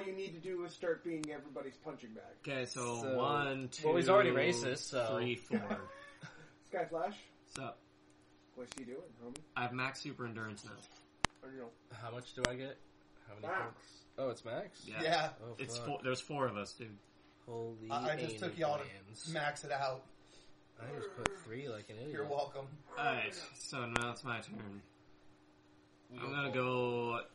you need to do is start being everybody's punching bag. Okay, so, So- one, two, well, he's already racist, so- three, four. Sky Flash, so what's he doing, homie? I have max super endurance now. Or, you know, How much do I get? How many Max. points? Oh, it's max. Yeah, Yeah. Oh, it's fuck. four. There's four of us, dude. Holy I, I just took y'all aliens. to max it out. I just put three like an idiot. You're welcome. All right, so now it's my turn. We I'm gonna full- go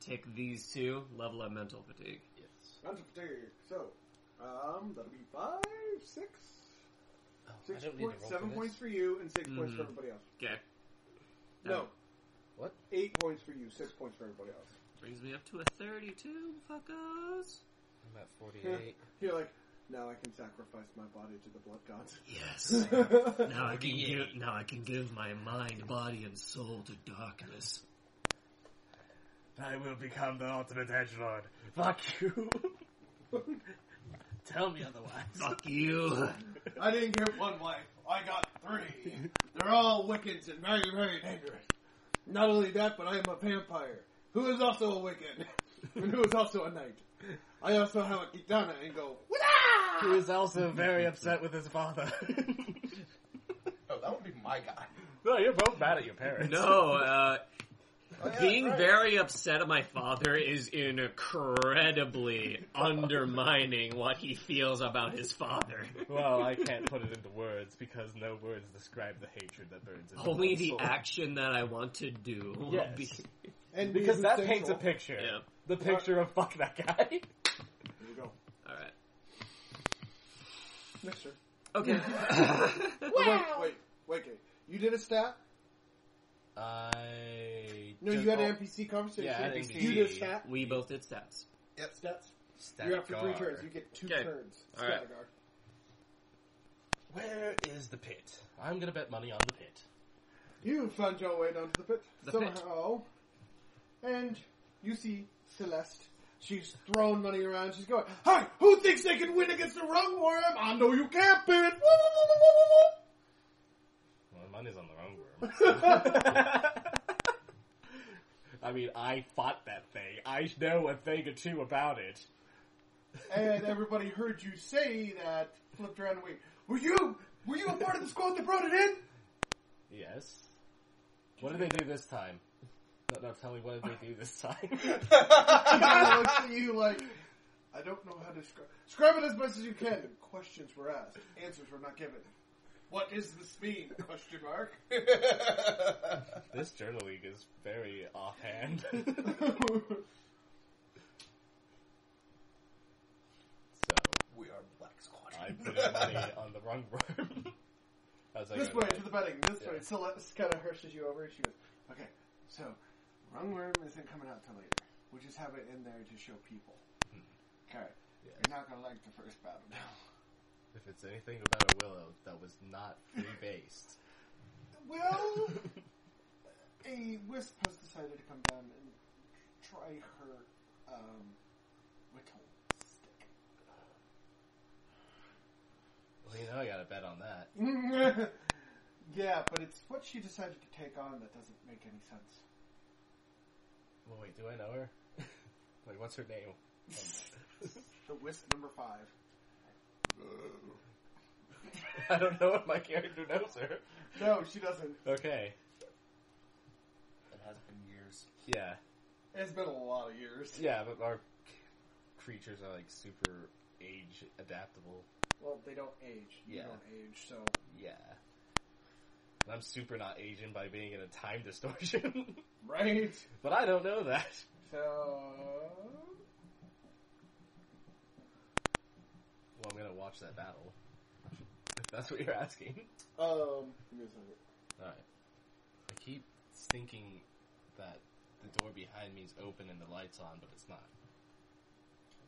take these two, level up mental fatigue. Yes. not to fatigue. So, um, that'll be five, six, Oh, I six don't need to roll points, for seven this. Um, points for you, and six points for Mhm. everybody else. Okay, No, What? eight points for you, six points for everybody else. brings me up to a 32, fuckers. I'm at 48. You're like, now I can sacrifice my body to the blood gods. Yes. now I can give. Now I can give my mind, body, and soul to darkness. I will become the ultimate edge lord. Fuck you. Tell me otherwise. Fuck you. I didn't get one wife. I got three. They're all Wiccans and very, very dangerous. Not only that, but I am a vampire, who is also a Wiccan, and who is also a knight. I also have a katana and go, He was also very upset with his father. Oh, that would be my guy. no, you're both mad at your parents. No, uh, Oh, yeah, being that's right. very upset at my father is incredibly undermining what he feels about his father. Well, I can't put it into words because no words describe the hatred that burns in Only one's the soul. action that I want to do. will Yes. be- and Because we that essential. paints a picture. Yeah. The picture of fuck that guy. Here we go. All right. Mister. Okay. Wait, wait, wait, wait. You did a stat? I No, you had an NPC conversation. Yeah, I had NPC. You did a stat? we both did stats. Yep. Stats? You're up for three turns. You get two Okay. turns. All right. Statigar. Where is the pit? I'm gonna bet money on the pit. You found your way down to the pit The pit. somehow, and you see Celeste. She's throwing money around. She's going, "Hey, who thinks they can win against the wrong worm? I know you can't, bitch!" Woo, woo, woo, woo, Well, money's on the wrong worm. I mean, I fought that thing. I know a thing or two about it. woo, woo, woo." And everybody heard you say that, flipped around and went, "Were you? Were you a part of the squad that brought it in?" Yes. What did they do this time? No, no, tell me what did they do this time? And I looked at you like, "I don't know how to describe. Describe it as best as you can." Questions were asked, answers were not given. What is this mean? Question mark. this journaling is very offhand. so we are Black Squad. I put in money on the wrong worm. I was like, This way to the betting. This way. Yeah. Celeste kind of hearses you over. and She goes, "Okay, so wrong worm isn't coming out till later. We just have it in there to show people. Okay, Yes. you're not gonna like the first battle. If it's anything about a willow that was not free based, well, a wisp has decided to come down and try her um, whittle well, you know, I got to bet on that. stick. yeah, but it's what she decided to take on that doesn't make any sense. Well, wait, do I know her? like, what's her name? The wisp number five. I don't know if my character knows her. No, she doesn't. Okay, It has been years. yeah, It's been a lot of years. yeah, but our creatures are like super age adaptable. Well, they don't age. You Yeah. don't age, so. Yeah. And I'm super not Asian by being in a time distortion. Right? but I don't know that. So. Well, I'm gonna watch that battle. if that's what you're asking. Um. give me a second. Alright. I keep thinking that the door behind me is open and the light's on, but it's not.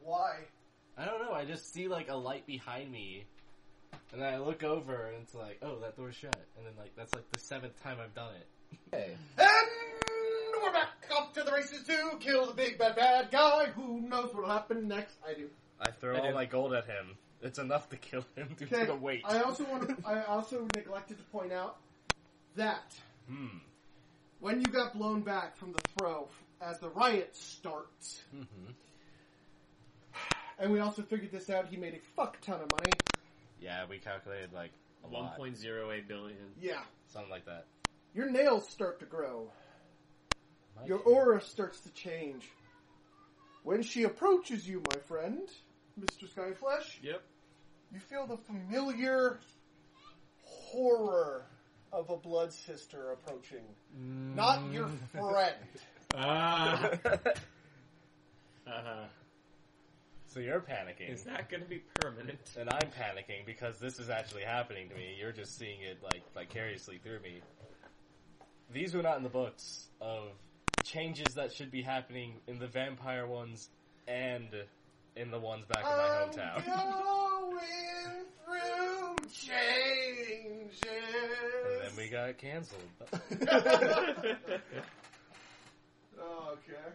Why? I don't know, I just see like a light behind me, and then I look over and it's like, oh, that door's shut. And then like, that's like the seventh time I've done it. Hey. And we're back up to the races to kill the big bad bad guy. Who knows what'll happen next? I do. I throw I all did. my gold at him. It's enough to kill him due to the weight. I also want. To, I also neglected to point out that Hmm. when you got blown back from the throw as the riot starts, Mm-hmm. And we also figured this out. He made a fuck ton of money. Yeah, we calculated like a lot, 1.08 billion. Yeah. something like that. Your nails start to grow. My Your God. aura starts to change. When she approaches you, my friend, Mr. Skyflesh, Yep. you feel the familiar horror of a blood sister approaching. Mm. Not your friend. Ah. uh, So you're panicking, is that going to be permanent? and I'm panicking because this is actually happening to me. You're just seeing it like vicariously through me. These were not in the books of changes that should be happening in the vampire ones and in the ones back in my I'm hometown. going through changes. And then we got canceled. okay.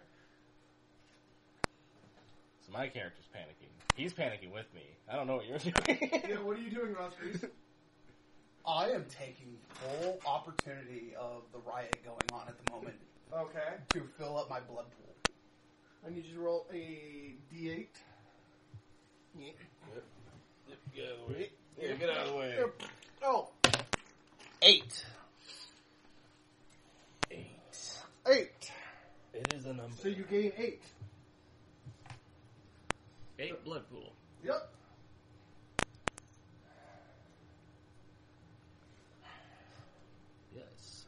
So my character's panicking. He's panicking with me. I don't know what you're doing. Yeah, what are you doing, Roscoe? I am taking full opportunity of the riot going on at the moment Okay. to fill up my blood pool. I need you to roll a d8. Get out of the way. Yeah, get out of the way. Oh, Eight. Eight. eight. It is a number. So you gain eight. Eight blood pool. Yep. Yes.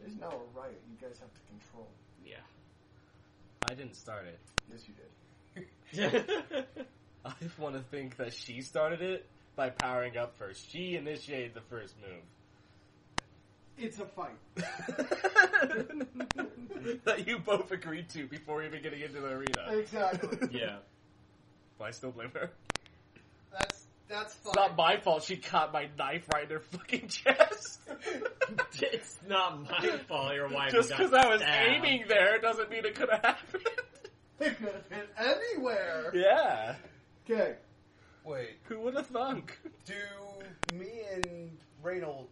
There's now a riot you guys have to control. Yeah. I didn't start it. Yes, you did. I want to think that she started it by powering up first. She initiated the first It's a fight. move. that you both agreed to before even getting into the arena. Exactly. yeah. But I still blame her. That's that's It's not my fault she caught my knife right in her fucking chest. It's not my fault your wife Just got because I was stabbed. aiming there doesn't mean it could have happened. it could have been anywhere. yeah. Okay. Wait, Who would have thunk? do me and Reynold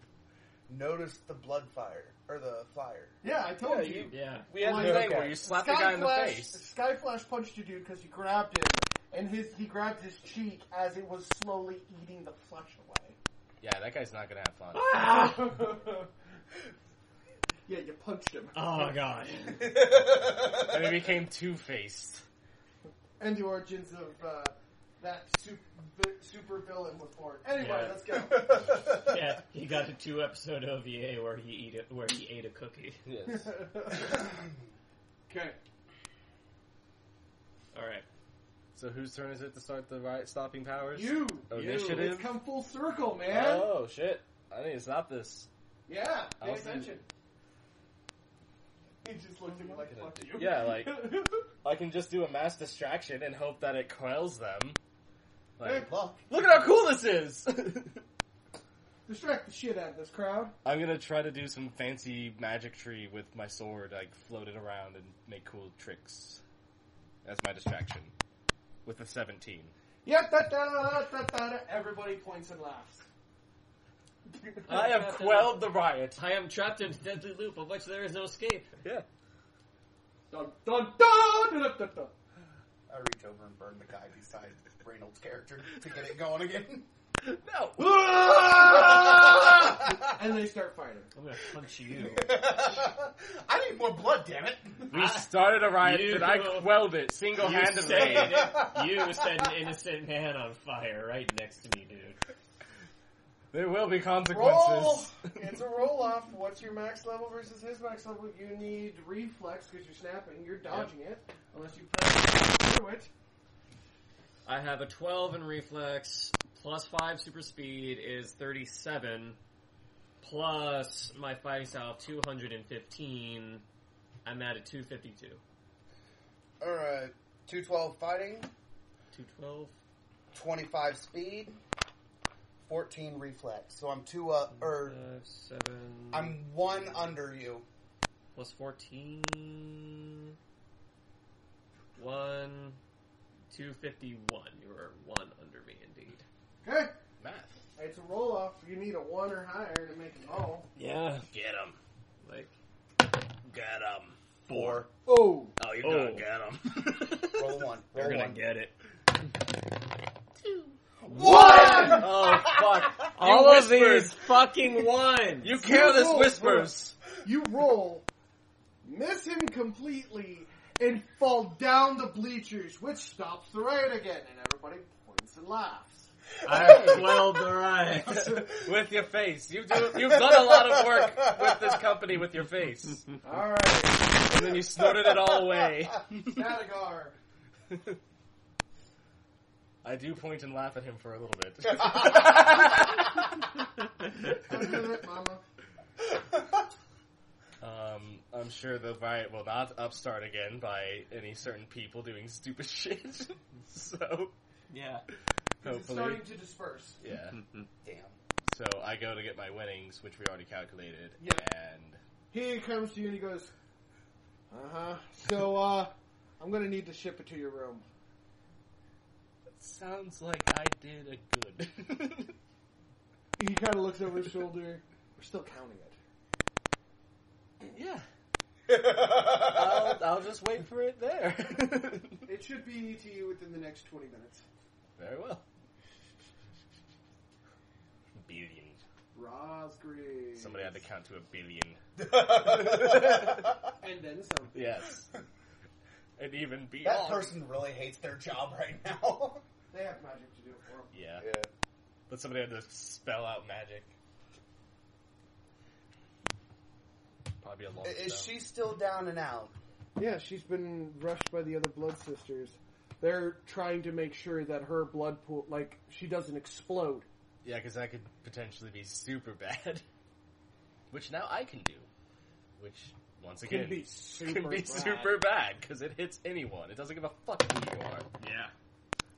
notice the blood fire or the fire? Yeah, I told Yeah, you. you- Yeah. We had Well, the thing okay. where you slap the guy in the Skyflash- face. Skyflash punched a dude because he grabbed him, and his he grabbed his cheek as it was slowly eating the flesh away. Yeah, that guy's not gonna have fun. yeah, you punched him, Oh god. and it became two faced. and the origins of uh, that super, super villain was born. Anyway, Yeah. let's go. Yeah, he got a two episode OVA where he eat a, where he ate a cookie. Yes. okay. All right. So whose turn is it to start the riot stopping powers? You. Initiative? You. It's come full circle, man. Oh shit! I need to stop this. Yeah. Pay I'll see. attention. He just looked at me like, "Fuck you." Yeah, like- I can just do a mass distraction and hope that it quells them. Like, Good luck. look at how cool this is! distract the shit out of this crowd. I'm gonna try to do some fancy magic tree with my sword, like float it around and make cool tricks. That's my distraction. With a 17. Yeah, da, da, da, da, da, da. everybody points and laughs. I have quelled the riot. I am trapped in a deadly loop of which there is no escape. Yeah. Dun, dun, dun, dun, dun, dun. I reach over and burn the guy beside Reynold's character to get it going again. No. Ah! and they start fighting. I'm gonna punch you. I need more blood, damn it! We started a riot You- and I quelled it single You handedly. set, you set an innocent man on fire right next to me, dude. There will be Roll. consequences. it's a roll off. What's your max level versus his max level? You need reflex because you're snapping. You're dodging it unless you press through it. I have a 12 in reflex, plus 5 super speed is 37, plus my fighting style 215. I'm at a 252. Alright, 212 fighting, 212? 25 speed, 14 reflex. So I'm two up, or 7. I'm one under you. plus 14. 1. 251. You were 1 under me, indeed. Okay. Math. It's a roll off. You need a one or higher to make a roll. Yeah. Get him. Like, Get him. Four. Oh. Oh, you're Oh. gonna get him. Roll a one. Roll you're a gonna one. get it. One! Oh fuck! All you of whispered. these fucking ones. You careless roll, whispers. You roll, miss him completely, and fall down the bleachers, which stops the rain again, and everybody points and laughs. I quelled the riots. with your face. You do. You've done a lot of work with this company with your face, Alright, and then you snorted it all away. Nadagar. I do point and laugh at him for a little bit. Don't do that, mama. um, I'm sure the riot will not upstart again by any certain people doing stupid shit. so yeah. It's hopefully, starting to disperse. yeah. Damn. So I go to get my winnings, which we already calculated, Yeah. and He comes to you and he goes, uh huh. So, uh, I'm gonna need to ship it to your room. Sounds like I did a good. He kind of looks over his shoulder. We're still counting it. yeah. I'll, I'll just wait for it there. It should be to you within the next 20 minutes. Very well. Billion. Rosgrave. Somebody had to count to a billion. And then some. Yes. And even beyond. That person really hates their job right now. They have magic to do it for him. Yeah. But somebody had to spell out magic. Probably a long I- Is spell. she still down and out? Yeah, she's been rushed by the other blood sisters. They're trying to make sure that her blood pool, like, she doesn't explode. Yeah, because that could potentially be super bad. Which now I can do. Which, once Can again, be can super be bad. super bad because it hits anyone. It doesn't give a fuck who you are. Yeah.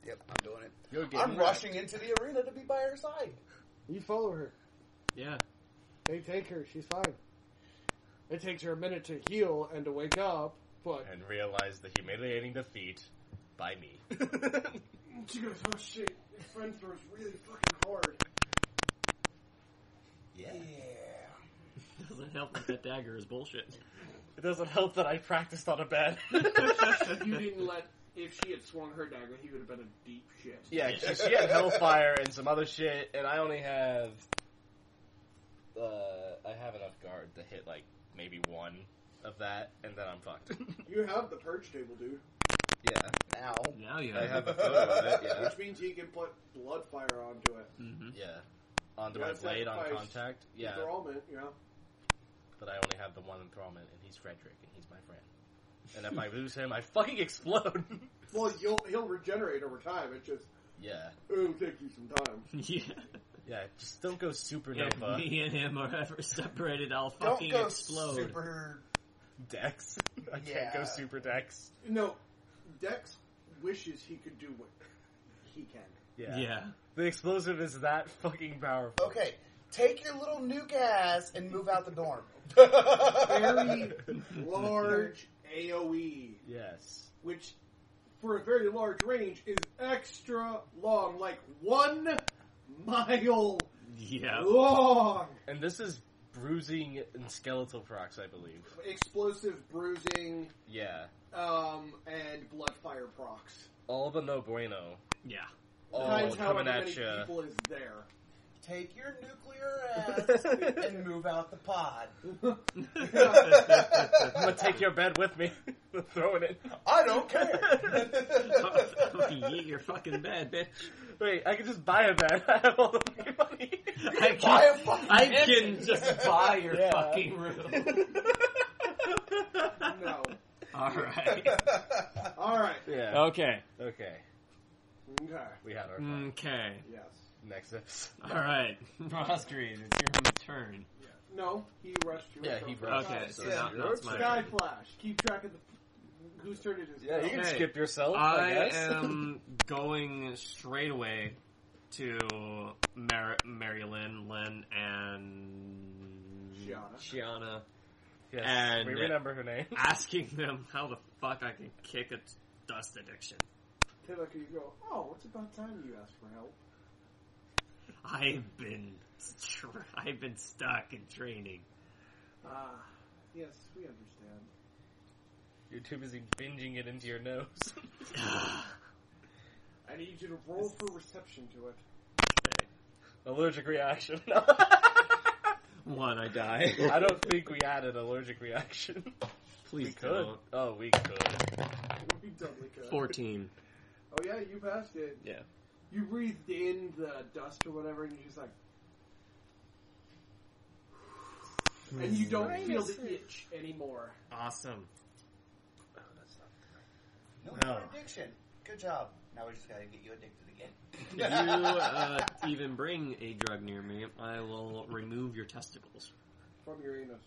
Yep, I'm doing it. You're getting I'm wrecked. rushing into the arena to be by her side. You follow her. Yeah. They take her. She's fine. It takes her a minute to heal and to wake up, but and realize the humiliating defeat by me. she goes, "Oh shit!" Your friend throws really fucking hard. Yeah. Doesn't help that that dagger is bullshit. It doesn't help that I practiced on a bed. If you didn't let, if she had swung her dagger, he would have been a deep shit. yeah, she, she had hellfire and some other shit, and I only have. Uh, I have enough guard to hit like maybe one of that, and then I'm fucked. You have the purge table, dude, yeah, Now. Now you I have. have a photo of it. Yeah, which means he can put blood fire onto it. hmm yeah. Onto Yeah, my it's blade on sacrifice. contact. Yeah, Enthrallment, you know. but I only have the one enthrallment, and he's Frederick, and he's my friend. And if I lose him, I fucking explode. Well, you'll, he'll regenerate over time. It's just yeah. it'll take you some time. Yeah. Yeah, just don't go super If Nova me and him are ever separated, I'll uh, Don't fucking go explode. super. Dex. I can't Yeah. go super Dex. No, Dex wishes he could do what he can. Yeah. yeah. The explosive is that fucking powerful. Okay, take your little nuke ass and move out the dorm. Very large AOE, Yes. which for a very large range is extra long, like one mile Yeah. long. And this is bruising and skeletal procs, I believe. Explosive bruising Yeah. um, and blood fire procs. All the no bueno. Yeah. All Times however coming many at you. people is there. Take your nuclear ass and move out the pod. I'm gonna take your bed with me. I'm throwing it. I don't care. Eat your fucking bed, bitch. Wait, I can just buy a bed. I have all the fucking money. I Buy a can, fucking I engine. can just buy your Yeah. fucking room. No. Alright. All right. yeah. Okay. Okay. Okay. We had our Mm. fun. Okay. Yes. Next episode. Alright. Rosgrave, it's your turn. No, he rushed you. Yeah, he rushed. Okay, so now, Yeah. now it's my Sky turn. Flash. Keep track of the, whose turn it is. Yeah, you can Okay. skip yourself, I, I guess. am going straight away to Mar- Mary Lynn, Lynn, and Shiana. Shiana, Yes, and- we remember her name. asking them how the fuck I can kick a dust addiction. Tiddleker, you go. Oh, it's about time you asked for help. I've been, tr- I've been stuck in training. Ah, yes, we understand. You're too busy binging it into your nose. And need you to roll for reception to it. Allergic reaction. One, I die. I don't think we had an allergic reaction. Please we could. don't. Oh, we could. We doubly could. Fourteen. Oh yeah, you passed it. Yeah. You breathed in the dust or whatever, and you're just like, and Mm. you don't feel the itch anymore. Awesome. No Wow. more addiction. Good job. Now we just gotta get you addicted again. If you uh, even bring a drug near me, I will remove your testicles. From your anus.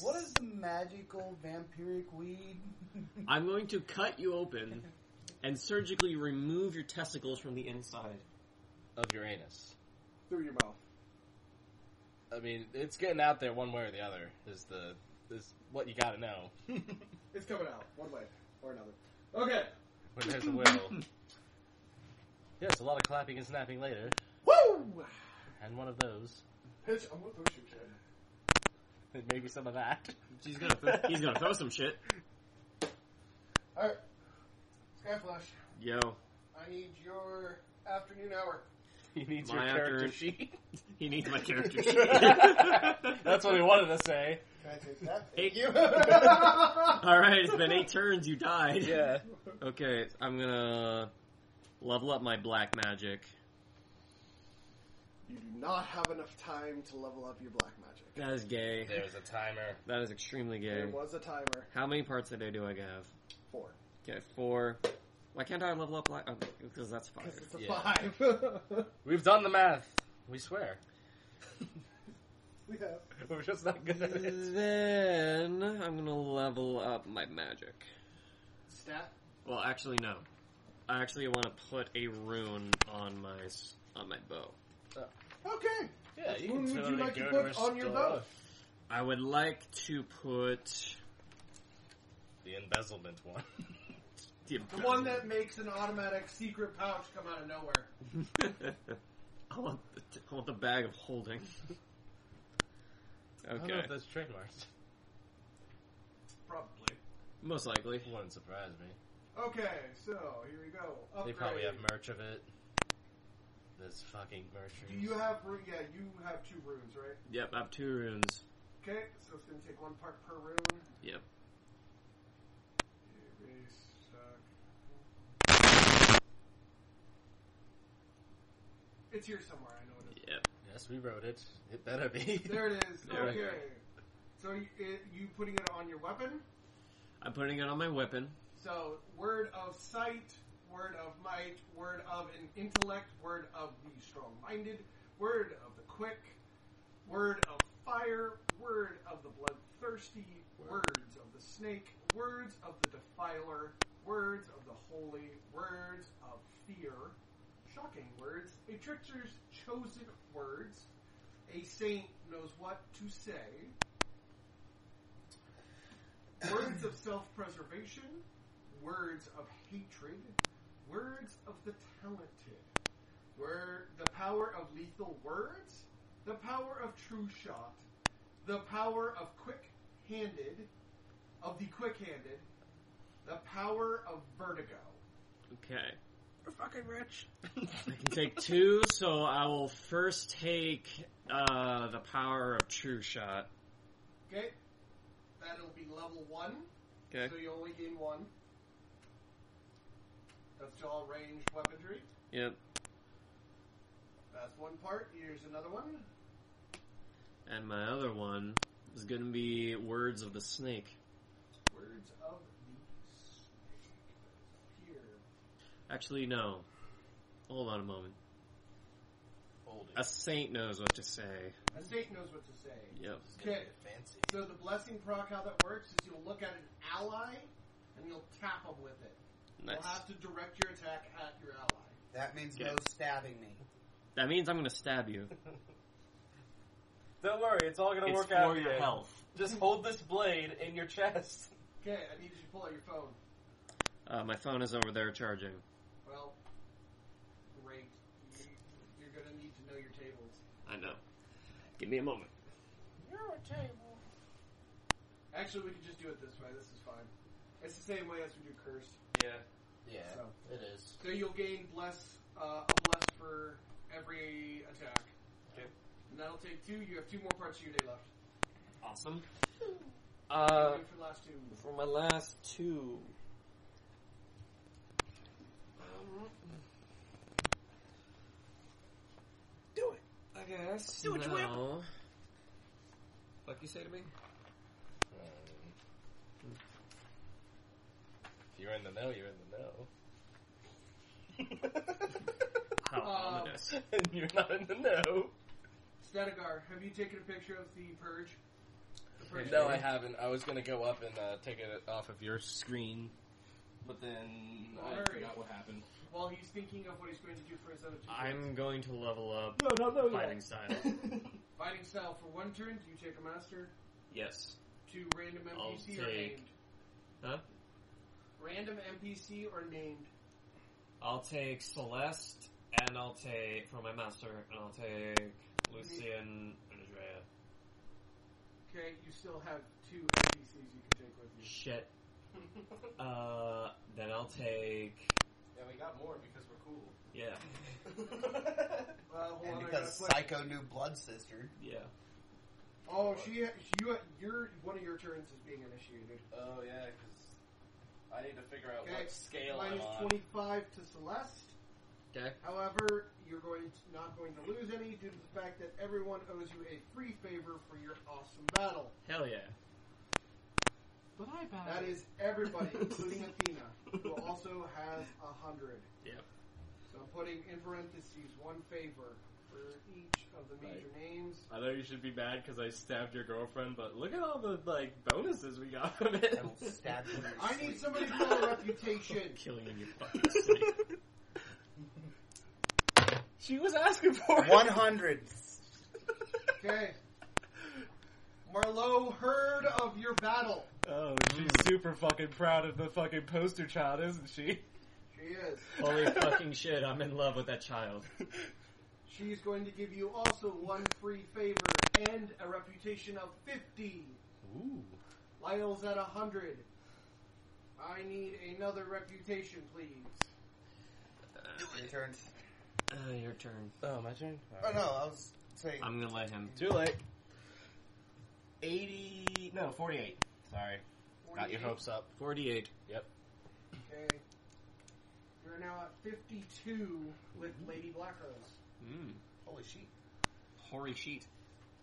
what is the magical vampiric weed? I'm going to cut you open and surgically remove your testicles from the inside. Of Uranus. Through your mouth. I mean, it's getting out there one way or the other. Is the is what you gotta know It's coming out, one way or another. Okay. when there's a will. Yes, a lot of clapping and snapping later, Woo! and one of those. Pitch, I'm gonna push you, kid. Maybe some of that. He's gonna throw, he's gonna throw some shit. Alright. Skyflash, Yo, I need your afternoon hour. He needs My your character after- sheet. he needs my character. That's what he wanted to say. Can I take that? Eight. you. All right, it's been eight turns. You died. Yeah. Okay, I'm gonna level up my black magic. You do not have enough time to level up your black magic. That is gay. There's a timer. That is extremely gay. There was a timer. How many parts a day do I have? Four. Okay, four. Why can't I level up black? Because that's fire. Because it's a Yeah. five. We've done the math. We swear. we have. We're just not good at it. Then I'm gonna level up my magic. Stat. Well, actually, no. I actually want to put a rune on my s- on my bow. Okay. Yeah, you Moon, can would you totally like to go put a on your store. bow? I would like to put The embezzlement one. the, The one that makes an automatic secret pouch come out of nowhere. I want the, t- I want the bag of holding. I don't know okay, if that's trademarked. Probably. most likely. Wouldn't surprise me. Okay, so here we go. They Upgrade. probably have merch of it. This fucking Do merch. you have? ru- Yeah, you have two runes, right? Yep, I have two runes. Okay, so it's gonna take one part per rune. Yep. Erase, suck. It's here somewhere. I know it is. Yep. Yes, we wrote it. It better be. There it is. There we okay. go. So you, it, you putting it on your weapon? I'm putting it on my weapon. So word of sight, word of might, word of an intellect, word of the strong-minded, word of the quick, word of fire, word of the bloodthirsty, words of the snake, words of the defiler, words of the holy, words of fear, shocking words, a trickster's chosen words, a saint knows what to say. Words of self-preservation, words of hatred, words of the talented, word, the power of lethal words, the power of true shot, the power of quick-handed, of the quick-handed, the power of vertigo. Okay. We're fucking rich. I can take two, so I will first take uh, the power of True Shot. Okay, that'll be level one. Okay. So you only gain one. That's all ranged weaponry. Yep. That's one part. Here's another one. And my other one is going to be Words of the Snake. Words of the Snake. Here. Actually, no. Hold on a moment. Hold A saint knows what to say. A saint knows what to say. Yep. Okay, Fancy. so the blessing proc, how that works is you'll look at an ally and you'll tap them with it. Nice. You'll have to direct your attack at your ally. That means Yeah. no stabbing me. That means I'm going to stab you. Don't worry, it's all gonna It's work for out. your okay? health. Just hold this blade in your chest. Okay, I need you to pull out your phone. Uh, my phone is over there charging. Well, great. You, you're gonna need to know your tables. I know. Give me a moment. Actually, we could just do it this way. This is fine. It's the same way as we do cursed. Yeah. Yeah, So. it is. So you'll gain bless uh, a bless for every attack. Okay. And that'll take two. You have two more parts of your day left. Awesome. Uh, Good for the last two. for my last two. Um, Do it. I guess. Do it, now. Like you say to me? Um, if you're in the know, you're in the know. How Um, ominous. and you're not in the know. Statigar, have you taken a picture of the purge? The purge No, I thing? haven't. I was gonna go up and uh, take it off of your screen, but then I Alright. forgot what happened. While he's thinking of what he's going to do for his other two. turns. I'm going to level up No, no, no. fighting style. Fighting style for one turn. Do you take a master? yes. Two random I'll NPC or take- named? Huh? Random NPC or named? I'll take Celeste, and I'll take for my master, and I'll take Lucian and Andrea. Okay, you still have two NPCs you can take with you. Shit. Uh, then I'll take Yeah, we got more because we're cool. yeah, Uh, hold And on, I gotta because flip. Psycho knew Blood Sister. yeah. Oh, she, you, your one of your turns is being initiated. Oh yeah, because I need to figure out Okay, what scale I'm Minus on. twenty-five to Celeste. Okay. However, you're going to, not going to lose any due to the fact that everyone owes you a free favor for your awesome battle. Hell yeah. But I bow. That is everybody, including Athena, who also has a hundred. Yep. So I'm putting in parentheses one favor for each of the major names. I know you should be mad because I stabbed your girlfriend, but look at all the like bonuses we got from it. I will stab you. in your I sleep. need somebody to roll a reputation. Killing in your fucking sleep. she was asking for it. 100. Okay. Marlowe heard of your battle. Oh, she's super fucking proud of the fucking poster child, isn't she? She is. Holy fucking shit! I'm in love with that child. She's going to give you also one free favor and a reputation of 50. Ooh. Lionel's at 100. I need another reputation, please. Your turn. Uh, your turn. Oh, my turn. Oh no, I was saying. I'm gonna let him. Too late. Eighty. No, forty-eight. Sorry, got your 48. hopes up. Forty-eight. Okay. You're now at 52 with Lady Blackrose. Mm. Holy shit. Hoary sheet.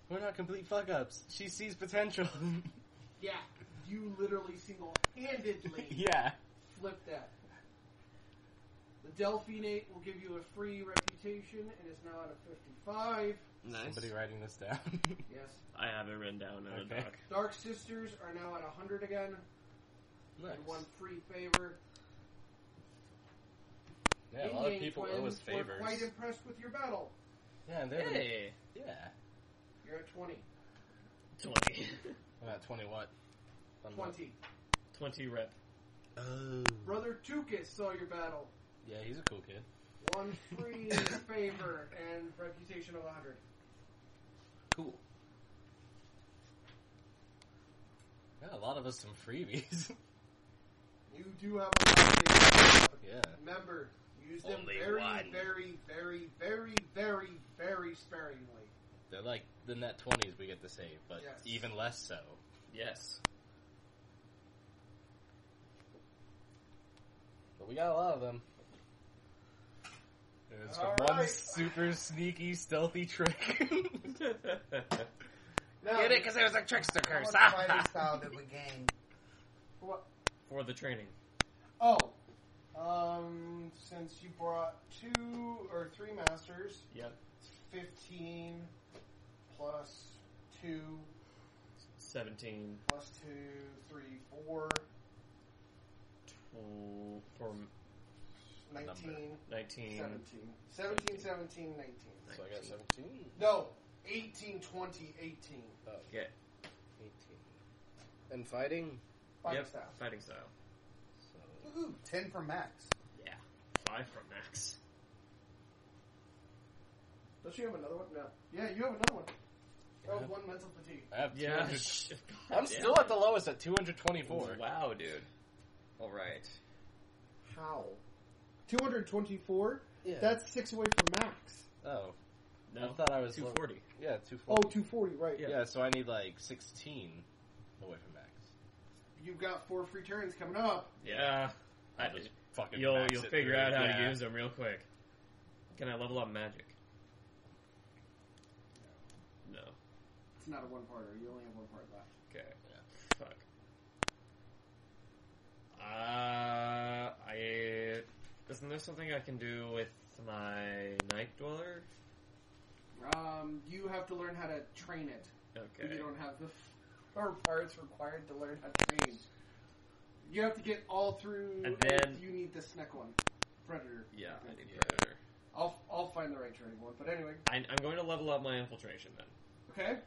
We're not complete fuck-ups. She sees potential. Yeah, you literally single-handedly yeah. flip that. The Delphinate will give you a free reputation and is now at a 55. Nice. Somebody writing this down. Yes. I have it written down in Okay. a doc. Dark Sisters are now at 100 again. nice. and One free favor. Yeah, a lot of Indian people twins owe us were favors. quite impressed with your battle. Yeah, and they're the- Hey. yeah. You're at 20. Twenty. About twenty what? One what? 20. Twenty rep. Oh. Brother Tukis saw your battle. Yeah, he's a cool kid. One free favor and reputation of 100. Cool. Yeah, a lot of us some freebies. You do have a lot of yeah. Remember, use them Only very, one. very, very, very, very, very sparingly. They're like the net twenties we get to save, but Yes. even less so. Yes. But we got a lot of them. There's All one right. super sneaky, stealthy trick. No, because it was a trickster how much fighting style did we gain? What? For the training. Oh, um, since you brought two or three masters, Yep. 15 plus 2 Seventeen. plus 2, 3, 4, Tw- for 19, nineteen. 17. 17, 17, 19. So I got 17. No, 18, 20, 18. Oh, Yeah. 18. And fighting? Five Yep. staff. Fighting style. So, Woohoo, 10 for max. Yeah. Five from max. Don't you have another one? No. Yeah, you have another one. That Oh, was one mental fatigue. I have 200. God I'm damn still it. at the lowest at 224. Wow, dude. All right. How? 224? Yeah. That's six away from max. oh, No, I thought I was two forty. Yeah, two Oh, forty. 240, right. yeah. So I need like sixteen away from max. You've got four free turns coming up. Yeah, I, I'll just fucking. you'll max you'll it figure through. out how to Yeah. use them real quick. Can I level up magic? No. It's not a one parter. You only have one part left. Okay. Fuck. Uh, I isn't there something I can do with my night dweller? Um, you have to learn how to train it. Okay. You don't have the four parts required to learn how to train. You have to get all through. And then- you need the sneck one, predator. Yeah, I need Yeah. predator. I'll I'll find the right training one. But anyway, I, I'm going to level up my infiltration then. okay.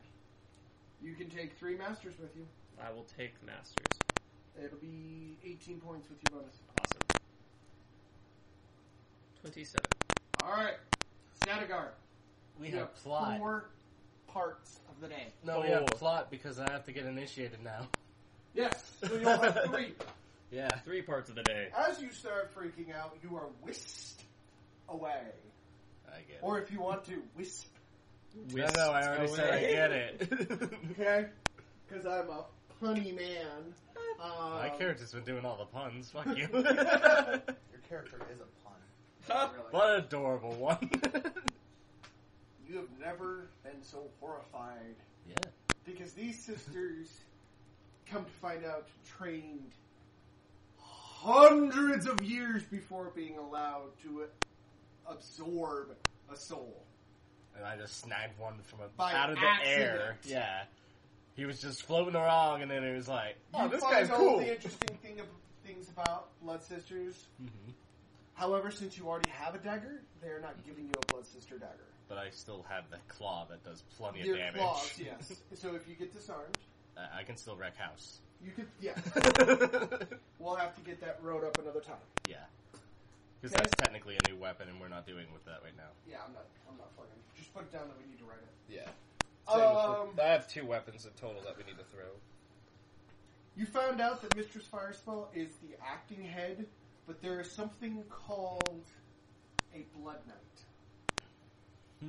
You can take three masters with you. I will take masters. It'll be 18 points with your bonus. Awesome. Twenty-seven. All right, Statigar. We you have plot. four parts of the day. No, we have Oh. plot because I have to get initiated now. Yes, so you'll have three. Yeah. Three parts of the day. As you start freaking out, you are whisked away. I get it. Or if you want to, wisp. no, no, I already said I away. get it. Okay? Because I'm a punny man. Um, My character's been doing all the puns. Fuck you. Your character is a pun. what an adorable one. You have never been so horrified. yeah. Because these sisters, come to find out, trained hundreds of years before being allowed to absorb a soul. And I just snagged one from a, By out of the accident. air. Yeah. He was just floating around, and then it was like, oh, you this find guy's all cool. the interesting thing ab- things about blood sisters. hmm However, since you already have a dagger, they are not giving you a blood sister dagger. But I still have the claw that does plenty Your of damage. claws, yes. so if you get disarmed, I, I can still wreck house. you could. Yeah, yeah. we'll have to get that road up another time. Because Okay. that's technically a new weapon, and we're not doing with that right now. Yeah, I'm not. I'm not fucking. Just put it down that we need to write it. Yeah. Um, I have two weapons in total that we need to throw. You found out that Mistress Firespell is the acting head, but there is something called a Blood Knight.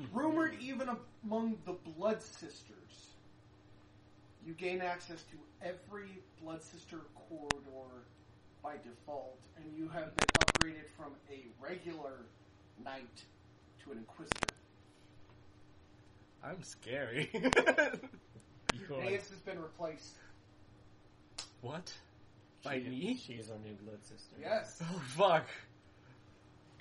Hmm. Rumored even among the Blood Sisters. You gain access to every Blood Sister corridor by default, and you have been upgraded from a regular knight to an inquisitor. I'm scary. Cool. Naeus has been replaced. what? By me? She's our new blood sister. Yes. Oh fuck!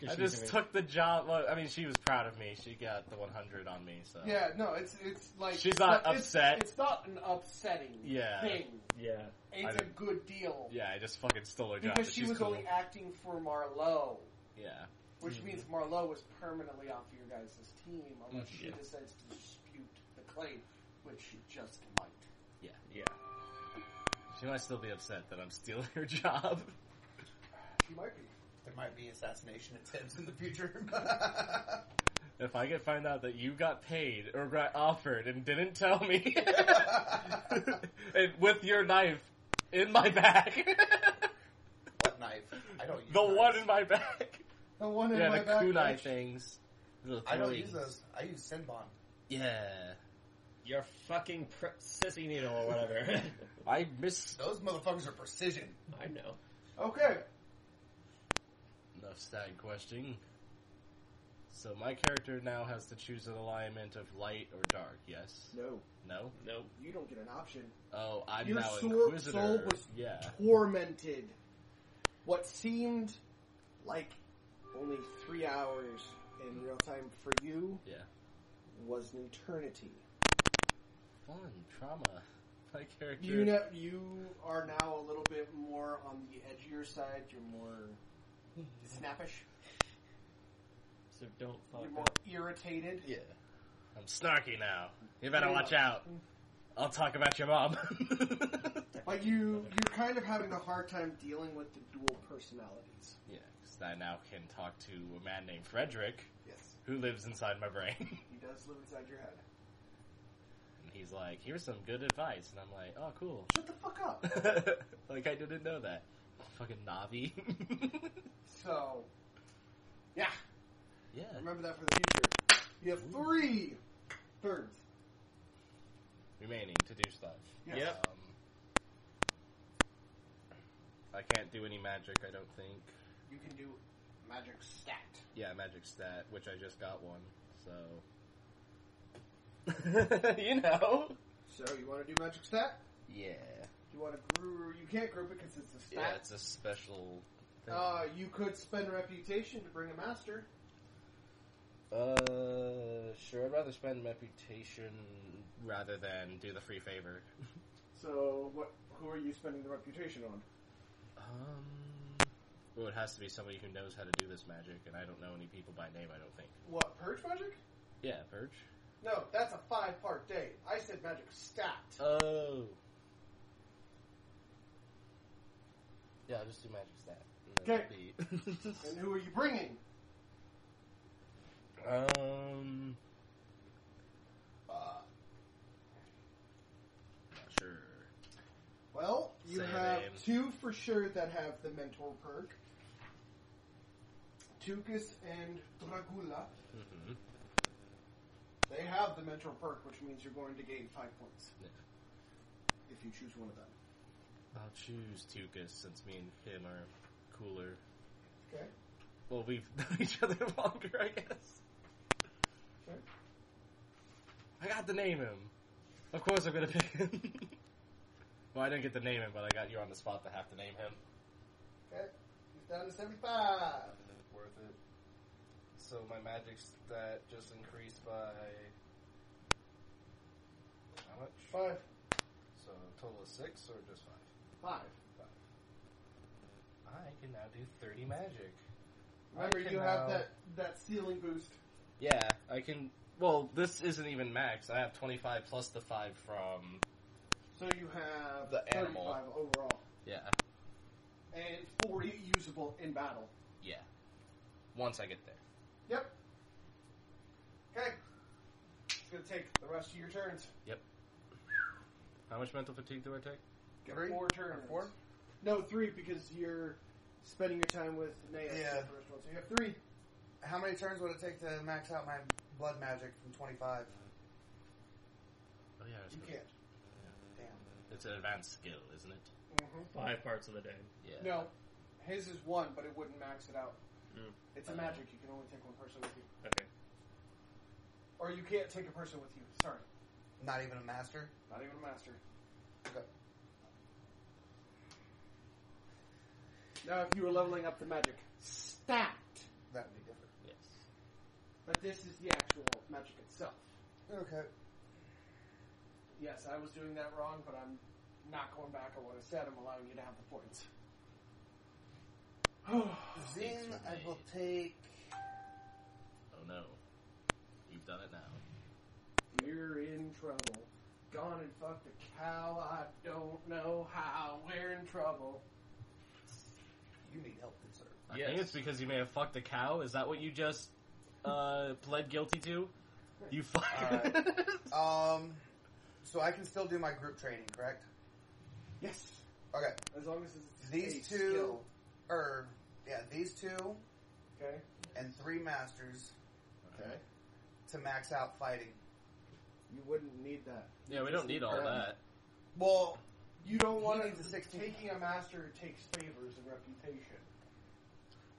'Cause I she's just doing- took the job. Well, I mean, she was proud of me. She got the 100 on me. So Yeah, no, it's it's like She's not it's- upset. It's, not an upsetting Yeah. thing. Yeah. It's I a didn't- good deal yeah. I just fucking stole her job. because but she she's was cool. Hmm. only acting for Marlowe, yeah. which means Marlowe was permanently off of your guys' team unless she Yeah. decides to dispute the claim, which she just might. Yeah. She might still be upset that I'm stealing her job. She might be. There might be assassination attempts in the future. If I could find out that you got paid or got offered and didn't tell me, and with your knife in my back, what knife? I don't use the knives. one in my back, The one in yeah, my the back. kunai things. Little I don't toys. use those. I use Sinbon. Yeah, Your fucking pr- sissy needle or whatever. I miss Those motherfuckers are precision. I know. Okay. Enough sad question. So my character now has to choose an alignment of light or dark. Yes. No, No. Nope. you don't get an option. Oh, I'm Your now soul- inquisitor. soul was- yeah. tormented what seemed like only three hours in real time for you Yeah. was an eternity. Fun trauma. My character. You know, you are now a little bit more on the edgier side. You're more snappish. So don't fuck You're more up. irritated. Yeah. I'm snarky now. You better watch out. I'll talk about your mom. But you you're kind of having a hard time dealing with the dual personalities. yeah, because I now can talk to a man named Frederick Yes, who lives inside my brain. he does live inside your head. And he's like, here's some good advice. And I'm like, oh, cool. Shut the fuck up. like, I didn't know that. Fucking Navi. So, yeah, yeah. remember that for the future. You have three turns. Remaining to do stuff. Yes. Yep. Um, I can't do any magic, I don't think. You can do magic stat. Yeah, magic stat, which I just got one, so. you know. So you want to do magic stat? Yeah. You want to group? You can't group it because it's a Yeah, stat. it's a special thing. uh, you could spend reputation to bring a master. Uh, sure. I'd rather spend reputation rather than do the free favor. So what? Who are you spending the reputation on? Um, well, it has to be somebody who knows how to do this magic, and I don't know any people by name. I don't think. What purge magic? Yeah, Purge. No, that's a five part day. I said magic stat. Oh. Yeah, I'll just do magic stat. Okay. and And who are you bringing? that'll be- um, Uh, not sure. well, you Say have names. two for sure that have the mentor perk. Tukas and Dragula. hmm They have the mentor perk, which means you're going to gain five points. Yeah. If you choose one of them. I'll choose Tukas since me and him are cooler. Okay. Well, we've known each other longer, I guess. Okay. I got to name him. Of course, I'm gonna pick him. well, I didn't get to name him, but I got you on the spot to have to name him. Okay. He's down to 75. Worth it. So my magic stat just increased by how much? Five. So total of six, or just five? Five. I can now do thirty magic. Remember, I can you have now- that, that ceiling boost. Yeah, I can. Well, this isn't even max. I have twenty-five plus the five from So you have The 35 animal. overall. yeah. And 40 usable in battle. Yeah. Once I get there. Yep. Okay. It's going to take the rest of your turns. How much mental fatigue do I take? Get Three? four turns. Or four? No, three because you're spending your time with Naya. Yeah. the first one. So you have three. How many turns would it take to max out my blood magic from 25? Oh yeah, it's, You can't. Damn. it's an advanced skill, isn't it? Mhm. Five parts of the day. Yeah. No. His is one, but it wouldn't max it out. Hmm. Mm. It's a magic. You can only take one person with you. Okay. Or you can't take a person with you. Sorry. Not even a master? Not even a master. Okay. Now, if you were leveling up the magic stat, That would be different. Yes. but this is the actual magic itself. Okay. Yes, I was doing that wrong, but I'm not going back on what I said. I'm allowing you to have the points. Ah, Then Six I will remain. take. Oh no. You've done it now. You're in trouble. Gone and fucked a cow. I don't know how. We're in trouble. You need help, good sir. I Yes. think it's because you may have fucked a cow. Is that what you just uh, pled guilty to? You fuck. Alright. Um, so I can still do my group training, correct? Yes, Okay. as long as it's These a two, skill. or yeah, these two Okay. and three masters Okay. to max out fighting. You wouldn't need that. yeah, we don't need all Um, that. Well, You don't He want to. needs a 16. Taking a master takes favors and reputation.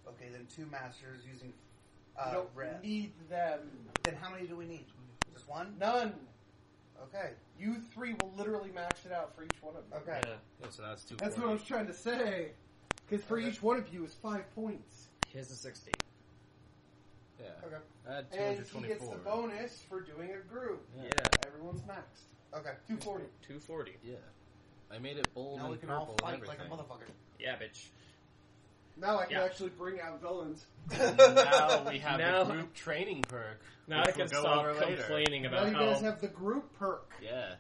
okay, then two masters using you uh, don't red. need them. Then how many do we need? Just one? None. Okay. You three will literally max it out for each one of you. Okay. Yeah. Yeah, so that's two. That's what I was trying to say. Because for Okay. each one of you is five points. Here's a sixty. Yeah. Okay. I had two And hundred he gets the twenty-four. bonus for doing a group. Yeah. Everyone's maxed. Okay. 240. Two forty. Yeah. I made it bold Now we and can all purple and fight like a everything. motherfucker. Yeah, bitch. Now I can Yeah. actually bring out villains. now we have Now- the group training perk. Now which I can we'll go stop over later. complaining Now about you guys how. have the group perk. Yeah.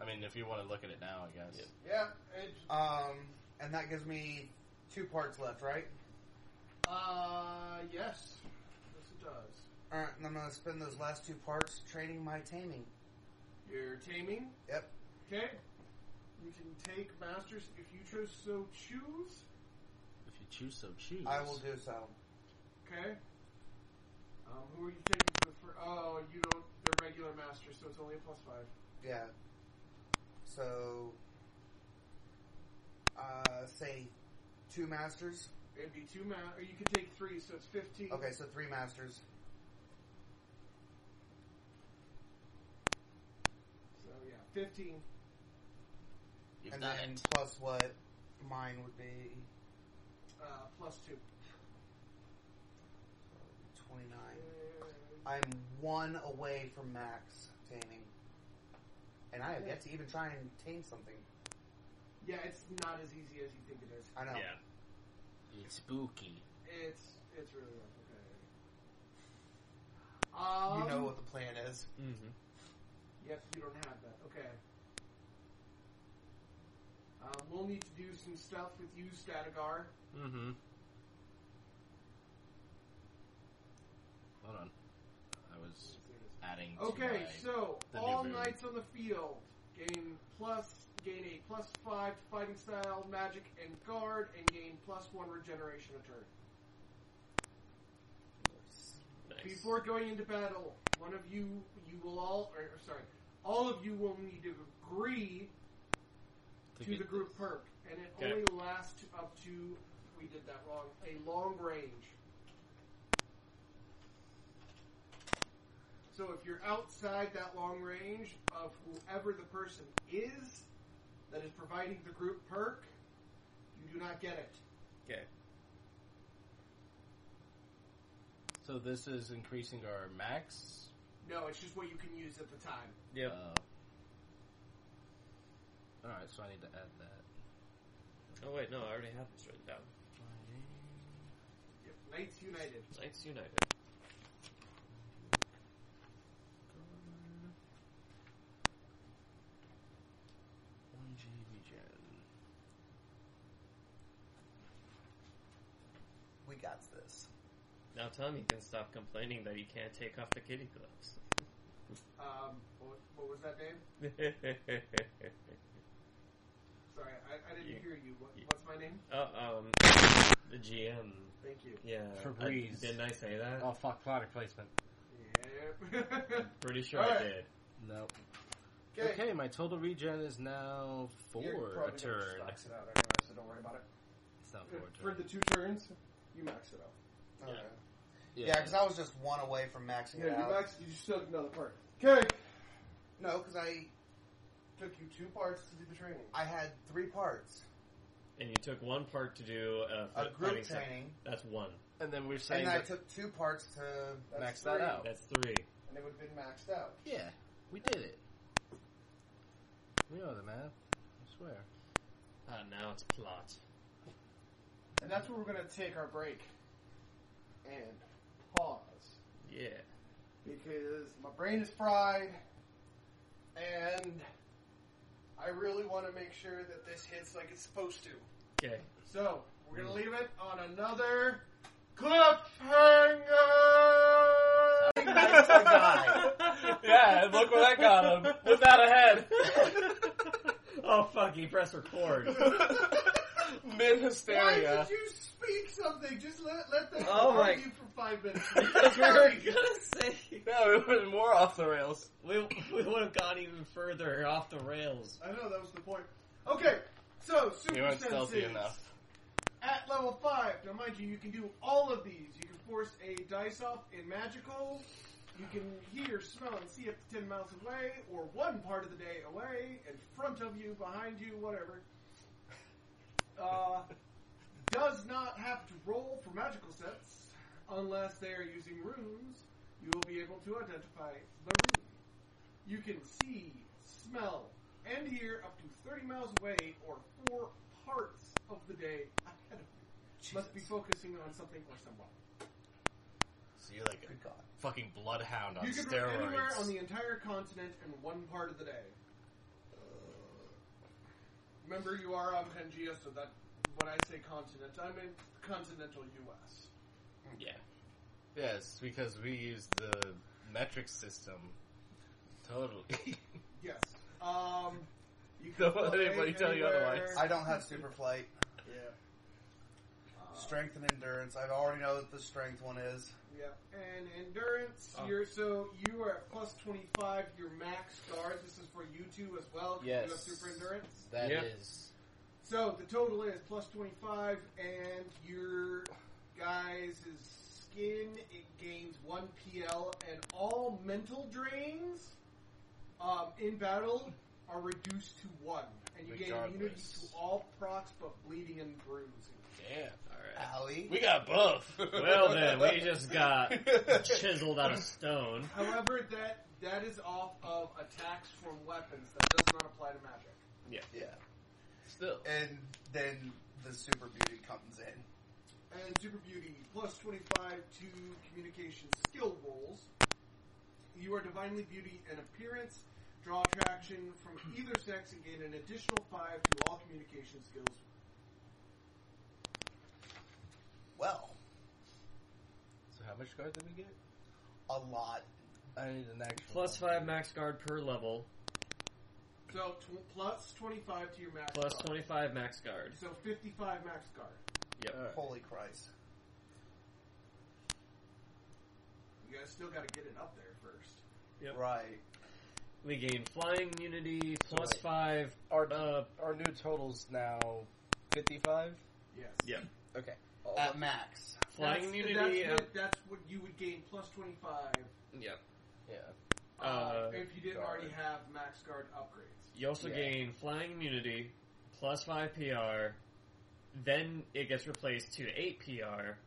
I mean, if you want to look at it now, I guess. Yeah. It, Um, and that gives me two parts left, right? uh, yes. Yes, it does. All right, and I'm gonna spend those last two parts training my taming. You're taming. Yep. Okay. You can take masters if you chose so choose. If you choose, so choose. I will do so. Okay. Um, who are you taking for the first? Oh, you don't. They're regular masters, so it's only a plus five. Yeah. So, uh, say two masters. It'd be two ma- or you can take three, so it's fifteen. Okay, so three masters. So yeah, fifteen. and then plus what mine would be Uh, plus two. 29. I'm one away from max taming. And I have yet to even try and tame something. Yeah, it's not as easy as you think it is. I know. Yeah. It's spooky. It's it's really rough. Okay. Um, You know what the plan is. Mm-hmm. Yep, you don't have that. Okay. Um, we'll need to do some stuff with you, Statigar. Mm-hmm. Hold on. I was adding. to Okay, my- so the new all move. knights on the field gain plus gain a plus five to fighting style, magic, and guard, and gain plus one regeneration a turn. Nice. Before going into battle, one of you you will all or, or sorry, all of you will need to agree To to get the group perk, and it Okay. only lasts up to we did that wrong a long range. So if you're outside that long range of whoever the person is that is providing the group perk, you do not get it. Okay. So this is increasing our max. Uh, No, it's just what you can use at the time. Yep. all right, so I need to add that. oh wait, no, I already have this written down. Yep. Knights United. Knights United. One G regen. We got this. Now Tommy can stop complaining that he can't take off the kitty gloves. Um, what, what was that name? Sorry, I, I didn't You- hear you. What, you- what's my name? uh, um, the GM. Thank you. Yeah. Febreze. I- didn't I say that? Oh fuck! Product placement. Yeah. Pretty sure I Alright. did. No. okay. Okay, my total regen is now You're four probably a gonna turn. max it out anyway, so don't worry about it. It's not Uh, four For a turn. the two turns, you max it out. Okay. Yeah, because I was just one away from maxing Yeah, it you out. max. You still get another part. Okay. no, because I Took you two parts to do the training. I had three parts. And you took one part to do uh, A fighting group set. training, That's one. and then we're saying and I that took two parts to That's max three, that out. That's three. and it would have been maxed out. Yeah, we did it. We know the map. I swear. Ah, now it's plot. And that's where we're going to take our break and pause Yeah. because my brain is fried, and I really want to make sure that this hits like it's supposed to. Okay. So we're going to leave it on another cliffhanger. Knights to die. yeah, and look where that got him. Without a head. oh fuck! He pressed record. Mid Why hysteria. did you speak something? Just let let them Oh my- argue for five minutes. That's what we were gonna say. No, it was more off the rails. We, we would have gone even further off the rails. I know that was the point. Okay, so We super weren't stealthy senses enough. at level five. Now, mind you, you can do all of these. You can force a dice off in magical. You can hear, smell, and see up to ten miles away, or one part of the day away, in front of you, behind you, whatever. Uh, does not have to roll for magical sets unless they are using runes. You will be able to identify the rune. You can see, smell, and hear up to 30 miles away or four parts of the day ahead of you. Must be focusing on something or someone. So you're like Good God. a fucking bloodhound on you can roam anywhere steroids. on the entire continent in one part of the day. Uh, Remember, you are on Pangea, so that when I say continent, I mean continental U.S. Yeah. Yes, because we use the metric system. Totally. Yes. Um, You Don't can let play anybody tell you anywhere. otherwise. I don't have super flight. Yeah. Uh, Strength and endurance. I already know what the strength one is. Yeah. And endurance. Oh. You're so you are at plus twenty five. Your max guard. This is for you two as well. 'cause Yes. You have super endurance. That Yep. is- So the total is plus twenty five, and your guys' skin it gains one PL, and all mental drains um, in battle are reduced to one, and you gain immunity Regardless. to all procs but bleeding and bruising. Damn. Alright. Allie? We got buff. Well then, we just got chiseled out of stone. However, that that is off of attacks from weapons. That does not apply to magic. Yeah. Still. And then the super beauty comes in. And Super Beauty, plus 25 to communication skill rolls. You are divinely beauty and appearance. Draw attraction from either sex and gain an additional 5 to all communication skills. Well, So how much guard did we get? a lot. I need an actual Plus five max guard per level. So tw- plus 25 to your max Plus guard. twenty five max guard. So 55 max guard. Yep. Holy Christ. You guys still gotta get it up there first. Yep. Right. We gain flying immunity, plus wait. five Our uh our new totals now fifty five. Yes. Yeah. Okay. At max. flying that's, immunity. That's, uh, what- that's what you would gain plus 25 yep. yeah. uh, Uh, if you didn't guard. already have max guard upgrades. You also Yeah. gain flying immunity, plus five PR. Then it gets replaced to eight PR.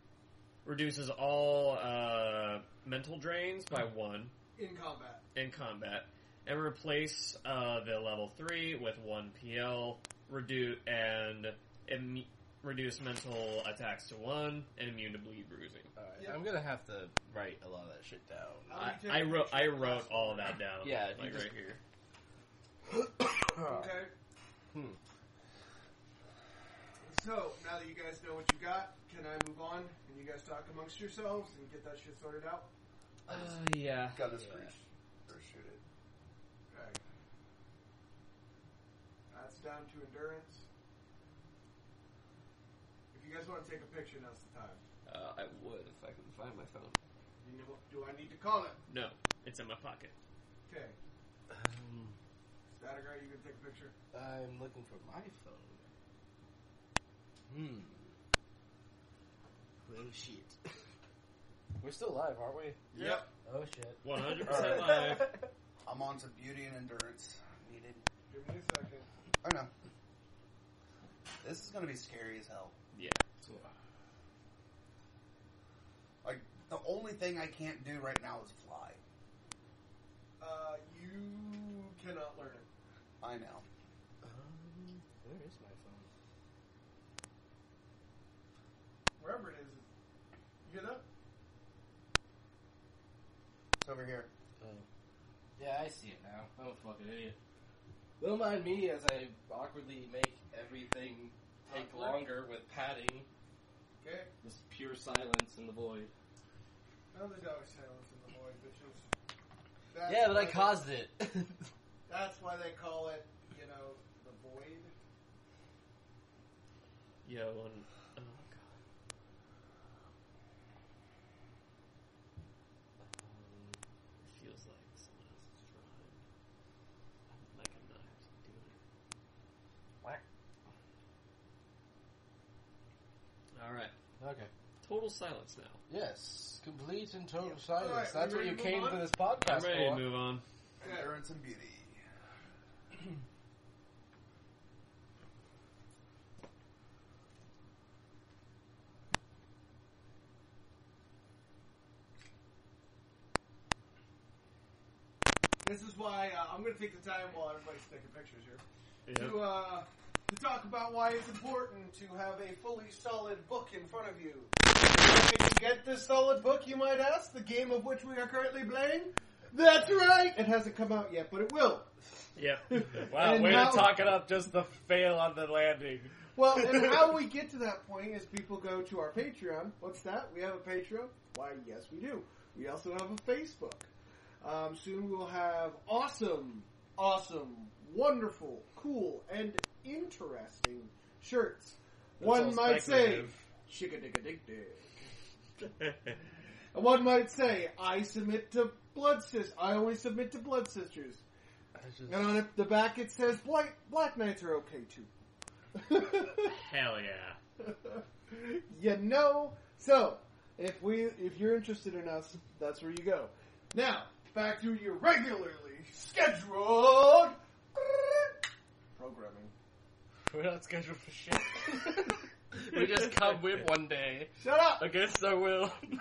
Reduces all uh, mental drains by one In combat. in combat, and replace uh, the level three with one PL. Reduce and imme- reduce mental attacks to one and immune to bleed bruising. Alright. Yeah. I'm gonna have to write a lot of that shit down. How do I, you take I a wrote picture I of wrote class all one? that down. Yeah, if you like just- right here. Okay. Hmm. So now that you guys know what you got, can I move on and you guys talk amongst yourselves and get that shit sorted out? Uh, yeah. Got his Yeah. free sh- or shoot it. Okay. That's down to endurance. If you guys want to take a picture, now's the time. Uh, I would if I could find my phone. You know, do I need to call it? No, it's in my pocket. Okay. Um, Statigar, you can take a picture. I'm looking for my phone. Hmm. Well, Oh, shit. We're still live, aren't we? Yep. Oh shit. 100% Alright. live. I'm on to beauty and endurance. Needed. Give me a second. Oh no. This is gonna be scary as hell. Yeah. Like, the only thing I can't do right now is fly. Uh, you cannot learn it. I know. Um, where is my phone? Wherever it is, you get up. It's over here. Yeah, I see it now. I'm a fucking idiot. Don't mind me as I awkwardly make everything take Awkward. longer with padding. Okay. This pure silence in the void. Now there's always silence in the void, bitches. yeah, but why I they- caused it. That's why they call it, you know, the void. Yo, and, oh god. Um, It feels like someone else is drawing. Like I'm not actually doing it. What? Alright. Okay. Total silence now. Yes. Complete and total Yeah. silence. Alright, That's we what ready you to came move for on? this podcast I'm ready for. to move on. Yeah. Endurance and beauty. This is why uh, I'm going to take the time while everybody's taking pictures here to Yep. uh, to talk about why it's important to have a fully solid book in front of you. If you get this solid book, you might ask, the game of which we are currently playing. That's right. It hasn't come out yet, but it will. Yep. And now- it up just the fail on the landing. Well, and how we get to that point is people go to our Patreon. What's that? We have a Patreon? Why, yes, we do. We also have a Facebook. Um, soon we'll have awesome, awesome wonderful, cool, and interesting shirts. One might say, shika digga dig dig. and one might say, I submit to blood sisters. I only submit to blood sisters. And on the back it says, black, black knights are okay too. Hell yeah. you know. So, if we, if you're interested in us, that's where you go. Now, back to your regularly scheduled programming. We're not scheduled for shit. we just come whip one day Shut up! against our will. Be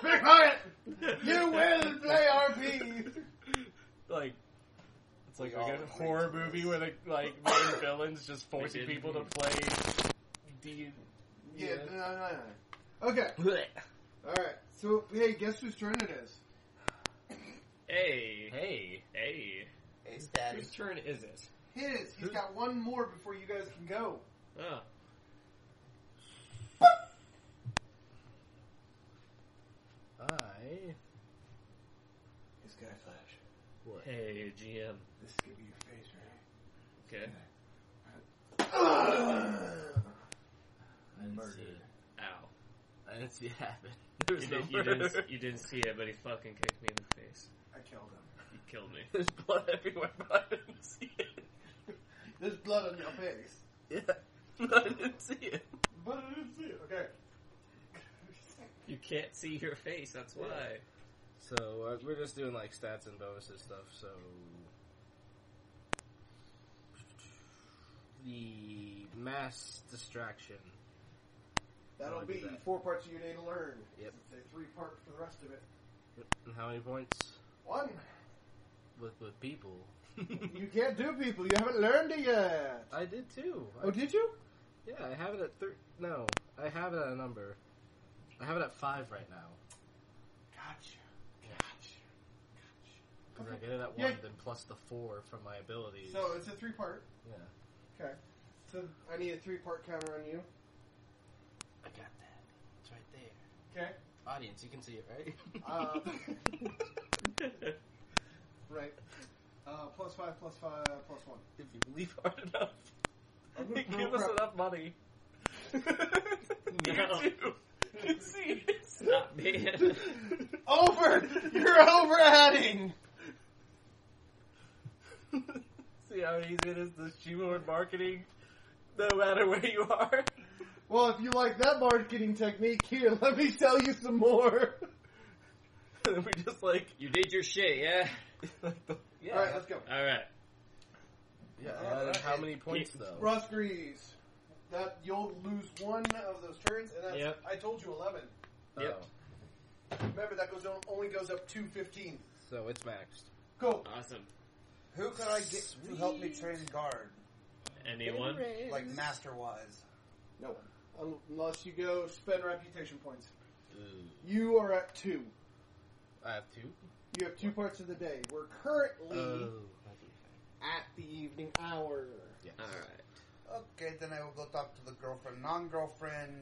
quiet! You will play RP! like it's like, all like a agree horror to movie where the like main villains just forcing didn't people to mean- play D. Yeah, no, no, no. Okay, alright. So, hey, guess whose turn it is? Hey, Hey, hey, Hey, Daddy. whose turn is it? His. He's got one more before you guys can go. Oh. I It's Guy Flash. Hey, GM. This is gonna be your face, right? Okay. I didn't Murder. see it. Ow. I didn't see it happen. You, there's did, no you, didn't, murder. you didn't see it, but he fucking kicked me in the face. I killed him. He killed me. There's blood everywhere, but I didn't see it. There's blood on your face. Yeah, but I didn't see it. But I didn't see it. Okay. You can't see your face, that's why. So uh, we're just doing like stats and bonuses stuff. So the mass distraction. That'll I'll do be that. four parts you need to learn. Yep. It's a three part for the rest of it. And how many points One. with with people? you can't do people. You haven't learned it yet. I did too. I Oh, did you? Yeah, I have it at thir- No, I have it at a number. I have it at five right now. Gotcha. Because I get it at one, Yeah. then plus the four from my abilities. So it's a three part. yeah, Okay. So I need a three part counter on you. I got that. It's right there. Okay. Audience, you can see it, right? Uh, right. Uh, plus five, plus five, plus one. if you believe hard enough, I'm gonna you throw give us crap- enough money. No. you do. You see it. Not me. Over! You're over adding! see how easy it is to shoehorn marketing, no matter where you are. Well, if you like that marketing technique, here, let me sell you some more. and we just like, you did your shit, yeah? like the, yeah, Alright, let's go. Alright. yeah. Alright. how many points though? Ross Grease. That you'll lose one of those turns, and that's, Yep. I told you eleven. Yep. Oh, Remember that goes on, only goes up to fifteen. so it's maxed. Cool. Awesome. Who could I get to help me train guard? Anyone? Like, master wise. No one, unless you go spend reputation points. You are at two. I have two. You have two parts of the day. We're currently Uh. Oh, at the evening hour. Alright. Okay, then I will go talk to the girlfriend, non girlfriend.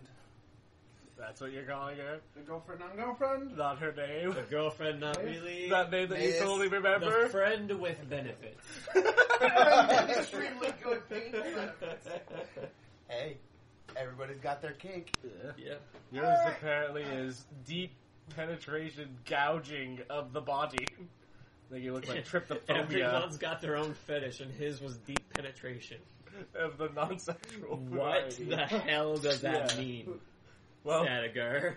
That's what you're calling her? The girlfriend, non girlfriend. Not her name? The girlfriend, not really. that name that you Miss- totally The remember? friend with benefits. Extremely good painful benefits. Hey, everybody's got their kink. Yeah. Yep. Yours apparently is deep penetration gouging of the body. Like you look like tryptophobia Everyone's got their own fetish, and his was deep penetration. of the non-sexual. What variety. the hell does that Yeah. Oh. mean, Well, Sadigar?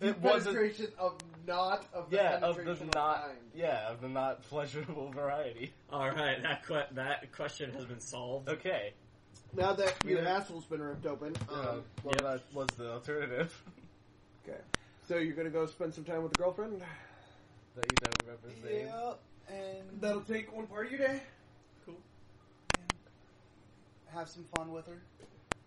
it wasn't. penetration of not of the Yeah, of penetration the not. mind. Yeah, of the not pleasurable variety. All right, that que- that question has been solved. Okay. Now that your Yeah. asshole's been ripped open, Uh, um, well, yep. that was the alternative so you're gonna go spend some time with the girlfriend. that you don't remember his name. and That'll take one part of your day. have some fun with her.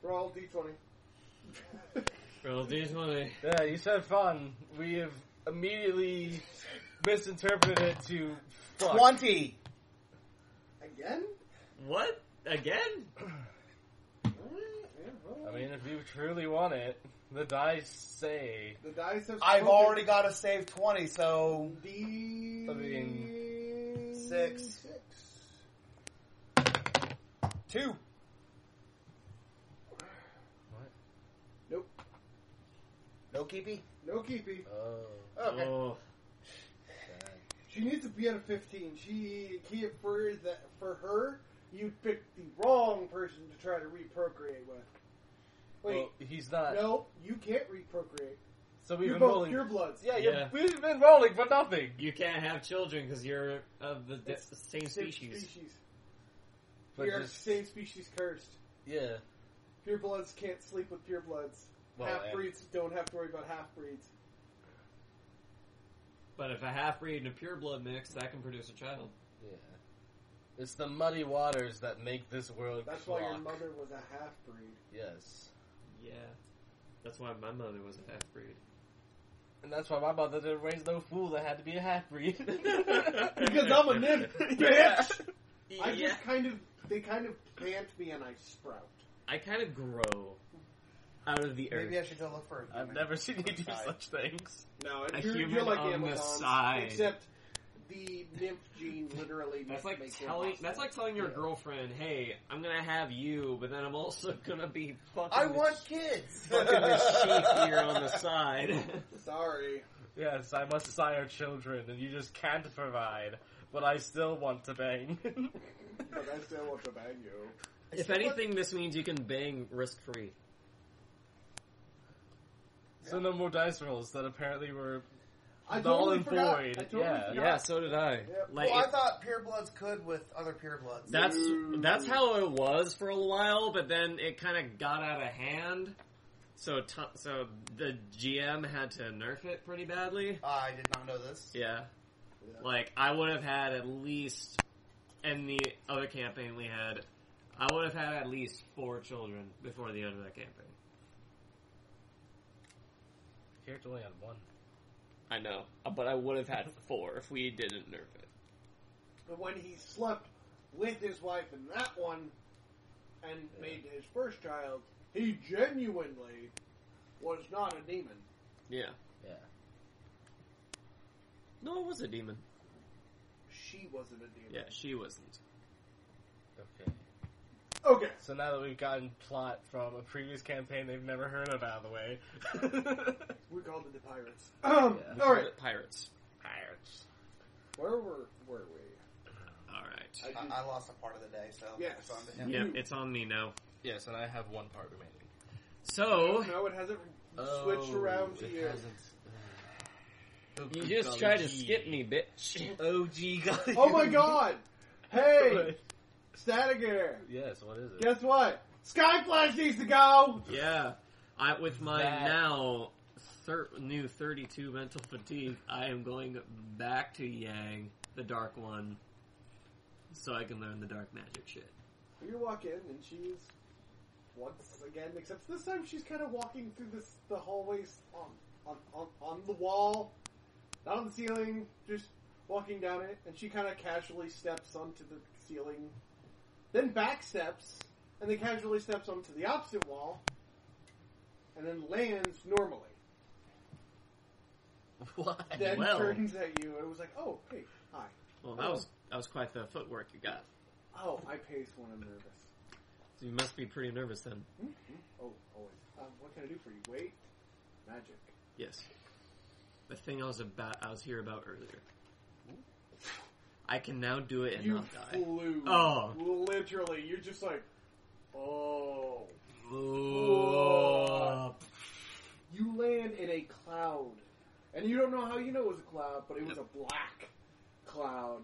Roll d20. Roll these money. Yeah, you said fun. We have immediately misinterpreted it to fuck. 20! Again? What again? I mean, if you truly want it, the dice say. the dice have. I've spoken. already got a save 20, so. These I mean, Six. Two. No keepy? No keepy. Oh. Okay. Oh, She needs to be at a 15. She he, for that for her, you picked the wrong person to try to reprocreate with. Wait, Well, he's not. no, you can't reprocreate. So we've You're been both rolling. pure bloods. Yeah, Yeah. yeah, we've been rolling for nothing. you can't have children because you're of the di- same Same species. But We are just- same species cursed. Yeah. Pure bloods can't sleep with pure bloods. Well, half and- breeds don't have to worry about half breeds. But if a half breed and a pure blood mix, that can produce a child. Yeah. It's the muddy waters that make this world. That's clock. why your mother was a half breed. Yes. Yeah, that's why my mother was a half breed. And that's why my mother didn't raise no fool that had to be a half breed. Because I'm a nymph, bitch. I yeah, just kind of they kind of plant me and I sprout. I kind of grow out of the earth. Maybe I should go look for a I've human. never seen you do Side. such things. No, A it's you're, you're human like on the Amazons, side. except the nymph gene literally. That's makes- like makes them telling. hostile. That's like telling your Yeah. girlfriend, "Hey, I'm gonna have you, but then I'm also gonna be fucking. I the want sh- kids! fucking the sheep here on the side. Sorry, Yes, I must sire children, and you just can't provide. But I still want to bang. but I still want to bang you. if anything, this means you can bang risk free. so no more dice rolls that apparently were I null totally and forgot. void. I totally yeah. forgot. Yeah, so did I. Yep. Like, Well, I it- thought purebloods could with other purebloods. That's Ooh. that's how it was for a while, but then it kind of got out of hand. So t- so the GM had to nerf it pretty badly. Ah, I did not know this. Yeah. Yeah. Like I would have had at least in the other campaign we had, I would have had at least four children before the end of that campaign. character only had one. I know, Uh, but I would have had four if we didn't nerf it. But when he slept with his wife in that one, and made his first child, he genuinely was not a demon. Yeah. Yeah. No, it was a demon. She wasn't a demon. Yeah, she wasn't. Okay. Okay. So now that we've gotten plot from a previous campaign they've never heard of out of the way. We called it the pirates. Um, Yeah. We All called right, it pirates. Pirates. where were were we? All right. I I, did- I lost a part of the day, so Yes. it's on to him. Yep, You. it's on me now. Yes, and I have one part remaining. So no, it hasn't oh, switched Oh, around to you. uh, you just tried to skip me, bitch. OG golly. Oh my god! Hey, static air. Yes, what is it? Guess what? Skyflash needs to go. yeah, I with my That- now thir- new thirty-two mental fatigue, I am going back to Yang, the Dark One, so I can learn the dark magic shit. You walk in and she's once again, except this time she's kind of walking through this the hallways on on on, on the wall, not on the ceiling, just walking down it, and she kind of casually steps onto the ceiling, then back steps, and then casually steps onto the opposite wall, and then lands normally. What? Then Well. turns at you, and it was like, oh hey, hi. Well, that was that was quite the footwork you got. Oh, I paced when I'm nervous. So you must be pretty nervous then. Oh, always. Um, what can I do for you? Wait, magic. Yes, the thing I was about I was here about earlier. I can now do it and you not die. flew. Oh. Literally, you're just like, oh. Oh. You land in a cloud. And you don't know how you know it was a cloud, but it was a black cloud.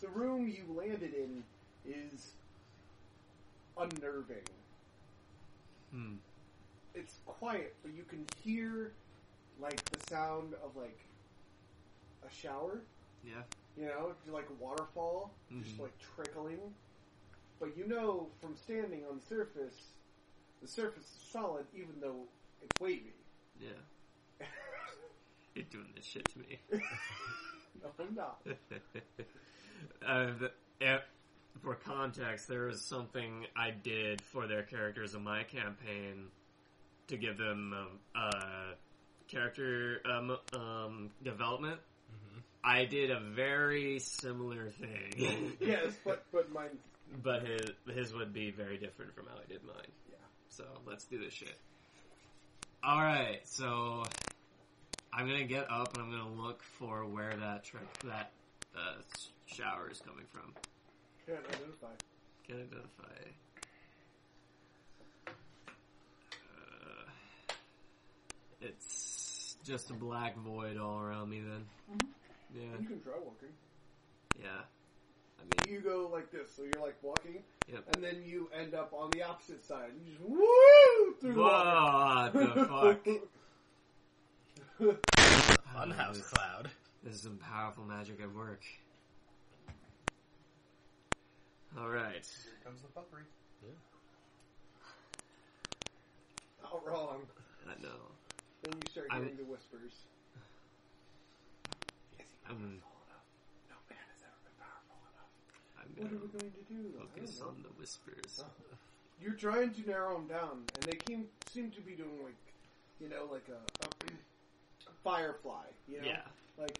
The room you landed in is unnerving. Hmm. It's quiet, but you can hear like the sound of like a shower. Yeah. you know, like a waterfall, just Mhm. like trickling. But you know, from standing on the surface, the surface is solid, even though it's wavy. Yeah. You're doing this shit to me. No, I'm not. uh, the, eh, for context, there was something I did for their characters in my campaign to give them um, a character um, um, development, I did a very similar thing. yes, but but mine. But his his would be very different from how I did mine. Yeah. So let's do this shit. All right. So I'm gonna get up and I'm gonna look for where that trick that uh, s- shower is coming from. Can't identify. Can identify. Uh, it's just a black void all around me. Then. Mm-hmm. You can try walking. Mm-hmm. Yeah. Yeah. I mean, You go like this, so you're like walking, Yep. and then you end up on the opposite side. You just woo through what the the water. fuck? Funhouse This- Cloud. This is some powerful magic at work. All right. Here comes the fuckery. How wrong? I know. Then you start I'm- hearing the whispers. I'm, No man has ever been powerful enough. I'm What gonna are we Oh, going to do? I focus don't know. on the whispers. You're trying to narrow them down, and they keem, seem to be doing like, you know, like a, a firefly. You know, Yeah. like,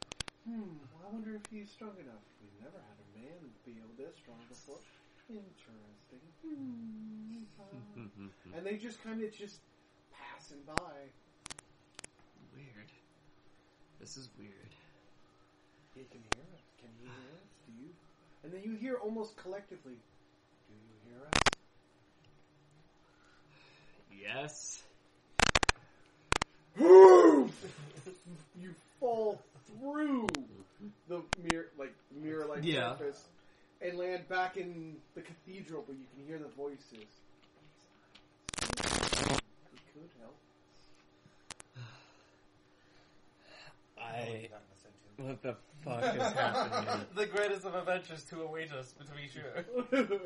hmm, I wonder if he's strong enough. We've never had a man be this strong before. Interesting. Hmm. uh." Mm-hmm. and they just kind of just passing by. weird. This is weird. He can hear us. Can he hear us? Do you? And then you hear almost collectively, "Do you hear us?" Yes. you fall through the mirror, like mirror, like Yeah. surface, and land back in the cathedral. But you can hear the voices. It could help. I. Gotten us into. What the fuck is happening? the greatest of adventures to await us, to be sure.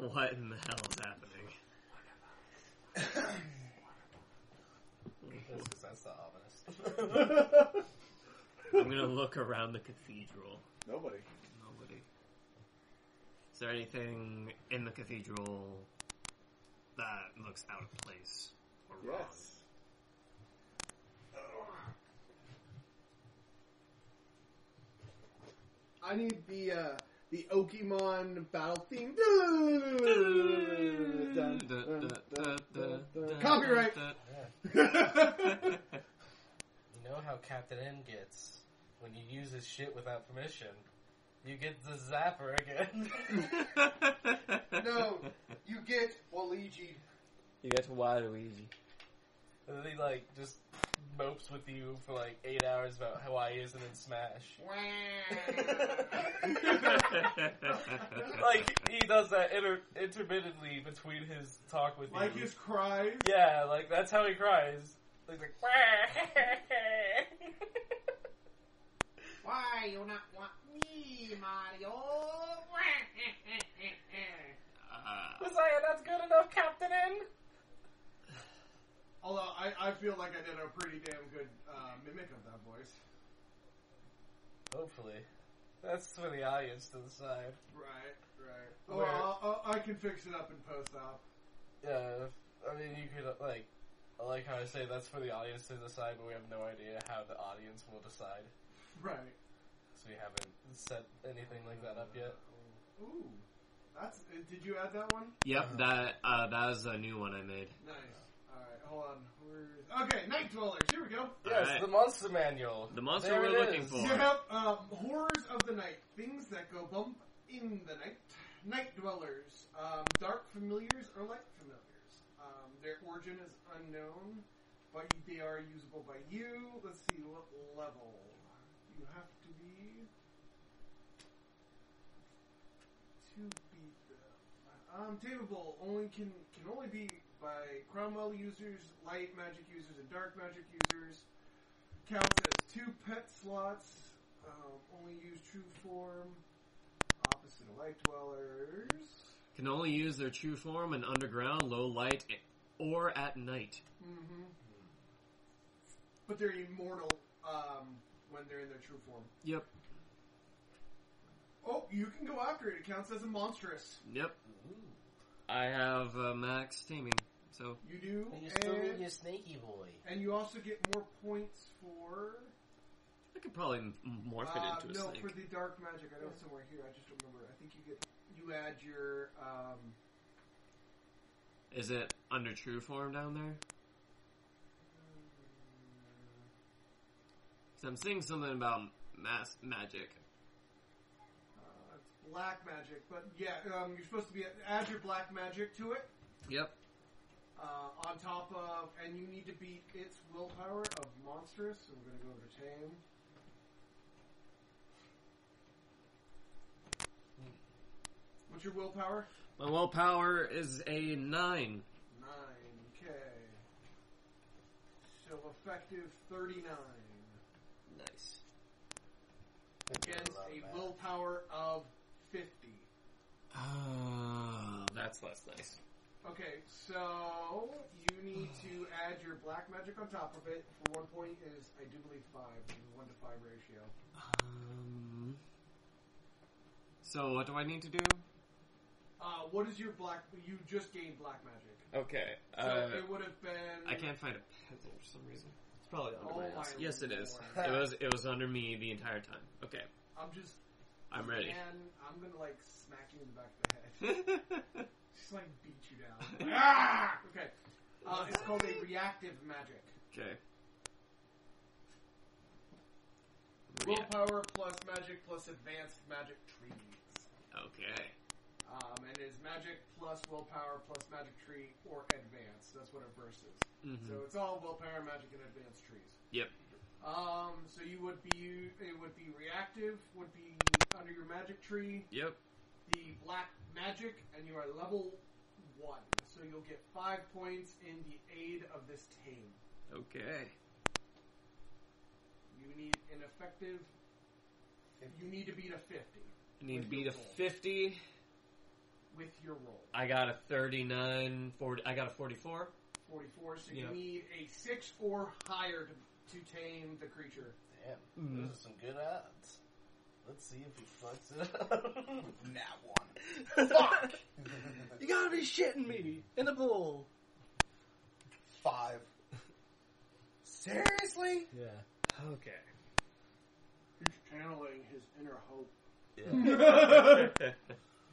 What in the hell is happening? That's 'cause that's the ominous. I'm gonna look around the cathedral. Nobody. Nobody. Is there anything in the cathedral that looks out of place or wrong? Yes. I need the uh, the Pokemon battle theme. Dun, dun, dun, dun, dun. Copyright. You know how Captain N gets when you use his shit without permission. You get the zapper again. No, you get Waluigi. You get to Waluigi. and then he like just mopes with you for like eight hours about how I is and then smash. like he does that inter- intermittently between his talk with Like you. his cries. yeah, like that's how he cries. He's like, Why you not want me, Mario? Uh, "Was I not good enough, Captain N?" Although I, I feel like I did a pretty damn good uh, mimic of that voice. Hopefully, that's for the audience to decide. Right, right. Where- Well, I'll, I'll, I can fix it up in post op. Yeah, I mean, you could uh, like, I like how I say that's for the audience to decide, but we have no idea how the audience will decide, Right. so we haven't set anything like that up yet. Ooh, that's. uh, Did you add that one? yep, that uh, that was a new one I made. Nice. All right, hold on. Where's... Okay, Night Dwellers. Here we go. Yes, Alright. the monster manual. The monster There we're it looking is. for. You have um, horrors of the night, things that go bump in the night, night dwellers, um, dark familiars or light familiars. Um, their origin is unknown, but they are usable by you. Let's see what level you have to be to beat them. Um, tameable only can can only be by Cromwell users, light magic users, and dark magic users counts as two pet slots. Um, only use true form. Opposite of light dwellers. Can only use their true form in underground, low light, or at night. Hmm. Mm-hmm. But they're immortal um, when they're in their true form. Yep, Oh, you can go after it. It counts as a monstrous. yep. I have uh, max taming. So You do, And you're Mm. still and, being a snaky boy. and you also get more points for. I could probably m- morph it Uh, into a no, snake. for the dark magic, I know it's somewhere here. I just don't remember. I think you get you add your um, Is it under true form down there? 'Cause I'm seeing something about mass magic. uh, it's black magic, but yeah, um, you're supposed to be add your black magic to it Yep. uh, on top of, and you need to beat its willpower of monstrous. So we're gonna go over to tame. What's your willpower? My willpower is a nine. Nine. Okay. So effective thirty-nine Nice. against a willpower of fifty. Ah, that's less nice. Okay, so you need to add your black magic on top of it. For one point is I do believe five, the one to five ratio. Um, so what do I need to do? Uh, what is your black? You just gained black magic, Okay. so Uh, it would have been. I can't find a pencil for some reason. It's probably under Oh my my desk. Yes, it is. lord. It was. It was under me the entire time. Okay, I'm just. I'm ready. Man, I'm gonna like smack you in the back of the head. Just like beat you down. Ah! Okay. Uh, it's called a reactive magic. okay. Yeah. Willpower plus magic plus advanced magic trees. Okay. Um, and it is magic plus willpower plus magic tree or advance. That's what a verse is. Mm-hmm. Mhm. So it's all willpower, magic, and advanced trees. Yep. Um, so you would be it would be reactive would be under your magic tree Yep. the black magic, and you are level one. So you'll get five points in the aid of this tame. Okay. You need an effective. You need to beat a fifty I need to With beat your a roll. fifty. with your roll. I got a 39, 40, I got a 44. 44, so Yeah. you need a 6 or higher to, to tame the creature. Damn, Mm. those are some good odds. Let's see if he fucks it up. Nat one. Fuck! you gotta be shitting me in a bowl. Five. Seriously? Yeah. Okay. He's channeling his inner hope. Yeah.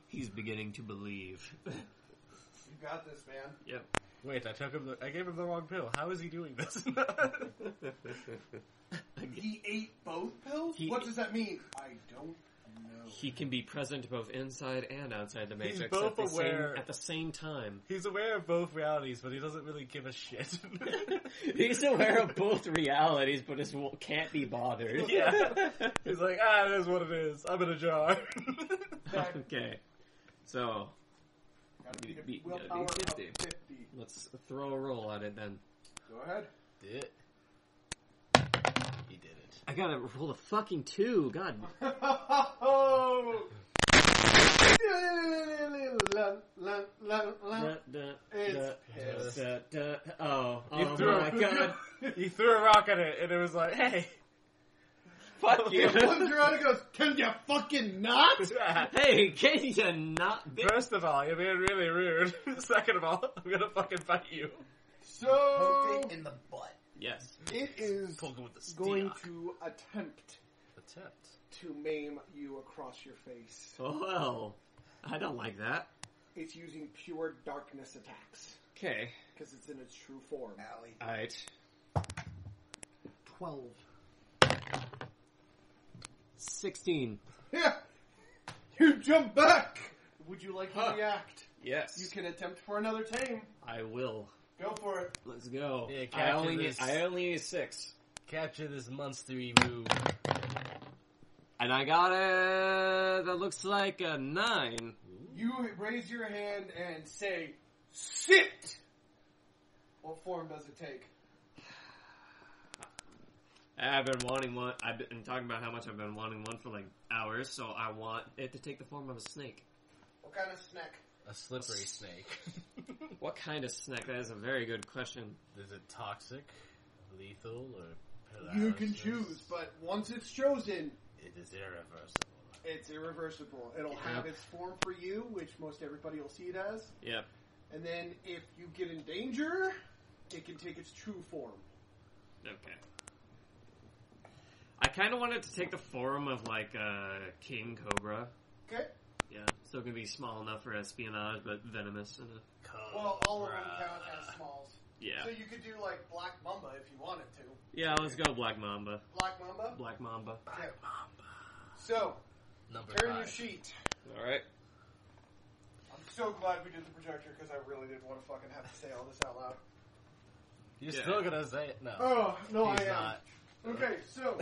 He's beginning to believe. You got this, man. yep. Wait, I took him. The, I gave him the wrong pill. How is he doing this? He ate both pills? He- what does that mean? I don't know. He can be present both inside and outside the He's matrix both at, the aware. Same, at the same time. He's aware of both realities, but he doesn't really give a shit. He's aware of both realities, but is, can't be bothered. Yeah. He's like, ah, it is what it is. I'm in a jar. okay. So, Gotta You beat a beat- gotta willpower beat of 50. 50. let's throw a roll at it then. Go ahead. did it? He did it. I gotta roll a fucking two. God. Uh-huh. Da, da, da, It's da, da, Oh, You oh threw- my god. He threw a rock at it, and it was like, hey. Fuck you. Comes around and goes, Can you fucking not? hey, can you not be? First of all, you're being really rude. Second of all, I'm gonna fucking fight you. So, Poked it in the butt. Yes. it is Poking with the stick. going to attempt attempt. to maim you across your face. Oh, well. I don't like that. It's using pure darkness attacks Okay. because it's in its true form. Alley. Alright. Twelve. 16. Yeah, you jump back. Would you like Huh. to react? Yes. You can attempt for another tame. I will. Go for it. Let's go. Yeah, I capture only need, this. I only need six. Capture this monstery move. And I got a that looks like a nine. You raise your hand and say, "Sit." What form does it take? I've been wanting one. I've been talking about how much I've been wanting one for like hours, so I want it to take the form of a snake. What kind of snack? A slippery snake. What kind of snake? That is a very good question. Is it toxic, lethal, or You can choose, but once it's chosen, It is irreversible. it's irreversible. It'll have its form for you, which most everybody will see it as. Yep. And then if you get in danger, it can take its true form. Okay. I kind of wanted to take the form of like a king cobra. Okay. Yeah, so it can be small enough for espionage, but venomous. And a, Well, all of them count as smalls. So yeah, you could do like Black Mamba if you wanted to. yeah. Let's go Black Mamba. Black Mamba. Black Mamba. Okay. So Number turn your five. sheet. All right. I'm so glad we did the projector because I really didn't want to fucking have to say all this out loud. You're Yeah. still gonna say it? No. Oh no, he's I am. not. Okay, so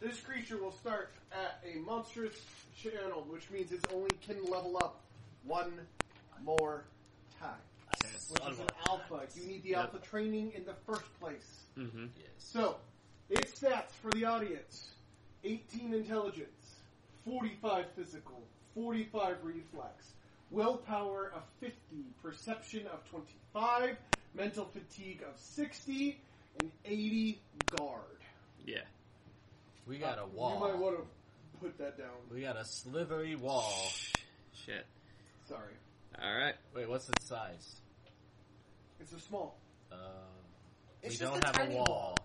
this creature will start at a monstrous channel, which means it's only can level up one more time, which Son is of an a- alpha. You need the Yep. alpha training in the first place. Mm-hmm. Yes. So, its stats for the audience 18 intelligence, 45 physical, 45 reflex, willpower of 50, perception of 25, mental fatigue of 60, and 80 guard. Uh, Yeah. We got a You might wall. want to put that down. We got a slithery wall. Shit. Sorry. All right. Wait, what's its size? It's a small. Uh, we It's just don't a have tiny a wall. wall.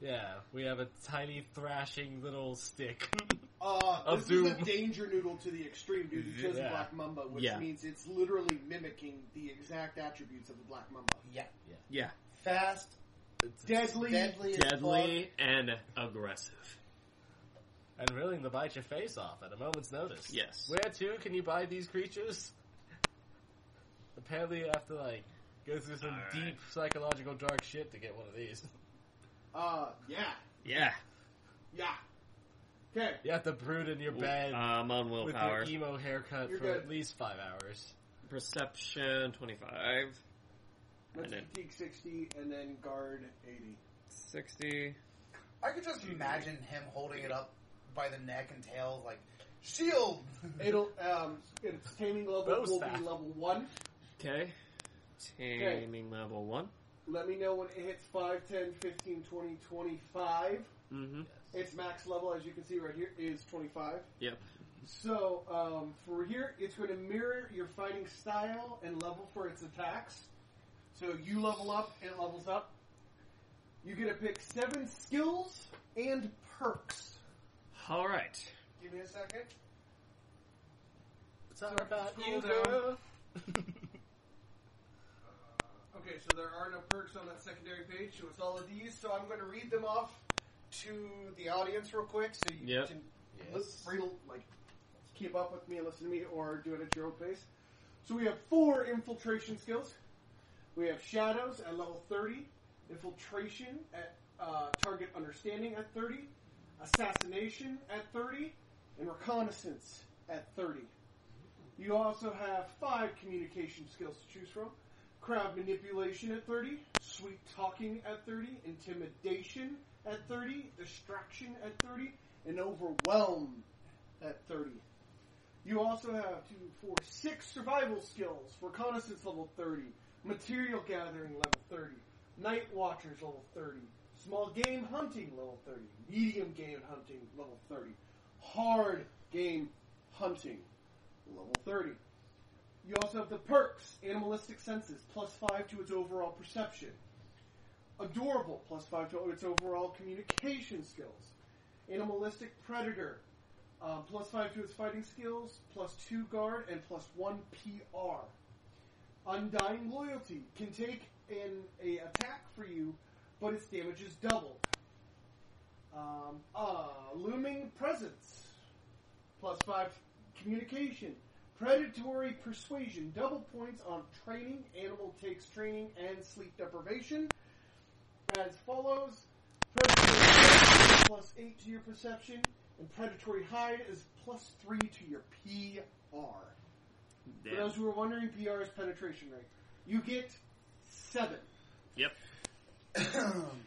Yeah, we have a tiny thrashing little stick. Uh, Of this is doom. a danger noodle to the extreme, dude. It chose Yeah. Black Mamba, which Yeah. means it's literally mimicking the exact attributes of the Black Mamba. Yeah. Yeah. Fast, It's- Deadly, deadly, as Deadly and aggressive. and willing to bite your face off at a moment's notice. Yes. Where to can you buy these creatures? Apparently, you have to like go through some Alright. deep psychological dark shit to get one of these. Uh, yeah. Yeah. Yeah. Okay. You have to brood in your bed Uh, I'm on with E- willpower. your emo haircut You're for good. at least five hours. Perception 25, Let's And then- fatigue 60 and then guard 80. 60. I could just imagine him holding it up by the neck and tail, like shield. It'll, um, its taming level Both will staff. be level 1. Okay. Taming level 1. Let me know when it hits 5, 10, 15, 20, 25. Mm-hmm. Its max level, as you can see right here, is 25. Yep. So, um, for here, it's going to mirror your fighting style and level for its attacks. So you level up, it levels up. You get to pick 7 skills and perks. All right. Give me a second. It's not about Uh, you, down. girl. Okay, so there are no perks on that secondary page, so it's all of these. So I'm going to read them off to the audience real quick, so you Yep. can Yes. li- read- like keep up with me and listen to me, or do it at your own pace. So we have four infiltration skills. We have shadows at level 30, infiltration at uh, target understanding at 30, assassination at 30, and reconnaissance at 30. You also have five communication skills to choose from. Crowd manipulation at 30, sweet talking at 30, intimidation at 30, distraction at 30, and overwhelm at 30. You also have two, four, six survival skills. Reconnaissance level 30, material gathering level 30, night watchers level 30, small game hunting level 30, medium game hunting level 30, hard game hunting level 30. You also have the perks, animalistic senses, plus 5 to its overall perception. Adorable, plus 5 to its overall communication skills. Animalistic predator, um, plus 5 to its fighting skills, plus 2 guard, and plus 1 PR. Undying loyalty can take an a attack for you, but its damage is doubled. Um, uh, looming presence, plus 5 communication. Predatory persuasion, double points on training, animal takes training, and sleep deprivation. As follows, predatory perception is plus 8 to your perception, and predatory hide is plus 3 to your PR. For Damn. those who are wondering, PR is penetration rate. You get 7. Yep.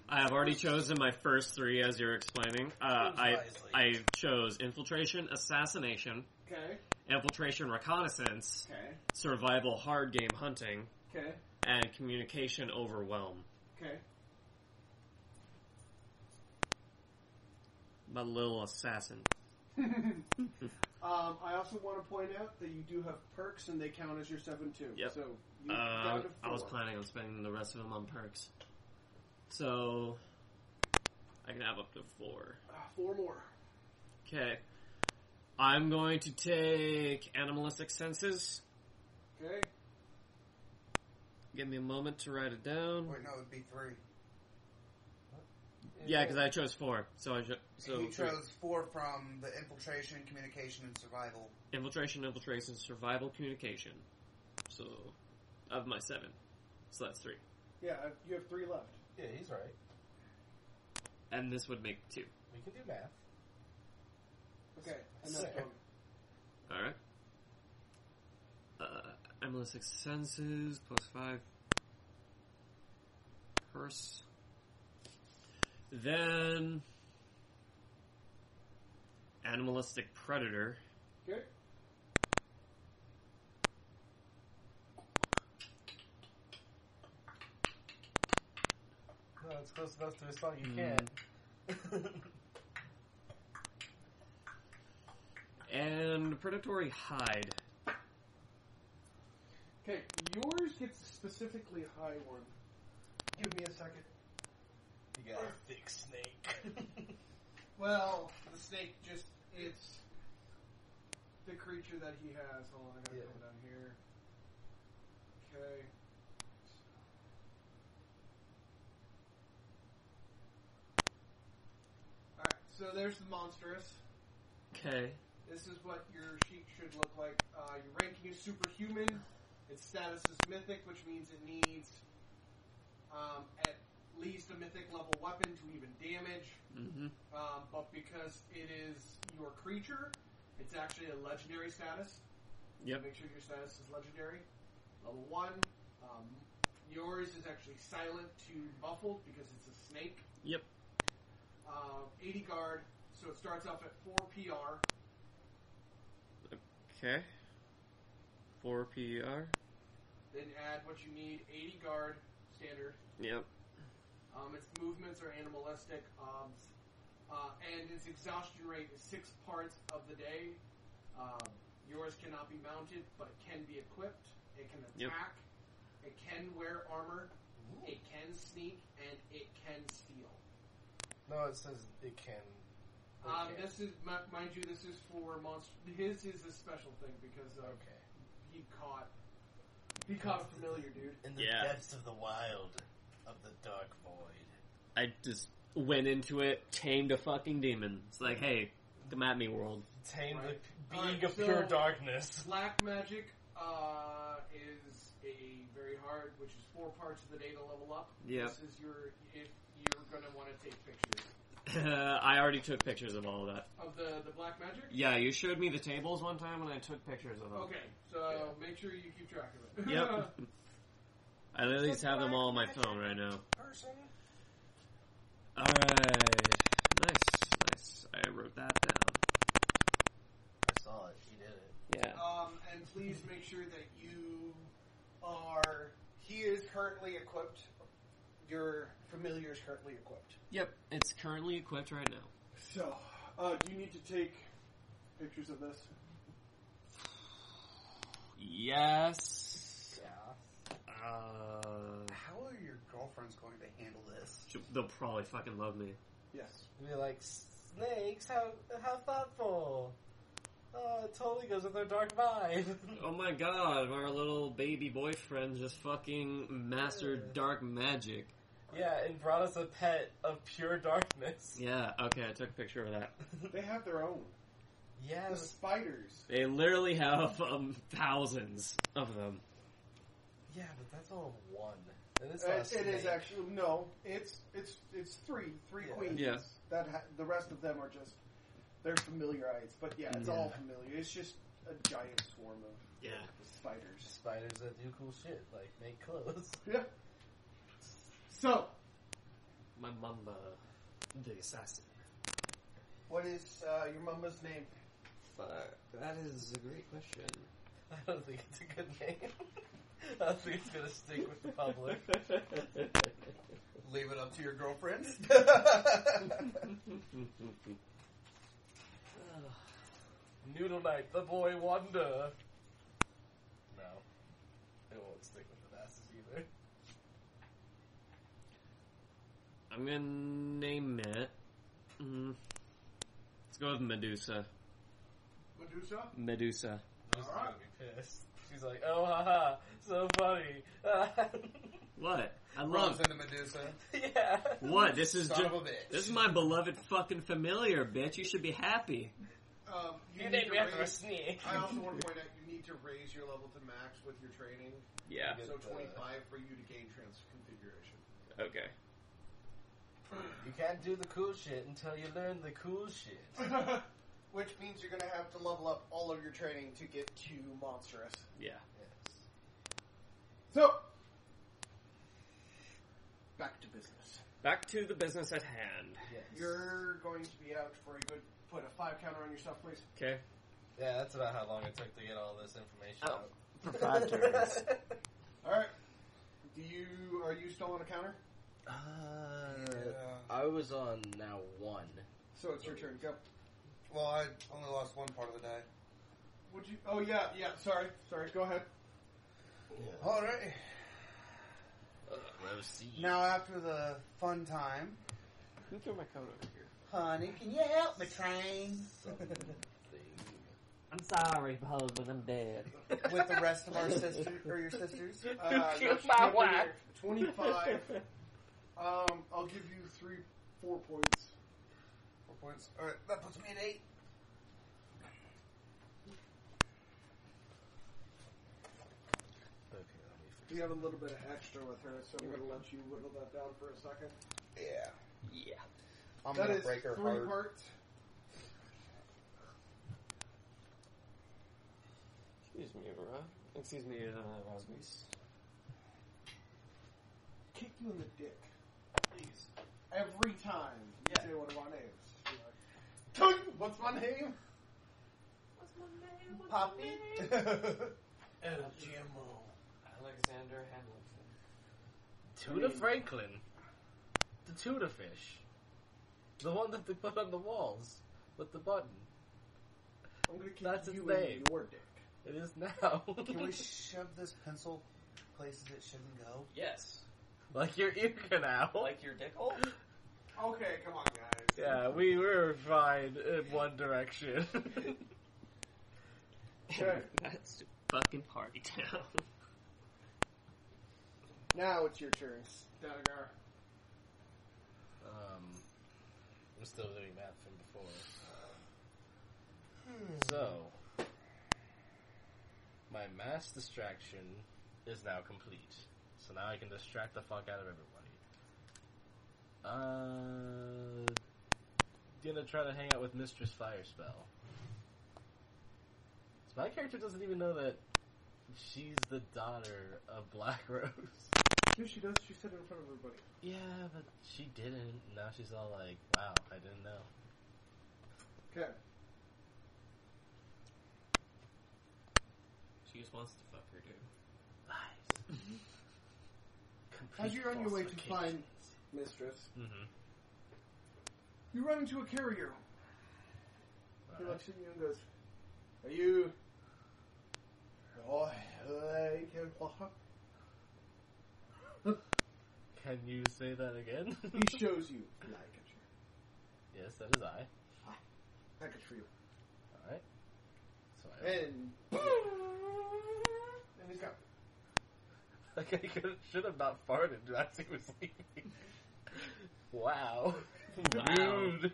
I have already chosen my first three as you're explaining. Uh, I I chose infiltration, assassination, Okay, infiltration, reconnaissance, okay, survival, hard game hunting, okay, and communication overwhelm. okay. My little assassin. um, I also want to point out that you do have perks, and they count as your seven two. Yep. So you Uh, down to I was four. planning on spending the rest of them on perks. So, I can have up to four. Ah, four more. Okay. I'm going to take animalistic senses. Okay. Give me a moment to write it down. Wait, no, it'd be three. Yeah, because I chose four. So I cho- so he three. chose four from the infiltration, communication, and survival. infiltration, infiltration, survival, communication. So of my seven, so that's three, Yeah, I- you have three left. Yeah, he's right. and this would make two. We can do math. Okay. And that's Sick. done. All right. Uh, animalistic senses plus five. Purse. Then animalistic predator. Okay. No, it's close enough to a song you can't. and predatory hide. Okay. Yours gets a specifically high one. Give me a second. you got a thick snake. Well, The snake just it's the creature that he has. Hold on, I gotta Yeah. come down here. Okay. alright, so there's the monstrous. Okay. This is what your sheet should look like. Uh, your ranking is superhuman. Its status is mythic, which means it needs um, at least a mythic level weapon to even damage. Mm-hmm. Um, but because it is your creature, it's actually a legendary status. Yep. Make sure your status is legendary. Level one. Um, yours is actually silent to muffled because it's a snake. Yep. Um, 80 guard, so it starts off at 4 PR. Okay. Four E PR. Then add what you need 80 guard, standard. Yep. Um, its movements are animalistic, um, uh, and its exhaustion rate is six parts of the day. Um, yours cannot be mounted, but it can be equipped. It can Yep. attack. It can wear armor. It can sneak, and it can steal. no, it says it can. Um, Okay. this is, mi- mind you, this is for monster. His is a special thing because uh, Okay. he caught. He caught a familiar dude. In the Yeah. depths of the wild, of the dark void. I just went into it, tamed a fucking demon. It's like, hey, come at me, world. Tame Right. the Alright, being of so- pure darkness. Black magic uh, is a very hard, which is four parts of the day to level up. Yep. This is your if you're going to want to take pictures I already took pictures of all of that. of the the black magic. Yeah, you showed me the tables one time when I took pictures of them. Okay, so make sure you keep track of it. Yep. I literally just have them all on my phone right now. Person. Alright. Nice, nice. I wrote that down. I saw it. He did it. Yeah. um, and please make sure that you are. He is currently equipped. Your familiar is currently equipped. Yep, it's currently equipped right now. So, uh, do you need to take pictures of this? Yes. Yeah. Uh, How are your girlfriends going to handle this? they'll probably fucking love me. Yes. Be like snakes. How how thoughtful. Oh, it totally goes with their dark vibe. Oh my god, our little baby boyfriend just fucking mastered dark magic. yeah, and brought us a pet of pure darkness. Yeah, okay, I took a picture of that. They have their own. The Yes. spiders. They literally have um, thousands of them. Yeah, but that's all one. And it's not a Uh, It, it is snake. actually no. It's it's it's three three Yeah. queens. Yeah. That ha- the rest of them are just they're familiarites. But yeah, it's all Yeah. familiar. It's just a giant swarm of Yeah. spiders. spiders that do cool shit, like make clothes. Yeah. So My mamba, the assassin. what is uh, your mama's name? Fuck, that is a great question. I don't think it's a good name. I don't think it's gonna stick with the public. Leave it up to your girlfriends. Noodle Knight, the boy wonder. No, it won't stick with the masses either. I'm gonna name it. Mm. Let's go with Medusa. Medusa? Medusa. Medusa's gonna be pissed. She's like, oh, haha, so funny. What? I Runs love. into Medusa. yeah. What? This is Son ju- of a bitch. this is my beloved fucking familiar, bitch. You should be happy. Um, You you need named to me after a raise- snake. I also want to point out you need to raise your level to max with your training. Yeah. Good, So uh, 25 for you to gain transconfiguration. Okay. You can't do the cool shit until you learn the cool shit. Which means you're going to have to level up all of your training to get to monstrous. Yeah. So, back to business. Back to the business at hand. Yes. You're going to be out for a good. Put a five counter on yourself, please. Okay. Yeah, that's about how long it took to get all this information Oh. out. For five turns. All right. Do you are you still on a counter? Uh, Uh, I was on now one. So it's your turn. Go. Well, I only lost one part of the die. Would you? Oh yeah, yeah. Sorry, sorry. Go ahead. All right. Proceed. Now after the fun time, Who threw my coat over here? honey, can you help me train I'm sorry, Paul, but I'm dead. with the rest of our sister or your sisters? Uh, Killed that's my not wife. Twenty five. um, I'll give you three, four points. Four points. All right, that puts me at eight. You have a little bit of extra with her, so I'm going to let you whittle that down for a second. Yeah, Yeah. I'm That gonna is break her three heart. parts. Excuse me, Aurora. Excuse me, uh, Rosmies. Kick you in the dick, please. Every time you say one of our names. You're like, "Tony, What's my name? Poppy. El GMO. Alexander Hamilton. Tuna Franklin. The tuna fish. The one that they put on the walls with the button. I'm going to kick That's his you name. in your dick. It is now. Can we shove this pencil places it shouldn't go? Yes. like your ear canal. Like your dick hole? Okay, come on, guys. yeah, we were fine in one direction. Sure. That's fucking party town. Now it's your turn, Dadagar. um, I'm still doing that from before. So, my mass distraction is now complete. So now I can distract the fuck out of everybody. Uh, gonna try to hang out with Mistress Firespell. So my character doesn't even know that she's the daughter of Black Rose. Yes, she does. She said it in front of everybody. Yeah, but she didn't. Now she's all like, wow, I didn't know. Okay. She just wants to fuck her, dude. Lies. Complete As you're on your way to falsification. find Mistress, Mhm. you run into a carrier. He Alright. looks at you and goes, Are you. Oh, I can Can you say that again? He shows you handkerchief. yes, that is I. Handkerchief. Alright. So I, And. And he's got. like I could, should have not farted as he was leaving. wow. Wow. Rude.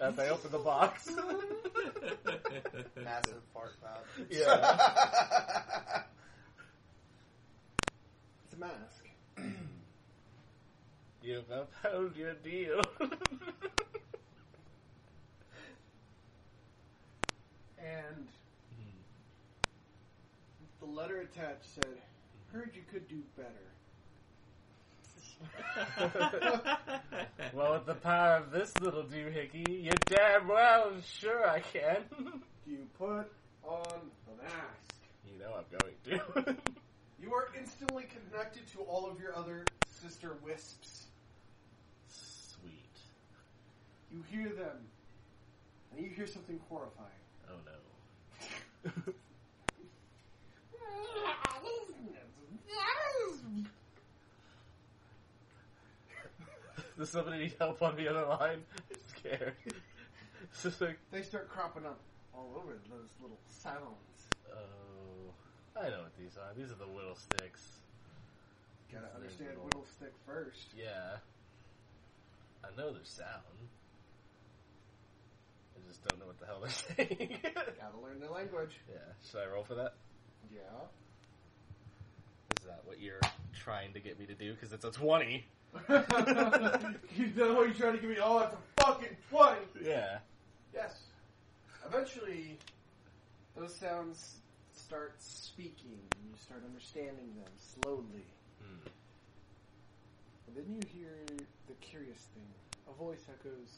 As I open the box. Massive fart cloud. yeah. It's a mask. You've upheld your deal. And. The letter attached said, Heard you could do better. well, with the power of this little doohickey, you damn well sure I can. Do you put on the mask? you know I'm going to. You are instantly connected to all of your other sister wisps. Sweet. You hear them and you hear something horrifying. Oh no. Does somebody need help on the other line? I'm scared. It's just like, They start cropping up all over those little sounds. oh, I know what these are. These are the whittle sticks. Gotta Those understand little- whittle stick first. Yeah. I know their sound. I just don't know what the hell they're saying. Gotta learn the language. yeah. Should I roll for that? Yeah. Is that what you're trying to get me to do? Because it's a 20. you know what you're trying to give me? Oh, it's a fucking 20! Yeah. Yes. Eventually, those sounds start speaking, and you start understanding them slowly. Hmm. And then you hear the curious thing a voice echoes,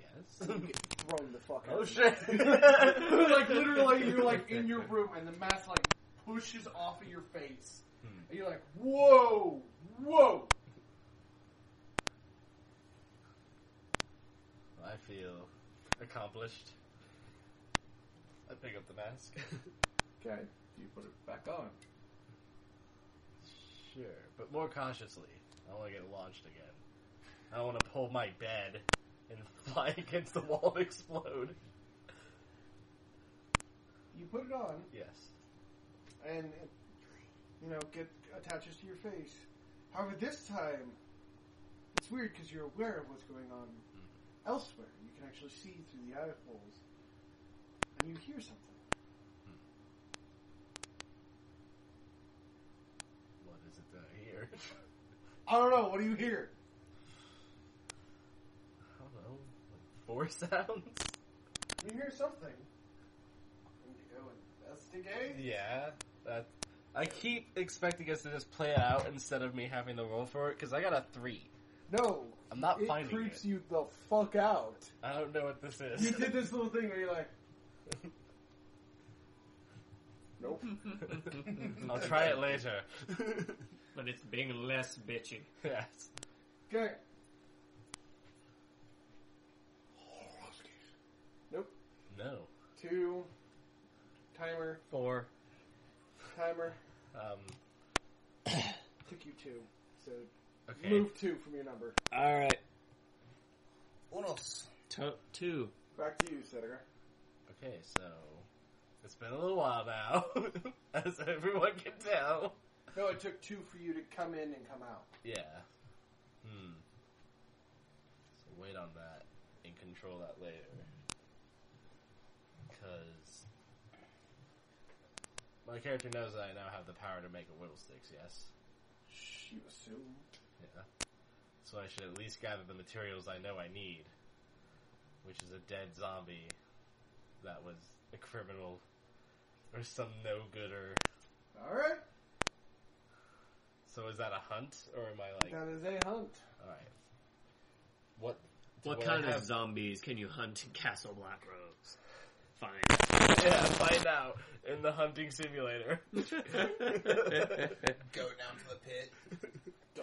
Yes. You get thrown the fuck out. oh shit. like, literally, you're like in your room, and the mask, like, pushes off of your face. Hmm. And you're like, whoa! Whoa! I feel accomplished. I pick up the mask. Okay, you put it back on. sure, but more cautiously. I want to get launched again. I don't want to pull my bed and fly against the wall and explode. You put it on, Yes. and it, you know get attaches to your face. However, this time it's weird because you're aware of what's going on Hmm. elsewhere. You can actually see through the eye holes, and you hear something. What is it that I hear? I don't know. What do you hear? I don't know. Like four sounds? You hear something. And you go investigate. Yeah. That. I keep expecting us to just play it out instead of me having to roll for it because I got a three. No, I'm not it finding creeps it. you the fuck out. I don't know what this is. You did this little thing where you're like, nope. I'll try it later. But it's being less bitchy. yes. Okay. No. Two. Timer. Four. Timer. Um, Took you two. So okay. move two from your number. All right. Unos. To- two. Back to you, Setter. Okay, so it's been a little while now, as everyone can tell. No, it took two for you to come in and come out. Yeah. Hmm. So wait on that and control that later. Because my character knows that I now have the power to make a whittle sticks, yes? You assume. Yeah. So I should at least gather the materials I know I need, which is a dead zombie that was a criminal or some no gooder. All right. So is that a hunt or am I like That is a hunt. all right? What do What I kind of have- zombies can you hunt in Castle Black Rose? Fine. yeah? Find out in the hunting simulator. Go down to the pit.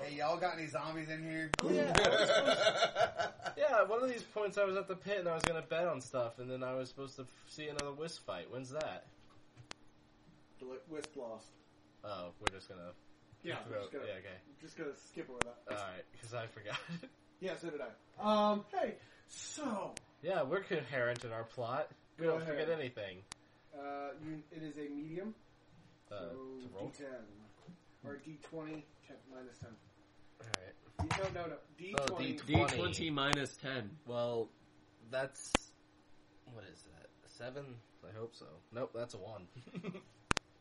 Hey, y'all got any zombies in here? Oh, Yeah, I was yeah, one of these points I was at the pit and I was gonna bet on stuff, and then I was supposed to f- see another whisk fight. When's that? Bl- Wisp lost. Oh, we're just gonna Yeah, I'm throw- just gonna, yeah, okay. just gonna skip over that. All right, because I forgot. Yeah, so did I. Um, hey, so yeah, we're coherent in our plot. We Go don't ahead. forget anything. uh, you, it is a medium. Uh, So to roll. D10 or D20 10, minus ten. All right. D, no, no, no. D20. Oh, D20. D twenty minus ten. Well, that's what is that? Seven? I hope so. Nope, that's a one.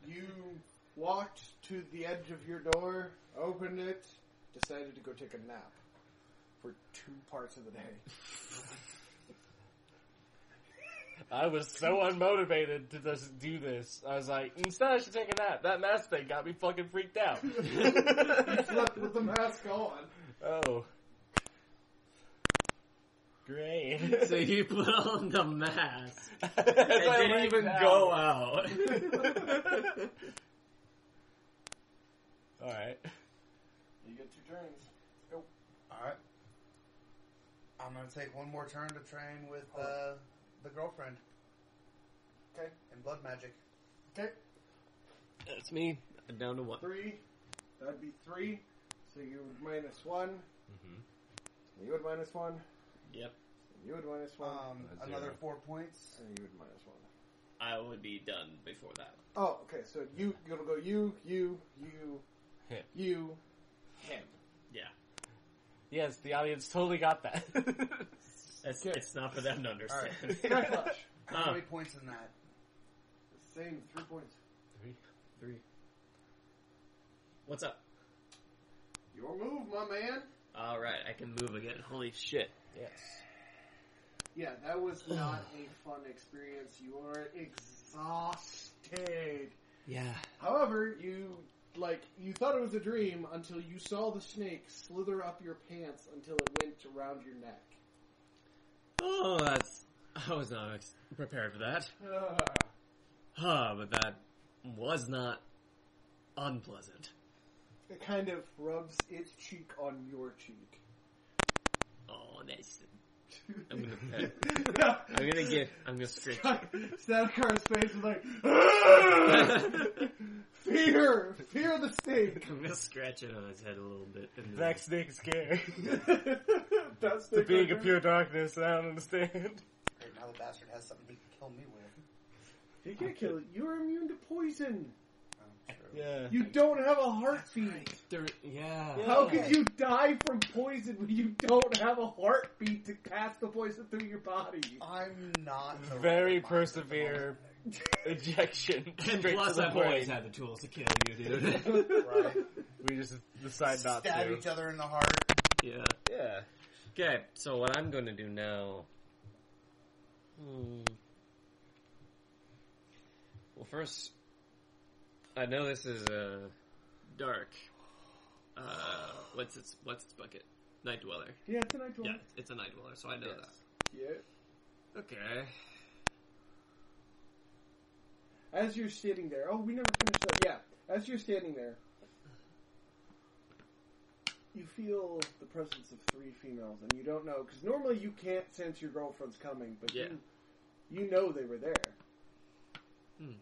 You walked to the edge of your door, opened it, decided to go take a nap for two parts of the day. I was so unmotivated to just do this. I was like, instead I should take a nap. That mask thing got me fucking freaked out. You slept with the mask on. oh. Great. So you put on the mask As and I didn't laid even down. go out. Alright. You get two turns. Alright. I'm gonna take one more turn to train with uh, the girlfriend. Okay. And blood magic. Okay. That's me. Down to one. Three. That'd be three. So you would minus one. Mm-hmm. You would minus one. Yep. You would minus one. Um, That's another zero. four points. and you would minus one. I would be done before that. Oh, okay. So you, it'll go you, you, you, Him. you. Him. Yeah. Yes, the audience totally got that. It's, it's not for them to understand. Backlash. How Uh, many points in that? Same. Three points. Three. What's up? Your move, my man. All right, I can move again. Holy shit! yes. Yeah, that was not a fun experience. You are exhausted. Yeah. However, you like you thought it was a dream until you saw the snake slither up your pants until it went around your neck. Oh, that's. I was not ex- prepared for that. Ugh. Huh, but that was not unpleasant. It kind of rubs its cheek on your cheek. Oh, nice. I'm gonna. I'm gonna get. I'm gonna scream. Sadkar's face is like fear, fear the snake. I'm gonna scratch it on its head a little bit. And then- That snake's scary. That's the being of pure darkness, I don't understand. Great, now the bastard has something he can kill me with. You can't kill it. You're immune to poison. Um, sure. Yeah. You don't have a heartbeat. Dirt- yeah. How could you die from poison when you don't have a heartbeat to pass the poison through your body? I'm not the Very right mind at the persevere ejection. And straight plus, to the I've always brain. had the tools to kill you, dude. moment, We just decide Right. not Stab to. each other in the heart. yeah. Yeah. Okay, so what I'm gonna do now. Hmm. Well, first, I know this is uh, dark. Uh, what's its what's its bucket? Night dweller. Yeah, it's an ideal. Yeah, it's a night dweller, so I know Yeah. that. Okay. As you're standing there, oh, we never finished that. Yeah, as you're standing there, you feel the presence of three females, and you don't know because normally you can't sense your girlfriend's coming, but Yeah. you, you know they were there. Hmm.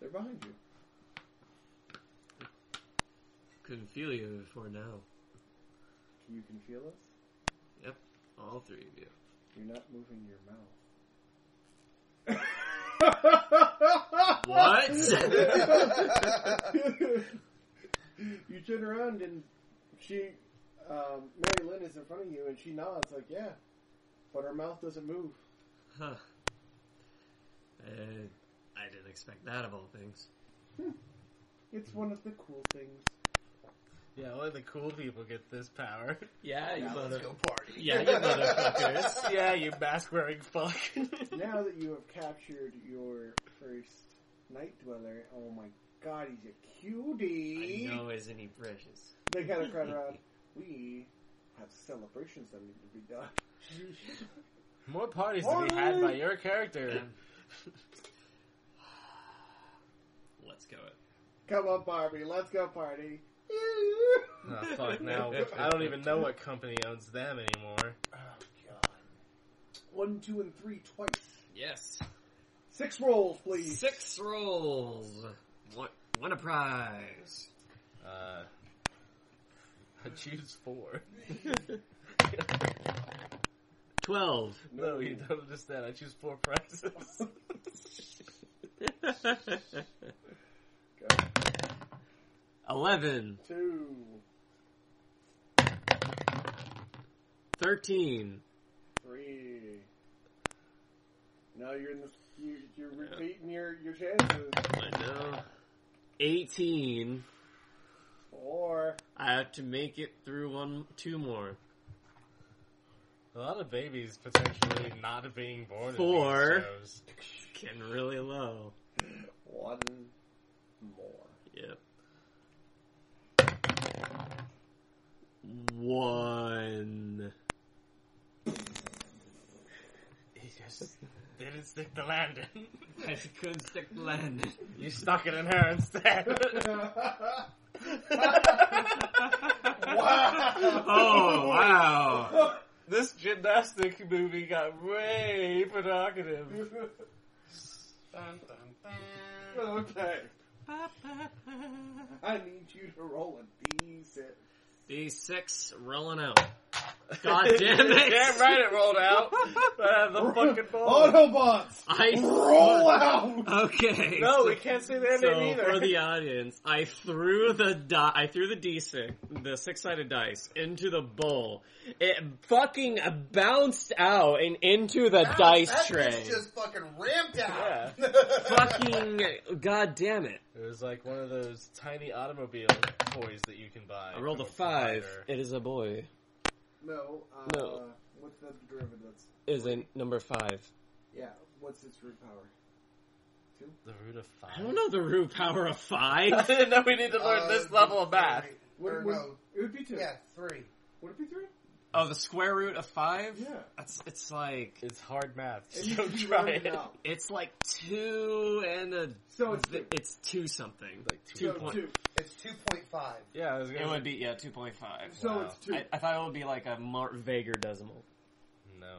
They're behind you. Couldn't feel you before now. You can feel us. Yep, all three of you. You're not moving your mouth. you turn around and she, um, Mary Lynn is in front of you and she nods like, yeah, but her mouth doesn't move. Huh. Uh, I didn't expect that of all things. It's one of the cool things. Yeah, only the cool people get this power. Yeah, you Now let's mother. go party. Yeah, you motherfuckers. yeah, you mask wearing fuck. Now that you have captured your first night dweller, oh my god, he's a cutie. I know, isn't he precious? They kind of crowd around. We have celebrations that need to be done. More parties to be had by your character. Let's go. Come on, Barbie, let's go party. Oh, fuck, now I don't even know what company owns them anymore. One, two, and three twice. Yes. Six rolls, please. Six rolls. What? Won a prize. Uh, I choose four. Twelve. No, you don't understand. I choose four prizes. Eleven. Two. Thirteen. Three. Now you're in the you, you're repeating your your chances. I know. Eighteen. Four. I have to make it through one, two more. A lot of babies potentially not being born. in these Four. shows. Getting really low. One more. Yep. One. He just didn't stick the landing. I couldn't stick the landing. You stuck it in her instead. Oh wow! This gymnastic movie got way provocative. okay. I need you to roll a D6. D6 rolling out. God damn it! Damn right it rolled out. Uh, the fucking ball. Autobots! I Roll out! okay. No, so- we can't say their so name either. for the audience, I threw the di- I threw the d6, the six-sided dice, into the bowl. It fucking bounced out and into the dice tray. just fucking ramped out. fucking god damn it! It was like one of those tiny automobile toys that you can buy. I rolled a from five. provider. It is a boy. No, uh, No. what's the derivatives? It is a number five. Yeah, what's its root power? The root of five. I don't know the root power of I five. didn't know we need to learn Uh, this level of math. Would, Or would- no. It would be two. Yeah, three. Would it be three? Oh, the square root of five. Yeah. That's it's like It's hard math. And Just you don't can try round it. out. it's like two and a So Oh, it's th- two. it's two something. Like Two So point- two. It's two point five. Yeah, I was gonna. It would be yeah two point five. So Wow. it's two. I, I thought it would be like a mar- vaguer decimal. No,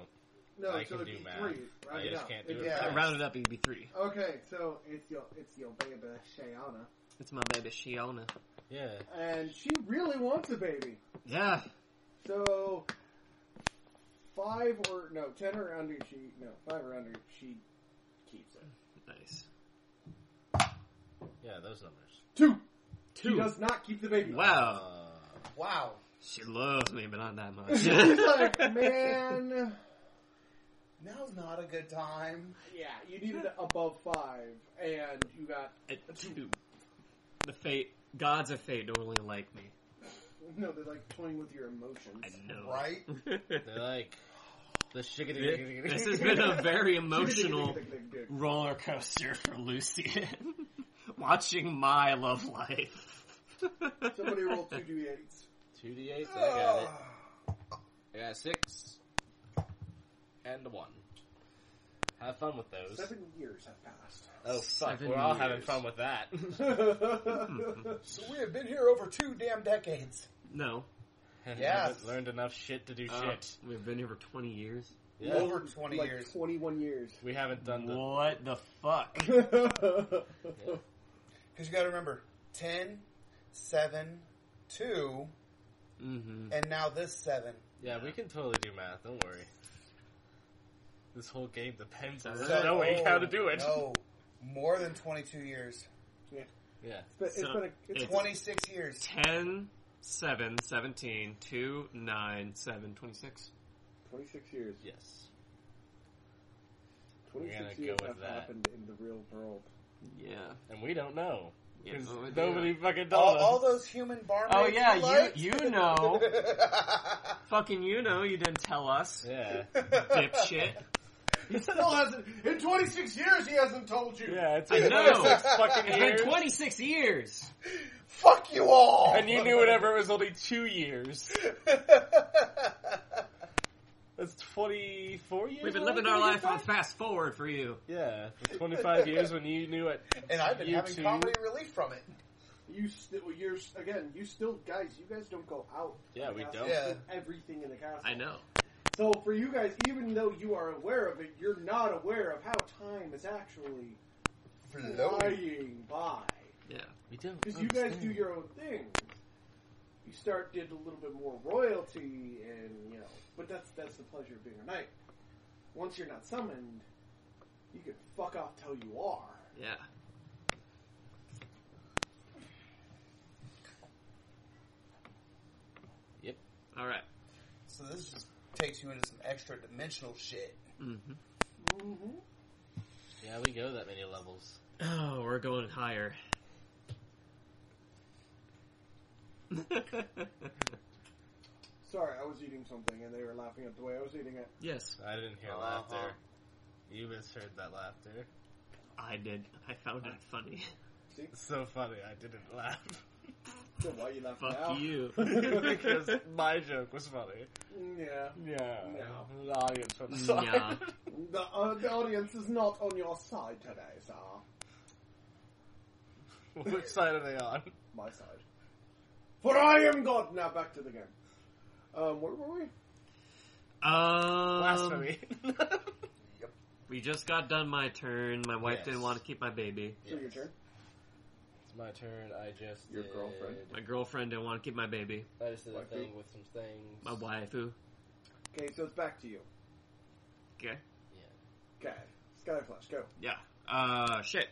no, I so can it'd do be math. three. I Round it just up. can't It'd do be it. three. I rounded up, it'd be three. Okay, so it's your it's your baby Shayana, It's my baby Shiona. yeah. and she really wants a baby. Yeah, So five or no ten or under, she no five or under, she keeps it. nice. Yeah, those numbers. Two. She Two. does not keep the baby. Wow, Uh, Wow. she loves me, but not that much. She's like, man. Now's not a good time. Yeah, you needed above five, and you got At two. The fate, gods of fate, don't really like me. no. They're like playing with your emotions. I know. Right? they're like the shiggity. this has been a very emotional Dick. roller coaster for Lucian. Watching my love life. Somebody roll two d eights. Two d eight. I got it. I got a six and a one. Have fun with those. Seven years have passed. Oh fuck, Seven we're all having years. fun with that. Hmm. So we have been here over two damn decades. No. And Yes. haven't learned enough shit to do Uh, shit. We've been here for 20 years. Yeah. Over 20 like years. Twenty-one years. We haven't done the. What the fuck? Because you got to remember 10, 7, 2, hmm and now this 7. Yeah, we can totally do math. Don't worry. This whole game depends on So- knowing how to do it. Oh, No. More than 22 years. Yeah. But it's So, been a, it's, it's- 26 years. 10, 7, 17, 2, 9, 7, 26. twenty-six years. Yes. gonna Twenty-six go years with have that. happened in the real world. Yeah. And we don't know. Yeah, 'Cause no idea. nobody fucking All, told all us. those human barmaids. Oh, yeah, you- liked? you know. Fucking you know you didn't tell us, Yeah. dipshit. He still hasn't. In twenty-six years, he hasn't told you. Yeah, it's I been know. six fucking It's been years. 26 years! Fuck you all. And you knew whenever it was only two years. That's 24 years? We've been when I living our got life back? on fast forward for you. Yeah, for 25 years when you knew it. and I've been You having two. comedy relief from it. You still, you're again. You still, guys. You guys don't go out. Yeah, we Like, don't. Yeah. Everything in the castle. I know. So for you guys, even though you are aware of it, you're not aware of how time is actually Floating. flying by. Yeah. We don't. Because you guys understand. do your own thing. You start did a little bit more royalty, and you know, but that's that's the pleasure of being a knight. Once you're not summoned, you can fuck off till you are. Yeah. Yep. Alright. So this just takes you into some extra dimensional shit. Mm-hmm. Mm-hmm. Yeah, we go that many levels. Oh, we're going higher. Sorry, I was eating something, and they were laughing at the way I was eating it. yes, I didn't hear Uh-huh. laughter. You misheard that laughter. I did. I found it funny. It's so funny, I didn't laugh. So why you laughing Fuck now? you. because my joke was funny. Yeah, Yeah. No. The audience from the side. Yeah. the, uh, the audience is not on your side today, sir. Which side are they on? my side. For I am God. Now back to the game. Um, where were we? Um, Blasphemy. Yep. We just got done my turn. My wife Yes. didn't want to keep my baby. So your turn. It's my turn. I just Your did- girlfriend. My girlfriend didn't want to keep my baby. I just did a Waifu. thing with some things. My waifu. Okay, so it's back to you. Okay. Okay, Skyflash, go. Yeah. Uh, shit.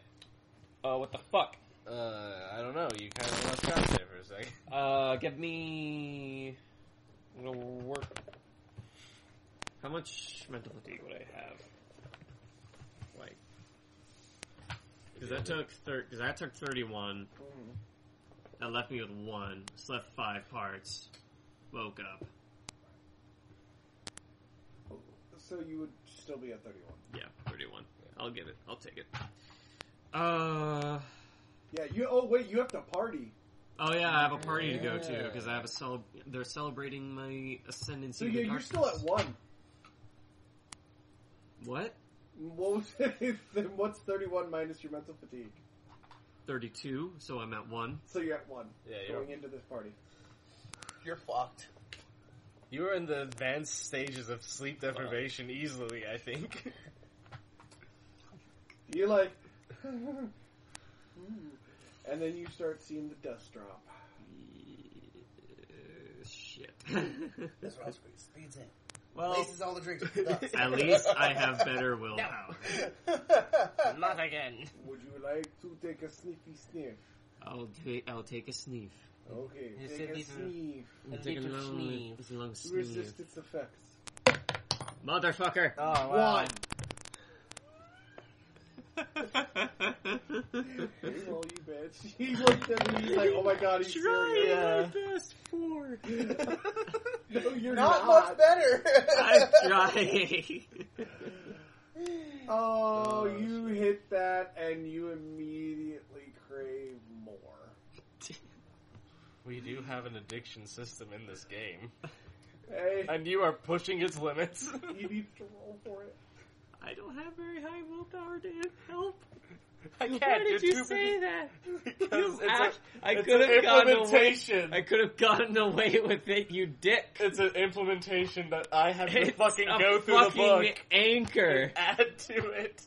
Uh, what the fuck? Uh, I don't know. You kind of lost track there for a second. Uh, give me. I'm gonna work. How much mental fatigue would I have? Like, because that took thir- cause that took thirty-one. That left me with one. Slept five parts. Woke up. So you would still be at thirty-one. Yeah, thirty-one. I'll give it. I'll take it. Uh. Yeah. You. Oh wait, you have to party. Oh yeah, I have a party to go to Yeah. because I have a cel- They're celebrating my ascendancy. So with yeah, you're darkness. still at one. what? What was then what's thirty-one minus your mental fatigue? Thirty-two. So I'm at one. So you're at one Yeah, you're, going into this party. You're fucked. you were in the advanced stages of sleep deprivation easily, I Uh, think. You're like, "Hmm." and then you start seeing the dust drop. Uh, shit. That's what else we speeds in. well, Places all the drinks with us. Um, at least I have better willpower. Not again. Would you like to take a sniffy sniff? I'll take. I'll take a sniff. Okay, You take said a these are- sniff. I'll take a long, a long sniff. Resist its effects. Motherfucker. Oh, wow. One. Hey, Try well, you bitch. He looked at me. He's like, oh my god, he's serious. my best for. No, you're Not not. much better. I'm trying. Oh, Oh, you hit that, and you immediately crave more. We do have an addiction system in this game. Hey, And you are pushing its limits. you need to roll for it. I don't have very high willpower, Dan. Help! I can't. Why did you're you too say that? busy- Because You it's, act- a, I it's could an have gotten away. implementation. I could have gotten away with it, you dick. It's an implementation that I have to It's fucking a go through fucking the book. Anchor. add to it.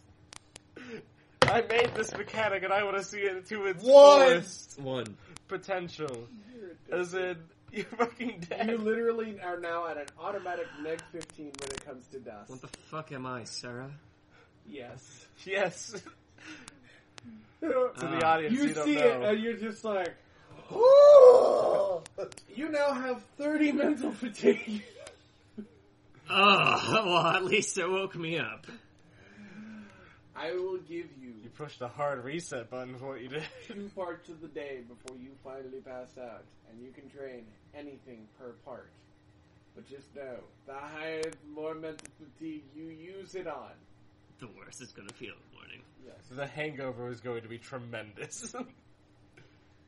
I made this mechanic and I want to see it to its What? fullest One. potential. You're a dick. As in, you're fucking dead. You literally are now at an automatic neg 15 when it comes to dust. What the fuck am I, Sarah? yes. yes. you to Ah. the audience, you, don't see it know. and you're just like, you now have 30 mental fatigue. Ugh, well, at least it woke me up. I will give you You pushed the hard reset button for what you did. two parts of the day before you finally pass out, and you can train anything per part. But just know, the higher, the more mental fatigue you use it on. The worst it's gonna feel in the morning. Yes. The hangover is going to be tremendous.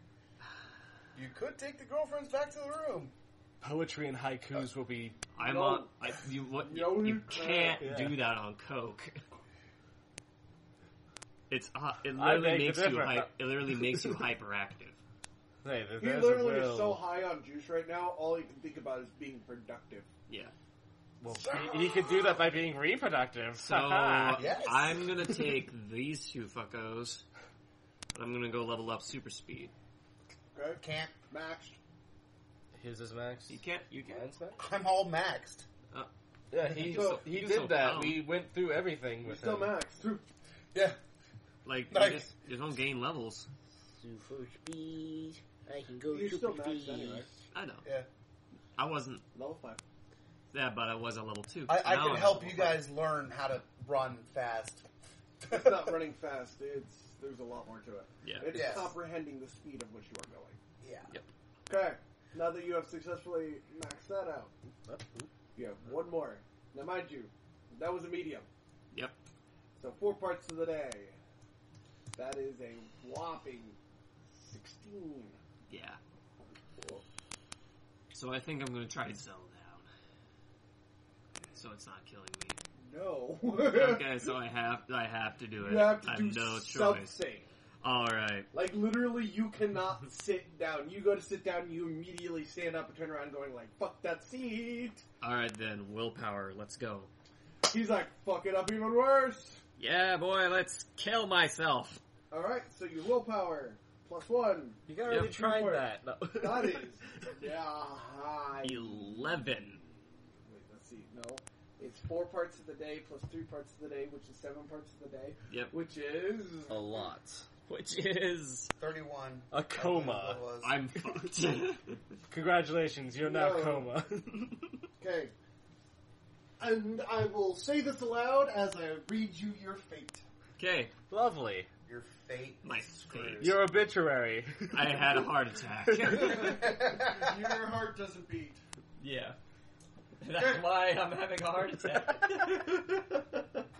you could take the girlfriends back to the room. Poetry and haikus will be. I'm No. on. I, you what? You, No, you you can't can't. do that on coke. It's uh, it I literally beg makes to you differ. hy- it literally makes you hyperactive. Hey, there- He there's a literally is will. so high on juice right now, all he can think about is being productive. Yeah. Well, he, he could do that by being reproductive. So Haha. Yes. I'm gonna take these two fuckos. And I'm gonna go level up super speed. Okay? Can't. Maxed. his is max. You can't. You can't. Mine's max. I'm all maxed. Yeah, You he can still- you he can did still that. count. We went through everything You're with still him. maxed. Yeah. Like Nice. you just you don't gain levels. Super speed. I can go You're still super maxed speed. anyway. I know. Yeah. I wasn't. Level 5. Yeah, but I was at level two. I, I Now I'm can at help level you five. guys learn how to run fast. It's not running fast. It's there's a lot more to it. Yeah. It's Yes. comprehending the speed of which you are going. Yeah. Okay. Now that you have successfully maxed that out, Oh, you have one more. Now, mind you, that was a medium. Yep. So four parts of the day. That is a whopping sixteen. Yeah. So I think I'm gonna try Zell down. So it's not killing me. No. Okay, so I have I have to do it. you have to I have do no choice. something. All right. Like literally, you cannot sit down. You go to sit down, you immediately stand up and turn around, going like "fuck that seat." All right then. Willpower. Let's go. He's like, "Fuck it up even worse." Yeah, boy. Let's kill myself. All right, so your willpower plus one. You got already Yep, tried teamwork. that. No. That is, yeah. I- Eleven. Wait, let's see. No, it's four parts of the day plus three parts of the day, which is seven parts of the day, Yep. which is a lot. Which is 31. A I coma. think it was. I'm fucked. Congratulations, you're now No. coma. okay. And I will say this aloud as I read you your fate. okay. Lovely. Your fate. My is screwed. fate. Your obituary. I had a heart attack. Your heart doesn't beat. yeah. That's why I'm having a heart attack.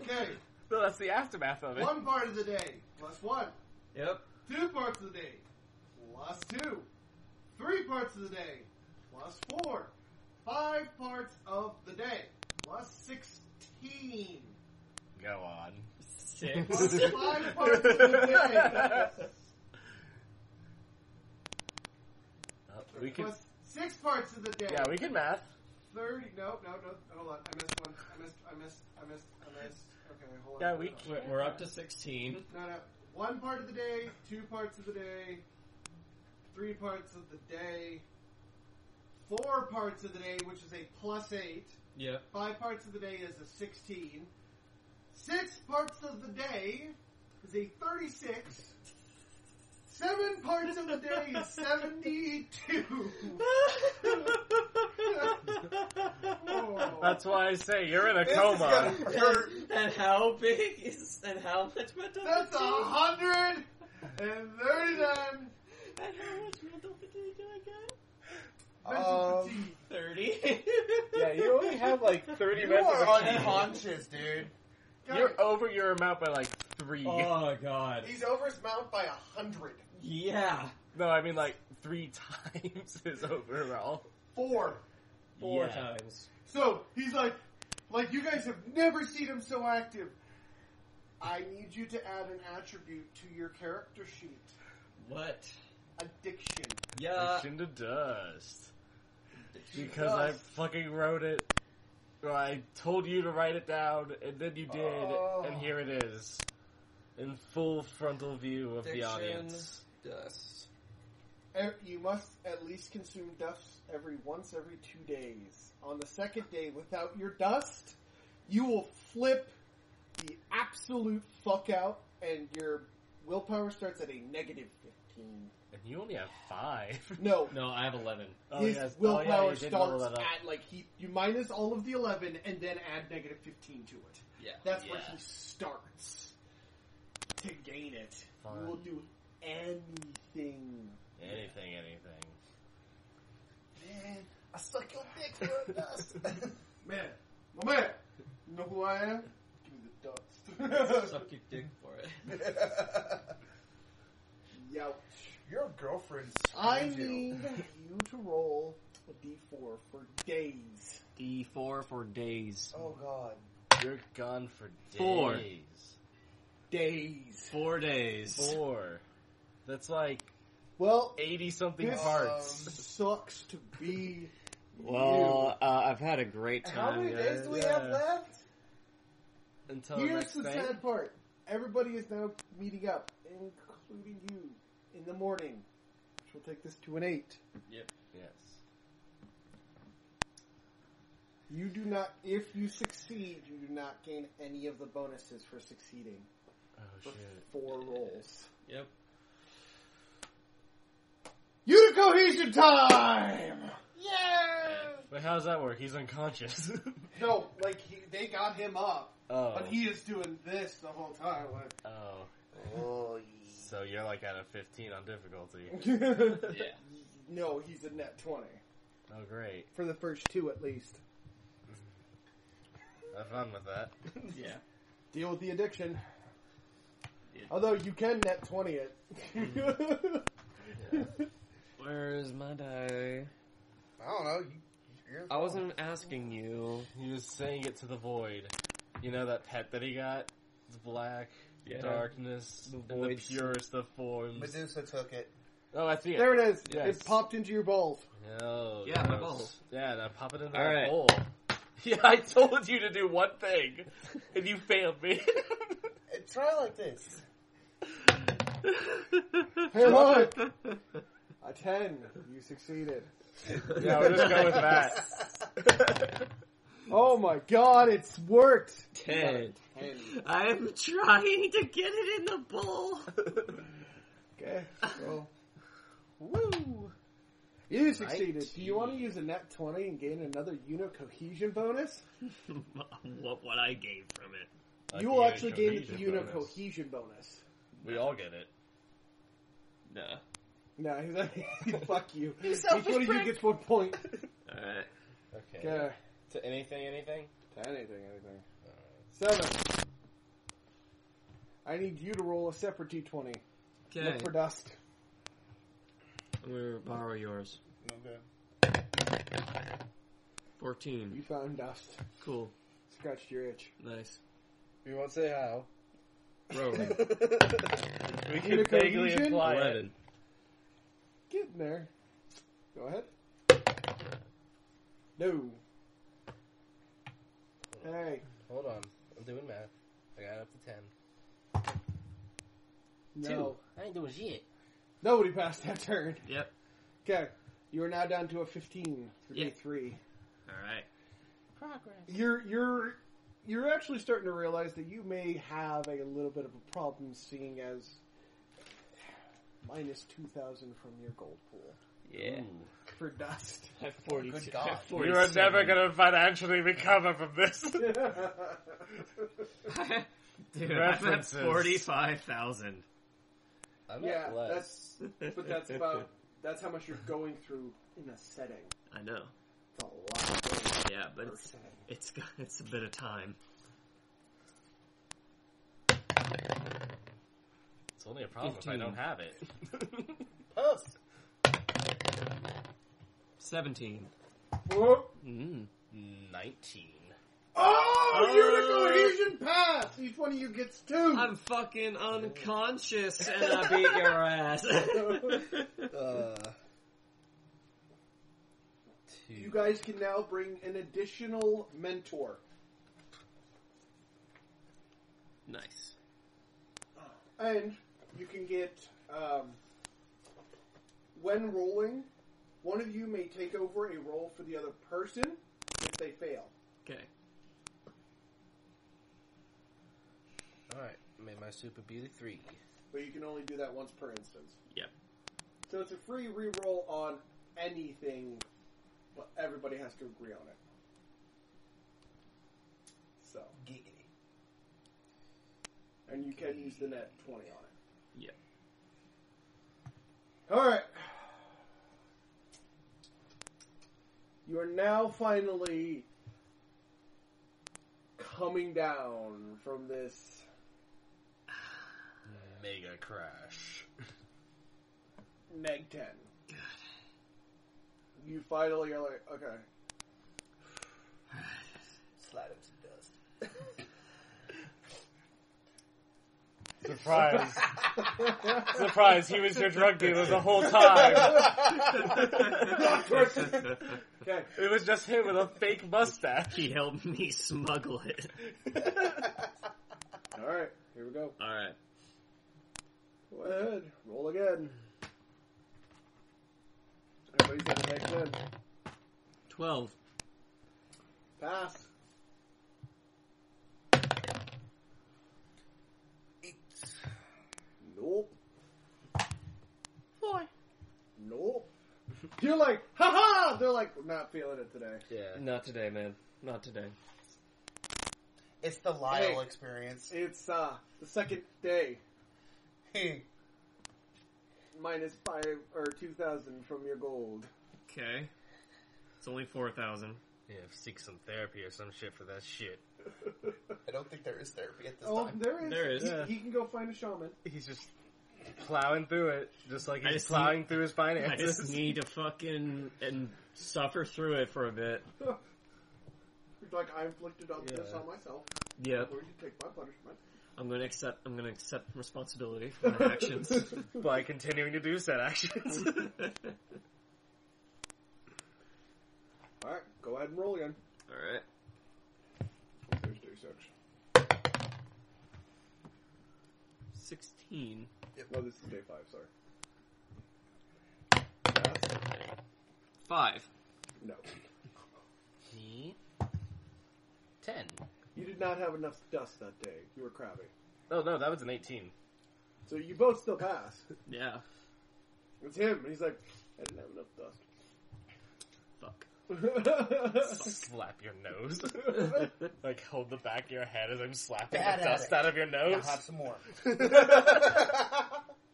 Okay, no, that's the aftermath of it. one part of the day plus one, yep. two parts of the day plus two, three parts of the day plus four, five parts of the day plus sixteen. Go on. Six. Plus five parts of the day. Uh, we can. Plus six parts of the day. Yeah, we can math. Thirty. No, no, no. Hold on. I missed one. I missed. I missed. I missed. I missed. Okay, hold on. Yeah, we hold can. We're- We're up to sixteen. on. No, no. One part of the day. Two parts of the day. Three parts of the day. Four parts of the day, which is a plus eight. Yep. Five parts of the day is a sixteen. Six parts of the day is a thirty-six. Seven parts of the day is seventy-two. Oh. That's why I say you're in a This is coma. gonna hurt. and how big is and how much mental? That's a hundred and thirty-nine And how much mental fatigue do I get? mental Um, fatigue. Thirty. yeah, you only have like 30 You minutes. are unconscious, dude. Guys, You're over your amount by like three. Uh, Oh god. he's over his mount by a hundred. Yeah. No, I mean like three times his overall. Four. Four Yeah. times. So he's like, like you guys have never seen him so active. I need you to add an attribute to your character sheet. What? Addiction. Yeah. Addiction to dust. Because I fucking wrote it. Or I told you to write it down, and then you did, Oh. and here it is. In full frontal view of the Addiction. audience. Dust. Ev- You must at least consume dust every once every two days. On the second day, without your dust, you will flip the absolute fuck out, and your willpower starts at a negative fifteen. And you only have five. Oh, No, No, I have eleven. his yes. willpower you did roll starts that up. at like he you minus all of the eleven, and then add negative fifteen to it. Yeah. That's where Yeah. he starts to gain it. Fine. You will do anything. Anything, anything. Man, I suck your dick for a dust. man, my man. You know who I am? Give me the dust. Suck your dick for it. Youch. your girlfriend's. I screwed you. need you to roll a d4 for days. D four for days. Oh god. You're gone for days. Four. Days. Four days. Four. That's like Well, 80 something This, parts. sucks to be Well, uh, I've had a great um, time. How many days do we yeah. have left? Until the Here's next the thing. sad part. Everybody is now meeting up, including you, in the morning. Which will take this to an eight. Yes. You do not, if you succeed, you do not gain any of the bonuses for succeeding. Oh For shit. four rolls. Yep. Unit cohesion time! Wait, how does that work? He's unconscious. No, like, he, they got him up, oh. but he is doing this the whole time. Oh. Oh, So you're like at a 15 on difficulty. Like, Yeah. no, he's a net 20. Oh, great. For the first two, at least. Have fun with that. Yeah. Deal with the addiction. Yeah. Although you can net 20 it. Mm-hmm. Where's my die? I don't know. You- you're- I wasn't asking you. He was saying it to the void. You know that pet that he got? It's black. Yeah. darkness, The in the void. purest of forms. Medusa took it. oh, I see it. There it is. Yes. It popped into your balls. Oh, Yeah, my gross. balls. Yeah, now pop it in All that right. hole. Yeah, I told you to do one thing, and you failed me. Uh, Try like this. Hey, look! A ten. You succeeded. yeah, we'll just go with that. Oh my god, it's worked! Ten. Ten. I'm trying to get it in the bowl. Okay, so. Woo! You succeeded. Do you want to use a nat 20 and gain another unit cohesion bonus? what what I gave from it. A you will unit actually gain cohesion a unit bonus. cohesion bonus. We all get it. No. No, he's like, fuck you. Each selfish one of you prick. gets one point. Alright. Okay. Okay. To anything, anything. To anything, anything. Seven. I need you to roll a separate d20. Okay. Look for dust. I'm gonna borrow yours. Okay. You Fourteen. found dust. Cool. Scratched your itch. Nice. We won't say how. Rolling. We Unit can vaguely cohesion? imply it. Eleven. Getting there. Go ahead. No. Hey. Hold on, I'm doing math. I got up to ten. No. I ain't doing shit. Nobody passed that turn. Yep. Okay. You are now down to a 15 for Yeah. day three. Alright. You're, you're, you're actually starting to realize that you may have a little bit of a problem seeing as minus 2,000 from your gold pool Yeah. for dust. I have forty Good God. You are never gonna financially recover from this. gonna Dude, I'm at References. forty five thousand. I'm yeah, not blessed. that's, but that's about, that's how much you're going through in a setting. I know. It's a lot of gold Yeah, but per it's setting. it's got- it's a bit of time. It's only a problem if I 15. don't have it. Post. Seventeen. Whoa. Mm. Nineteen. Oh, unit cohesion pass! Each one of you gets 2 I'm fucking unconscious and I beat your ass. Uh, two. you guys can now bring an additional mentor. nice. And you can get, um, when rolling, one of you may take over a roll for the other person if they fail. Okay. Alright, made my super beauty three. But you can only do that once per instance. Yep. So it's a free reroll on anything, but everybody has to agree on it. So. Giggity. And you can use the net 20 on it. Yep. Alright. You are now finally coming down from this Mega crash. neg 10. You finally are like, okay. Slide him some dust. Surprise! Surprise! He was your drug dealer the whole time. Okay. It was just him with a fake mustache. he helped me smuggle it. Alright, here we go. Alright. Go ahead. Roll again. Everybody's got a neg 10. Twelve. Pass. Nope. Four. Nope. You're like, haha! They're like, we're not feeling it today. Yeah. Not today, man. Not today. It's the Lyle Hey. experience. It's uh the second day. Hey, Minus five or two thousand from your gold. Okay. It's only four thousand. Yeah, seek some therapy or some shit for that shit. I don't think there is therapy at this Oh, time. there is. There is. He, Yeah. he can go find a shaman. He's just plowing through it, just like I he's just plowing through his I just finances. need to fucking and suffer through it for a bit. He's like, I inflicted on this Yeah. on myself. Yep. Where you take my punishment? I'm going to accept. I'm going to accept responsibility for my actions. by continuing to do said actions. All Alright, go ahead and roll again. right. There's Deus Ex. Sixteen. No, this is day five, sorry. Five. No. Ten. You did not have enough dust that day. You were crabby. Oh no, that was an eighteen. So you both still pass. Yeah. It's him, and he's like, I didn't have enough dust. Fuck. Slap your nose. like hold the back of your head as I'm slapping Bad the at dust it. out of your Now nose. have some more.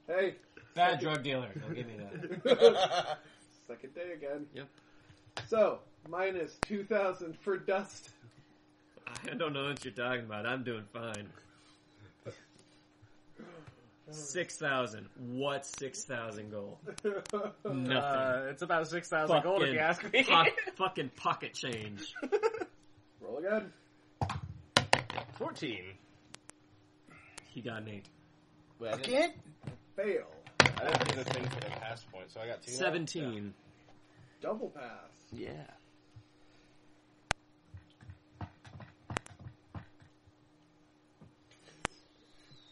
hey, Bad drug dealer. Don't give me that. second day again. Yep. So, minus 2,000 for dust. I don't know what you're talking about. I'm doing fine. Six thousand. What six thousand goal? Nothing. Uh, it's about six thousand gold if you ask me. po- fucking pocket change. Roll again. Fourteen. He got an eight. Wait, I didn't, Again? Fail. I didn't do the thing for the pass point, so I got two. now? Seventeen. Double pass. Yeah.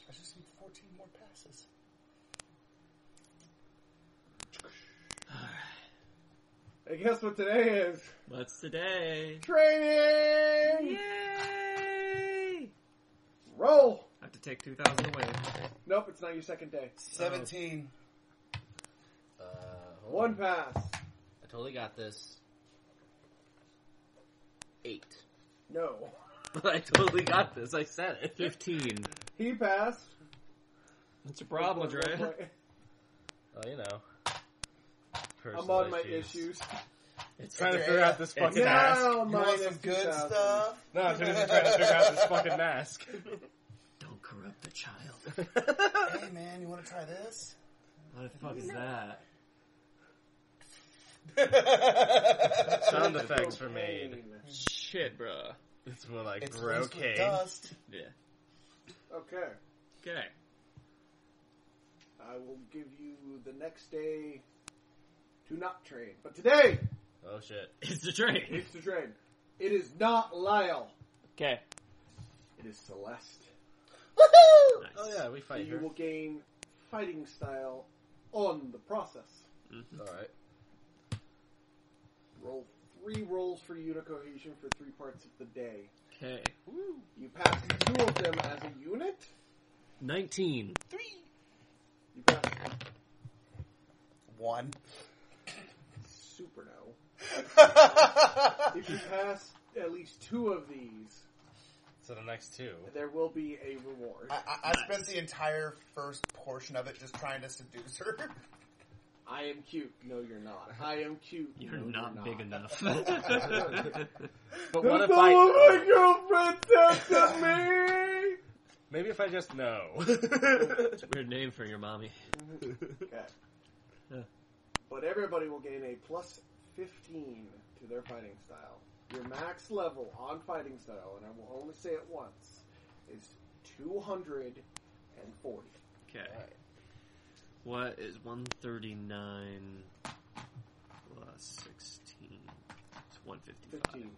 I just need 14 more passes. And guess what today is? What's today? Training! Yay! Roll! I have to take two thousand away. Nope, it's not your second day. 17. Uh, hold One on. pass. I totally got this. Eight. No. I totally got this. I said it. Fifteen. He passed. What's your problem, Dre? Well, you know. I'm Personal on my issues. It's trying to figure out this fucking mask. Now, You want minus some good 2,000. stuff? No, I'm just trying to figure out this fucking mask. Don't corrupt the child. Hey man, you want to try this? What the fuck is that? Sound effects were made. Shit, bruh. It's more like It's laced with brocade. dust. Yeah. Okay. Okay. I will give you the next day to not train. But today Oh shit. It's the train. is to train. It is not Lyle. Okay. It is Celeste. Nice. Oh yeah, we fight you here. will gain fighting style on the process. Alright. Roll three rolls for unit cohesion for three parts of the day. Okay. You pass two of them as a unit. Nineteen. You pass One. super no. if you pass at least two of these, So the next two. there will be a reward. I, I, I spent the entire first portion of it just trying to seduce her. I am cute. No, you're not. I am cute. You're No, not you're big not. enough. But what if my I girlfriend tapped at me. maybe if I just know. Weird name for your mommy. Okay. Yeah. But everybody will gain a plus fifteen to their fighting style. Your max level on fighting style, and I will only say it once, is two hundred and forty. Okay. What is one thirty nine plus sixteen? It's one fifty Fifteen.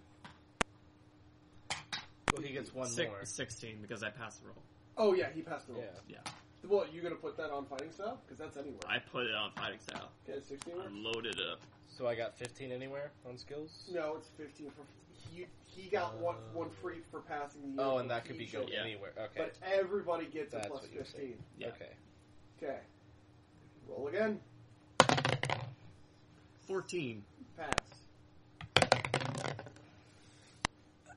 well he gets one Six, more. Sixteen because I passed the roll. Oh yeah, he passed the roll. Yeah. Yeah. Well, you gonna put that on fighting style because that's anywhere. I put it on fighting style. Okay, sixteen. I loaded up. So I got fifteen anywhere on skills? No, it's fifteen for. He, he got one one free for passing the. Uh, Oh, unit and that could be go cohesion, Yeah. anywhere. Okay. But everybody gets That's a plus what you're saying. fifteen. Yeah. Okay. Okay. Roll again. Fourteen. Pass.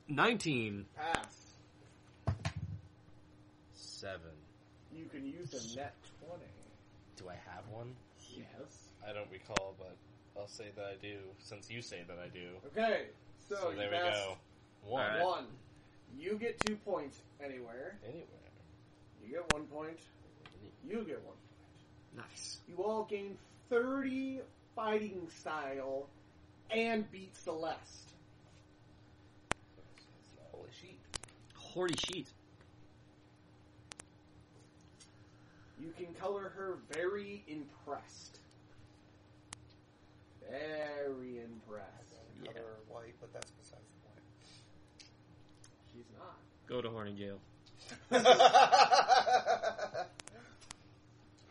Nineteen. Pass. Seven. You can use a net twenty. Do I have one? Yes. I don't recall, but I'll say that I do since you say that I do. Okay. So, So you there we pass go. One All right. One. You get two points anywhere. anywhere. You get one point. You get one point. Nice. You all gain thirty fighting style and beat Celeste. Holy shit. Horty sheet. You can color her very impressed. Very impressed. Yeah. Color white, but that's besides the point. She's not. Go to Horny Jail.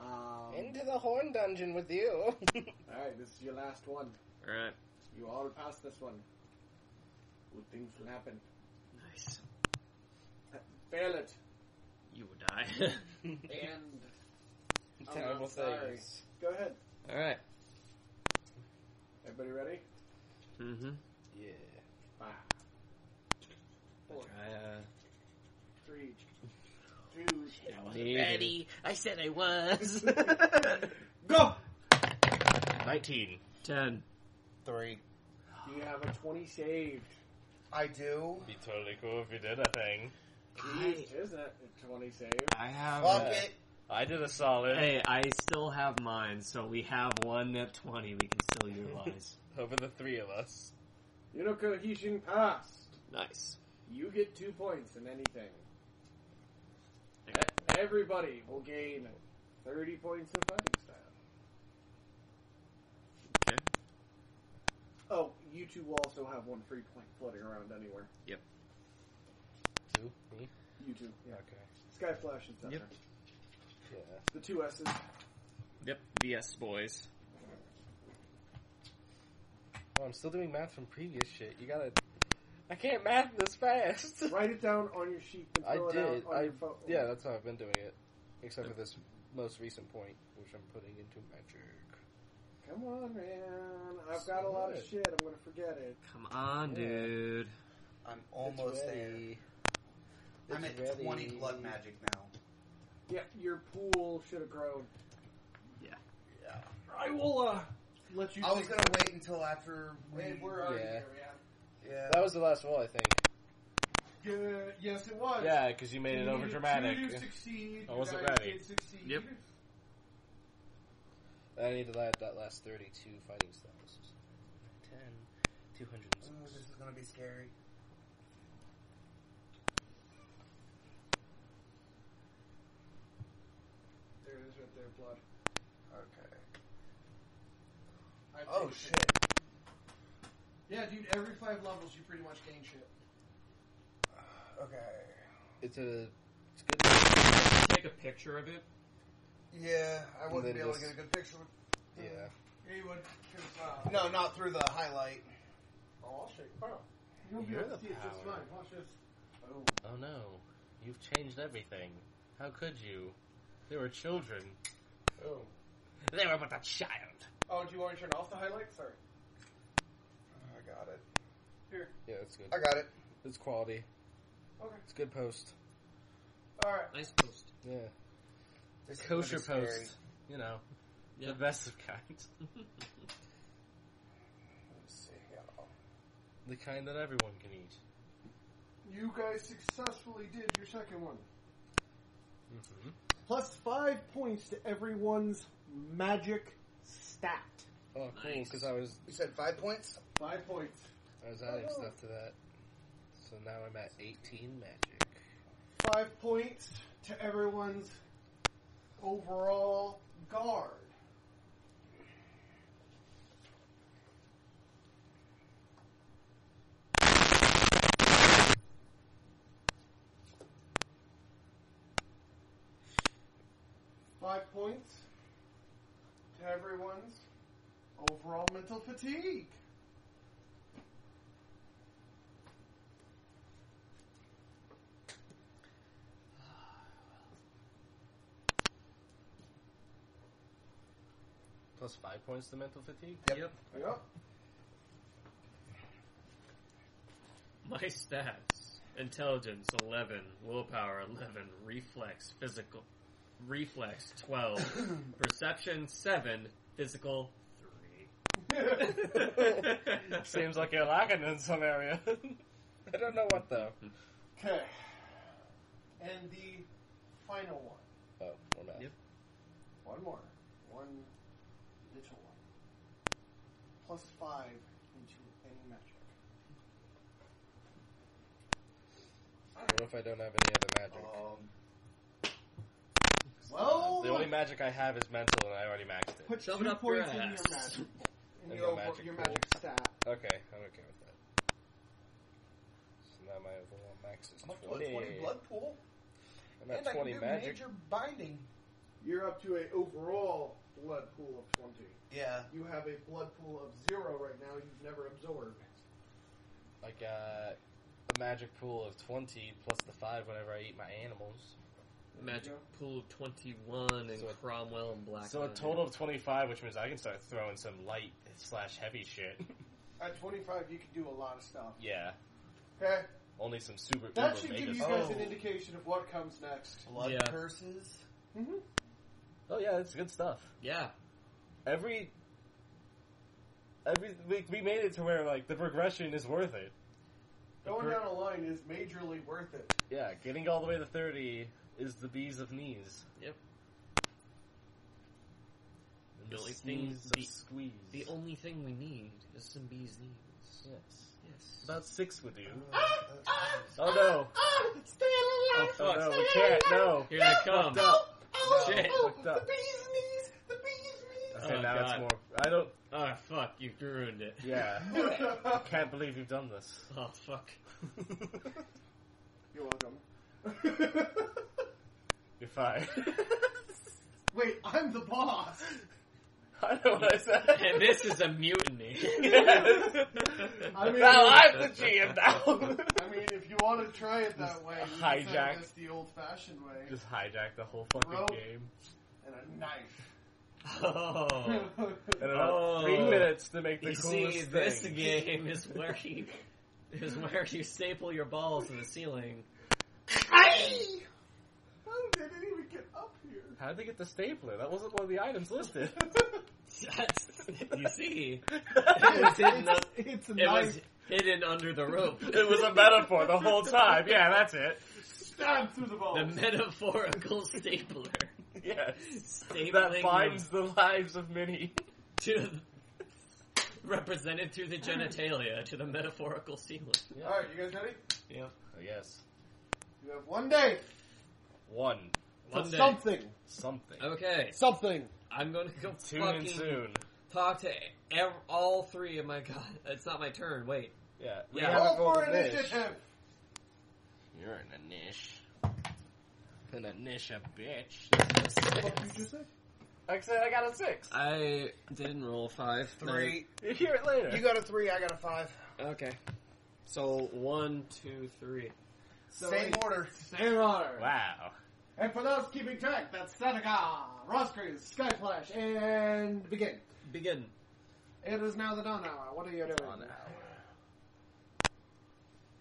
Um, Into the horn dungeon with you. Alright, this is your last one. Alright. You all pass this one. Good things will happen. Nice. Fail it. You would die. And Terrible not sorry. things. go ahead. Alright. Everybody ready? Mm-hmm. Yeah. uh, Five, four, I, three, two, uh, ready. I said I was. go! 19. Ten. Three. You have a 20 saved. I do. Be totally cool if you did a thing. I, Is that a 20 save? I have. Fuck Yeah. it. I did a solid. Hey, I still have mine, so we have one at twenty. We can still utilize. Over the three of us. Your cohesion passed. nice. You get two points in anything. Okay. Everybody will gain 30 points of fighting style. Okay. Oh, you two will also have one free point floating around anywhere. Two? Me? You two. Yeah. Okay. Skyflash and Scepter. Yep. Yeah. The two S's. Yep. VS boys. Well, Oh, I'm still doing math from previous shit. You gotta. I can't math this fast. Write it down on your sheet and I throw it did. out on I your phone. yeah, that's how I've been doing it, except for this most recent point, which I'm putting into magic. Come on, man. I've got a lot of shit. I'm going to forget it. Come on, dude. I'm almost there. I'm It's at ready. 20 blood magic now. Yeah, your pool should have grown. Yeah. Yeah. I will uh, let you. I was take- gonna wait until after we. Wait, we're already Yeah. there, yeah. yeah. That was the last roll, I think. Yeah, yes, it was. Oh, Yeah, because you made You it over needed dramatic. two to succeed. I You wasn't guys ready. did succeed. Yep. I need to add that last thirty-two fighting styles. Ten. Two hundred. Ooh, Mm, this is gonna be scary. There it is right there, blood. Okay. I've Oh taken shit. it. Yeah, dude. Every five levels, you pretty much gain shit. Okay. It's a. It's good. Take a picture of it. Yeah, I then wouldn't be able to just- get a good picture. With... Yeah. Yeah, you would. 'cause, uh, No, not through the highlight. Oh, I'll show you. Oh, you'll be You're able to the see it just power. fine. Watch this. Boom. Oh no, you've changed everything. How could you? They were children. Oh. Boom. They were but a child. Oh, do you want me to turn off the highlight? Sorry. I got it. Here. Yeah, that's good. I got it. It's quality. Okay. It's good post. All right. Nice post. Yeah. This is gonna Kosher be scary. post. You know, Yeah. the best of kinds. Let's see. Yeah. The kind that everyone can eat. You guys successfully did your second one. Mm-hmm. Plus five points to everyone's magic stat. Oh, cool! Nice. Because I was You said five points. Five points. I was Oh. adding stuff to that, so now I'm at 18 magic. Five points to everyone's overall guard. Five points to everyone's overall mental fatigue. Plus five points to mental fatigue. Yep. Yep. My stats: intelligence eleven, willpower eleven, reflex physical, reflex twelve, perception seven, physical three. Seems like you're lacking in some area. I don't know what though. Okay. And the final one. Oh, we're back. Yep. One more. One little one. Plus five into any metric. What if I don't have any other magic? Um. Well, The only magic I have is mental, and I already maxed it. put Shove two it up your points in your ass. magic, in In your, the magic your pool. magic stat. Okay, I'm okay with that. So now my overall max is I'm up to a 20. 20 blood pool. I'm at and I can 20 do magic. major binding. You're up to a overall blood pool of twenty. Yeah. You have a blood pool of zero right now. You've never absorbed. I got a magic pool of 20 plus the 5 whenever I eat my animals. Magic pool of 21 and So a- Cromwell and Black So a Knight. total of 25, which means I can start throwing some light slash heavy shit. At twenty-five, you can do a lot of stuff. yeah. Okay, Only some super that uber should mega give you stuff. guys Oh. an indication of what comes next. Blood Yeah. curses. Mm-hmm. Oh yeah, that's good stuff. Yeah. Every every we, we made it to where like the progression is worth it. The Going per- down a line is majorly worth it. Yeah, getting all the way to 30 is the bees of knees. Yep. And The the only thing- sneeze of the- squeeze. The only thing we need is some bees knees. yes. Yes. About six would do. Ah, Oh no! ah, stay alive! Oh no, we stay can't, alive. no! Here they come. Fucked up. Oh, Shit. oh, Fucked the up. bee's knees! The bee's knees! Okay, Oh, now God. it's more. I don't. Oh, fuck. You ruined it. Yeah. You're Can't believe you've done this. Oh, fuck. welcome. You're fired. Wait, I'm the boss. I know what I And said. this is a mutiny. Yes. I mean- now I'm the GM now. I mean, if you want to try it that way, you can send hijack. this the old-fashioned way, Just hijack the whole fucking Bro. game. and a knife. oh. And about Oh. three minutes to make the You coolest see, this thing. game is where you is where you staple your balls to the ceiling. How did it even get up here? How'd they get the stapler? That wasn't one of the items listed. That's, you see, it was it hidden. it's, up- it's a it knife. was hidden under the rope. was a metaphor the whole time. Yeah, that's it. Stab through the The balls. metaphorical stapler. Yes. Stapling That binds the lives of many. to represented through the genitalia to the metaphorical ceiling. All right, you guys ready? Yep. Yes. You have one day One. for One day. something. Something. Okay, Something. I'm going to go Tune in Oh, fucking soon. talk to ev- all three of my god. It's not my turn. Wait. Yeah. Yeah. haven't Roll for rolled a niche. initiative. You're in a niche. In a niche, a bitch. What did you just say? I said I got a six. I didn't roll five. Three. You hear it later. You got a three. I got a five. Okay. So one, two, three. So Same wait. Uh, order. Same honor. wow. And for those keeping track, that's Seneca, Roscrews, Skyflash, and begin. Begin. It is now the dawn hour. What are you doing? On hour.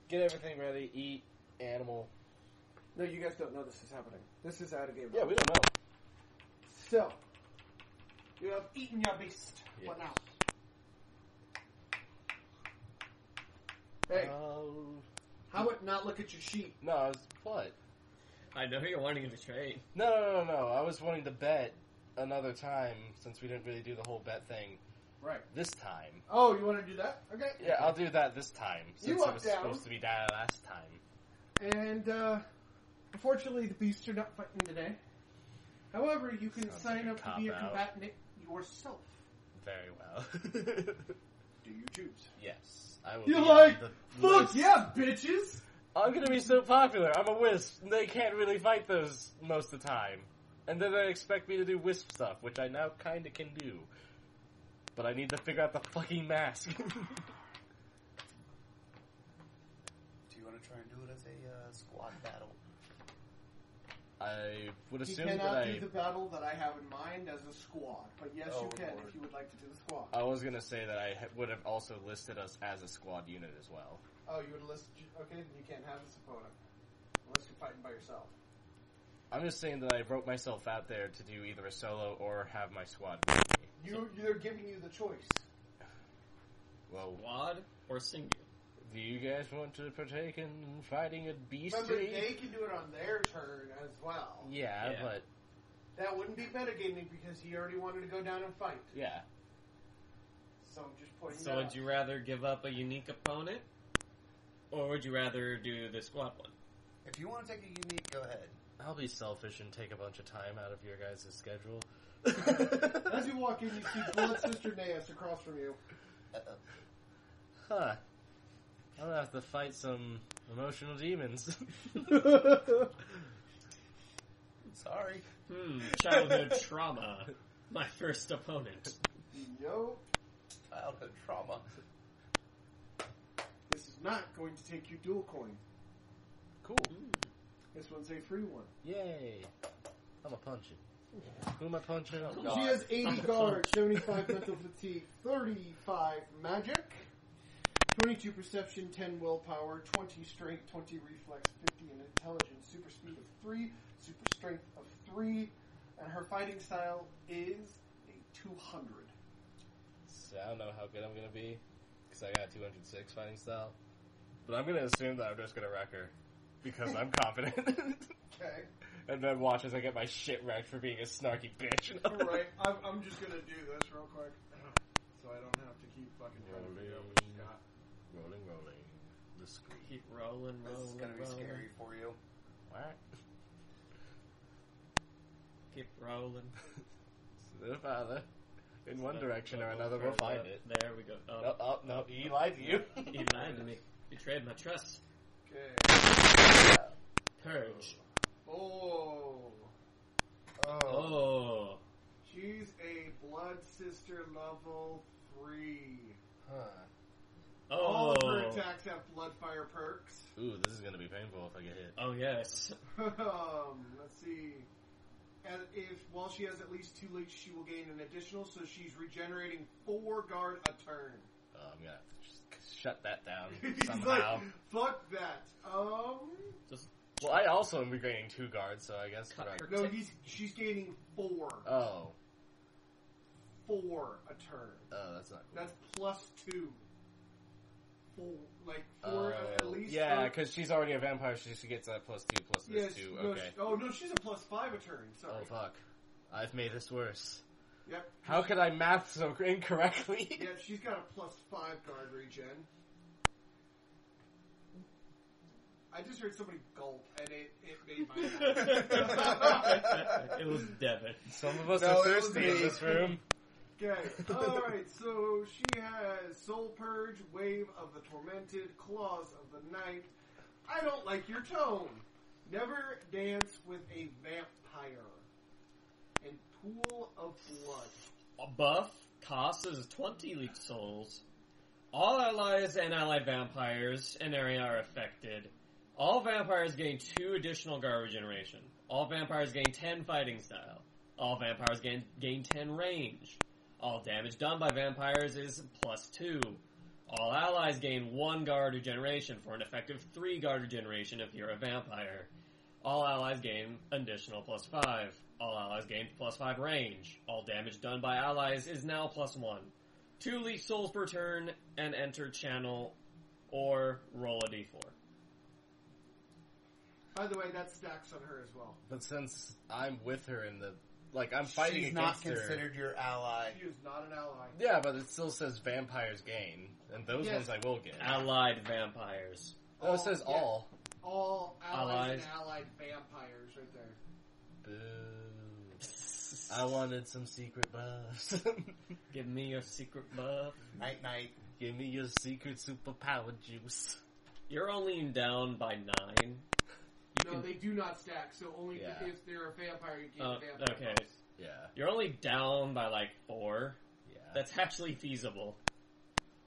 Get everything ready. Eat. Animal. No, you guys don't know this is happening. This is out of game. Yeah, we don't know. So, you have eaten your beast. Yeah. What now? Hey, Oh. how would not look at your sheet? no, I was what? I know you're wanting to trade. No, no, no, no. I was wanting to bet another time since we didn't really do the whole bet thing Right. this time. Oh, you want to do that? Okay. Yeah, I'll do that this time You since it up was down. supposed to be down last time. And uh, unfortunately, the beasts are not fighting today. However, you can Sounds sign like a up to be a cop-out. combatant yourself. Very well. Do you choose? yes, I will. You're be on like, the Fuck list. yeah, bitches! I'm gonna be so popular. I'm a wisp. and They can't really fight those most of the time, and then they expect me to do wisp stuff, which I now kind of can do. But I need to figure out the fucking mask. Do you want to try and do it as a uh, squad battle? I would You assume that cannot I. do the battle that I have in mind as a squad, but yes, Oh, you can Lord. if you would like to do the squad. I was gonna say that I ha- would have also listed us as a squad unit as well. Oh, you would list. Okay, then you can't have this opponent unless you're fighting by yourself. I'm just saying that I wrote myself out there to do either a solo or have my squad. with me. You, they're giving you the choice. Well, Wad or singular? do you guys want to partake in fighting a Remember, beastie? they can do it on their turn as well. Yeah, Yeah. but That wouldn't be metagaming because he already wanted to go down and fight. yeah, So I'm just pointing. So that would out. you rather give up a unique opponent, or would you rather do the squad one? If you want to take a unique, go ahead. I'll be selfish and take a bunch of time out of your guys' schedule. As you walk in, you see Blood Sister Naas across from you. huh. I'll have to fight some emotional demons. Sorry. Hmm, childhood trauma. My first opponent. No, Childhood trauma. this is not going to take you dual coin. Hmm. Cool. This one's a free one. Yay. I'm a punching. Who am I punching? Oh, She God. has 80 guard, 75 mental fatigue, 35 magic, 22 perception, 10 willpower, 20 strength, 20 reflex, 50 in intelligence, super speed of 3, super strength of 3, and her fighting style is a 200. So I don't know how good I'm gonna be because I got 206 fighting style, but I'm gonna assume that I'm just gonna wreck her because I'm confident. Okay. and then watch as I get my shit wrecked for being a snarky bitch. You know? All right, I'm, I'm just gonna do this real quick, so I don't have to keep fucking trying to figure out what she's got. Rolling, rolling. The squeak. Keep rolling, rolling, This is gonna be rolling. scary for you. What? Keep rolling. So if either in one Step direction or double another, we'll further. find it. There we go. Oh, Oh, oh no, he lied to you. You lied to me. You betrayed my trust. Okay. Purge. Oh, Oh. Oh. she's a blood sister level three. Huh. Oh. All of her attacks have blood fire perks. Ooh, this is gonna be painful if I get hit. Oh, yes. um, let's see. And if while she has at least two leaks, she will gain an additional. So she's regenerating four guard a turn. Uh, I'm gonna have to just shut that down He's somehow. like, fuck that. Um, Well, I also am regaining two guards, so I guess. Cut what I- her no, tit- he's she's gaining four, Oh, four a turn. oh, that's not. Cool. That's plus two. Four, like four Oh, at least. Yeah, or- because she's already a vampire. She she gets that plus two, plus yeah. this she- two. no, okay. she- oh no, she's a plus five a turn. Sorry. oh fuck, I've made this worse. Yep. How could I math so incorrectly? Yep. She's got a plus five guard regen. I just heard somebody gulp, and it it made my. mouth. it was Devin. Some of us No, are it was thirsty in me. this room. Okay, alright, so she has Soul Purge, Wave of the Tormented, Claws of the Night. I don't like your tone. Never dance with a vampire. And Pool of Blood. A buff costs 20 leap souls. All allies and allied vampires in area are affected. All vampires gain two additional guard regeneration. All vampires gain 10 fighting style. All vampires gain, gain 10 range. All damage done by vampires is plus 2. All allies gain 1 guard regeneration for an effective 3 guard regeneration if you're a vampire. All allies gain additional plus 5. All allies gain plus 5 range. All damage done by allies is now plus 1. Two leech souls per turn and enter channel or roll a d4. By the way, that stacks on her as well. But since I'm with her in the, like, I'm fighting She's not against her. considered your ally. She is not an ally. Yeah, but it still says vampires gain, and those Yes. ones I will get. Allied vampires. Oh, it says yeah. all. All allies, Allies. and allied vampires right there. Boo. I wanted some secret buffs. Give me your secret buff. Night night. Give me your secret superpower juice. You're only down by 9. You No, can, they do not stack, so only Yeah. if they're a vampire you gain Uh, a vampire. okay. bonus. Yeah, you're only down by like 4. yeah. That's actually feasible.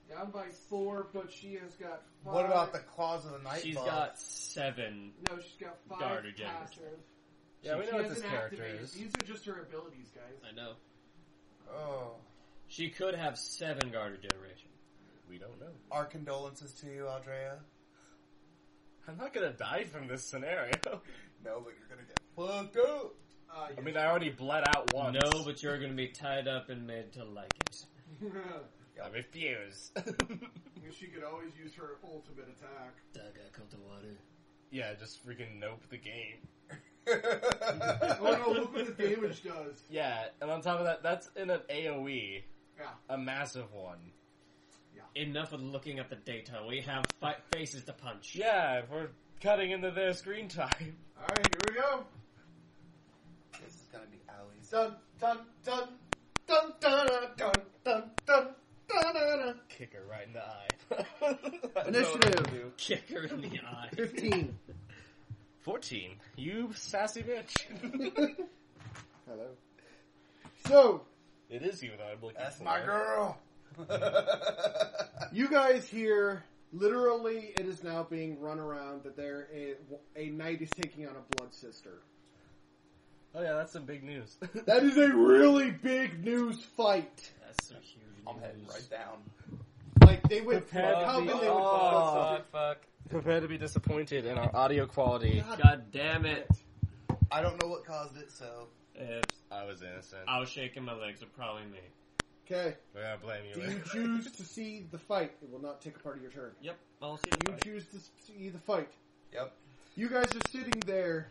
Down by four, but she has got five. What about the claws of the night? She's buff? got 7. No, she's got five Guard or Jaggers. passive. yeah, we She know what this hasn't character activated. is. These are just her abilities, guys. I know. Oh. She could have 7 guard regeneration. We don't know. Our condolences to you, Aldrea. I'm not gonna die from this scenario. No, but you're gonna get fucked up. Uh, I mean, I already bled out once. No, but you're gonna be tied up and made to like it. I refuse. she could always use her ultimate attack. Daga, come to water. yeah, just freaking nope the game. Oh no, look what the damage does. Yeah, and on top of that, that's in an AOE, Yeah. a massive one. Enough with looking at the data. We have fi- faces to punch. Yeah, if we're cutting into their screen time. Alright, here we go. Dun dun dun dun dun dun dun dun dun dun. Kick her right in the eye. I don't know what Initiative. to do. Kick her in the eye. 15. 14. You sassy bitch. Hello. So, it is you that I'm looking for. girl. you guys here, literally, it is now being run around that there a, a knight is taking on a blood sister. Oh yeah, that's some big news. That is a really big news fight. That's some huge. I'm heading news. right down. Like they went, how Fuck, can they? Oh, fuck, fuck. Prepare to be disappointed in our audio quality. God damn it! I don't know what caused it, so If I was innocent. I was shaking my legs, it probably me. Okay, We're gonna blame do you. you choose to see the fight? It will not take a part of your turn. Yep, I'll see You choose to see the fight. Yep. You guys are sitting there.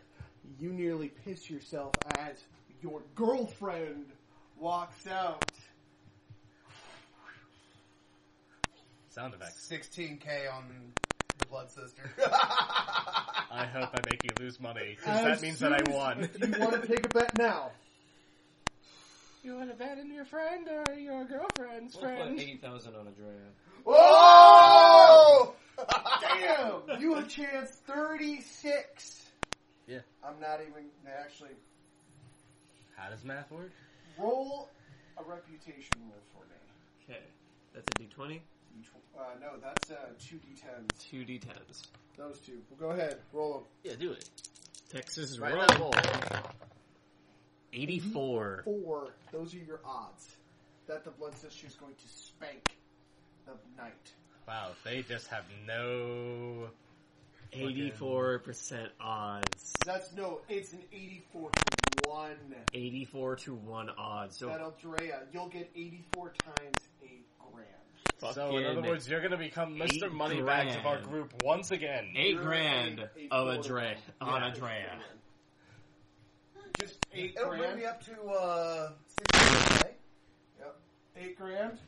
You nearly piss yourself as your girlfriend walks out. Sound effects. 16k on the blood sister. I hope I make you lose money because As that means that I soon as- won. Do you want to take a bet now? You want to bet in your friend or your girlfriend's Let's put eight thousand on Adrea. Whoa! Damn! You have chance 36. Yeah. I'm not even, actually, How does math work? roll a reputation roll for me. Okay, that's a D twenty, You tw- Uh, no, that's uh, two d10s. two D tens. Those two. Well, go ahead. Roll them. Yeah, do it. Texas Right roll. now, roll. eighty four. Four. Those are your odds that the blood sister is going to spank the knight. Wow, they just have no. Eighty four percent odds. That's no, it's an 84 to 1. Eighty four to one odds. So That Aldrea, you'll get 84 times a grand. So in other Fucking words, you're gonna become eight Mr. Moneybags of our grand. group once again. eight You're grand a- a of total- Adrea on Adrea. Just 8 It'll bring grand. me up to uh, 16k. 8 grand?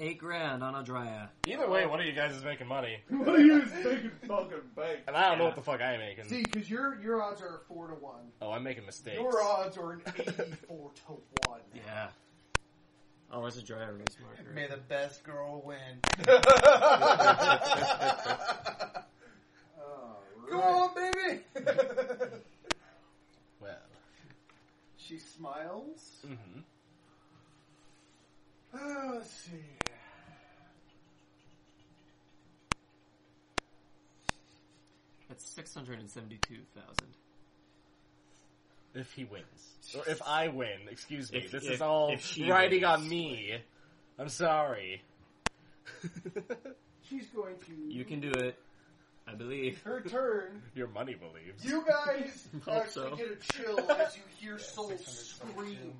Eight grand on Adrea. Either way, one of you guys is making money, what are you thinking, fucking bank? and I don't know what the fuck I'm making. See, because your your odds are four to one. oh, I'm making mistakes. Your odds are an eighty-four to one. Yeah. Oh, where's Adrea race May marker? the best girl win. Go Alright. on, baby. Well, She smiles. Mm-hmm. hmm Uh, let's see. That's six hundred and seventy two thousand. if he wins, or if I win, excuse me, If- this if- is all if she riding wins. on me. I'm sorry. She's going to. You can do it, I believe. Her turn. Your money believes. You guys Hope actually so. get a chill as you hear Soul scream.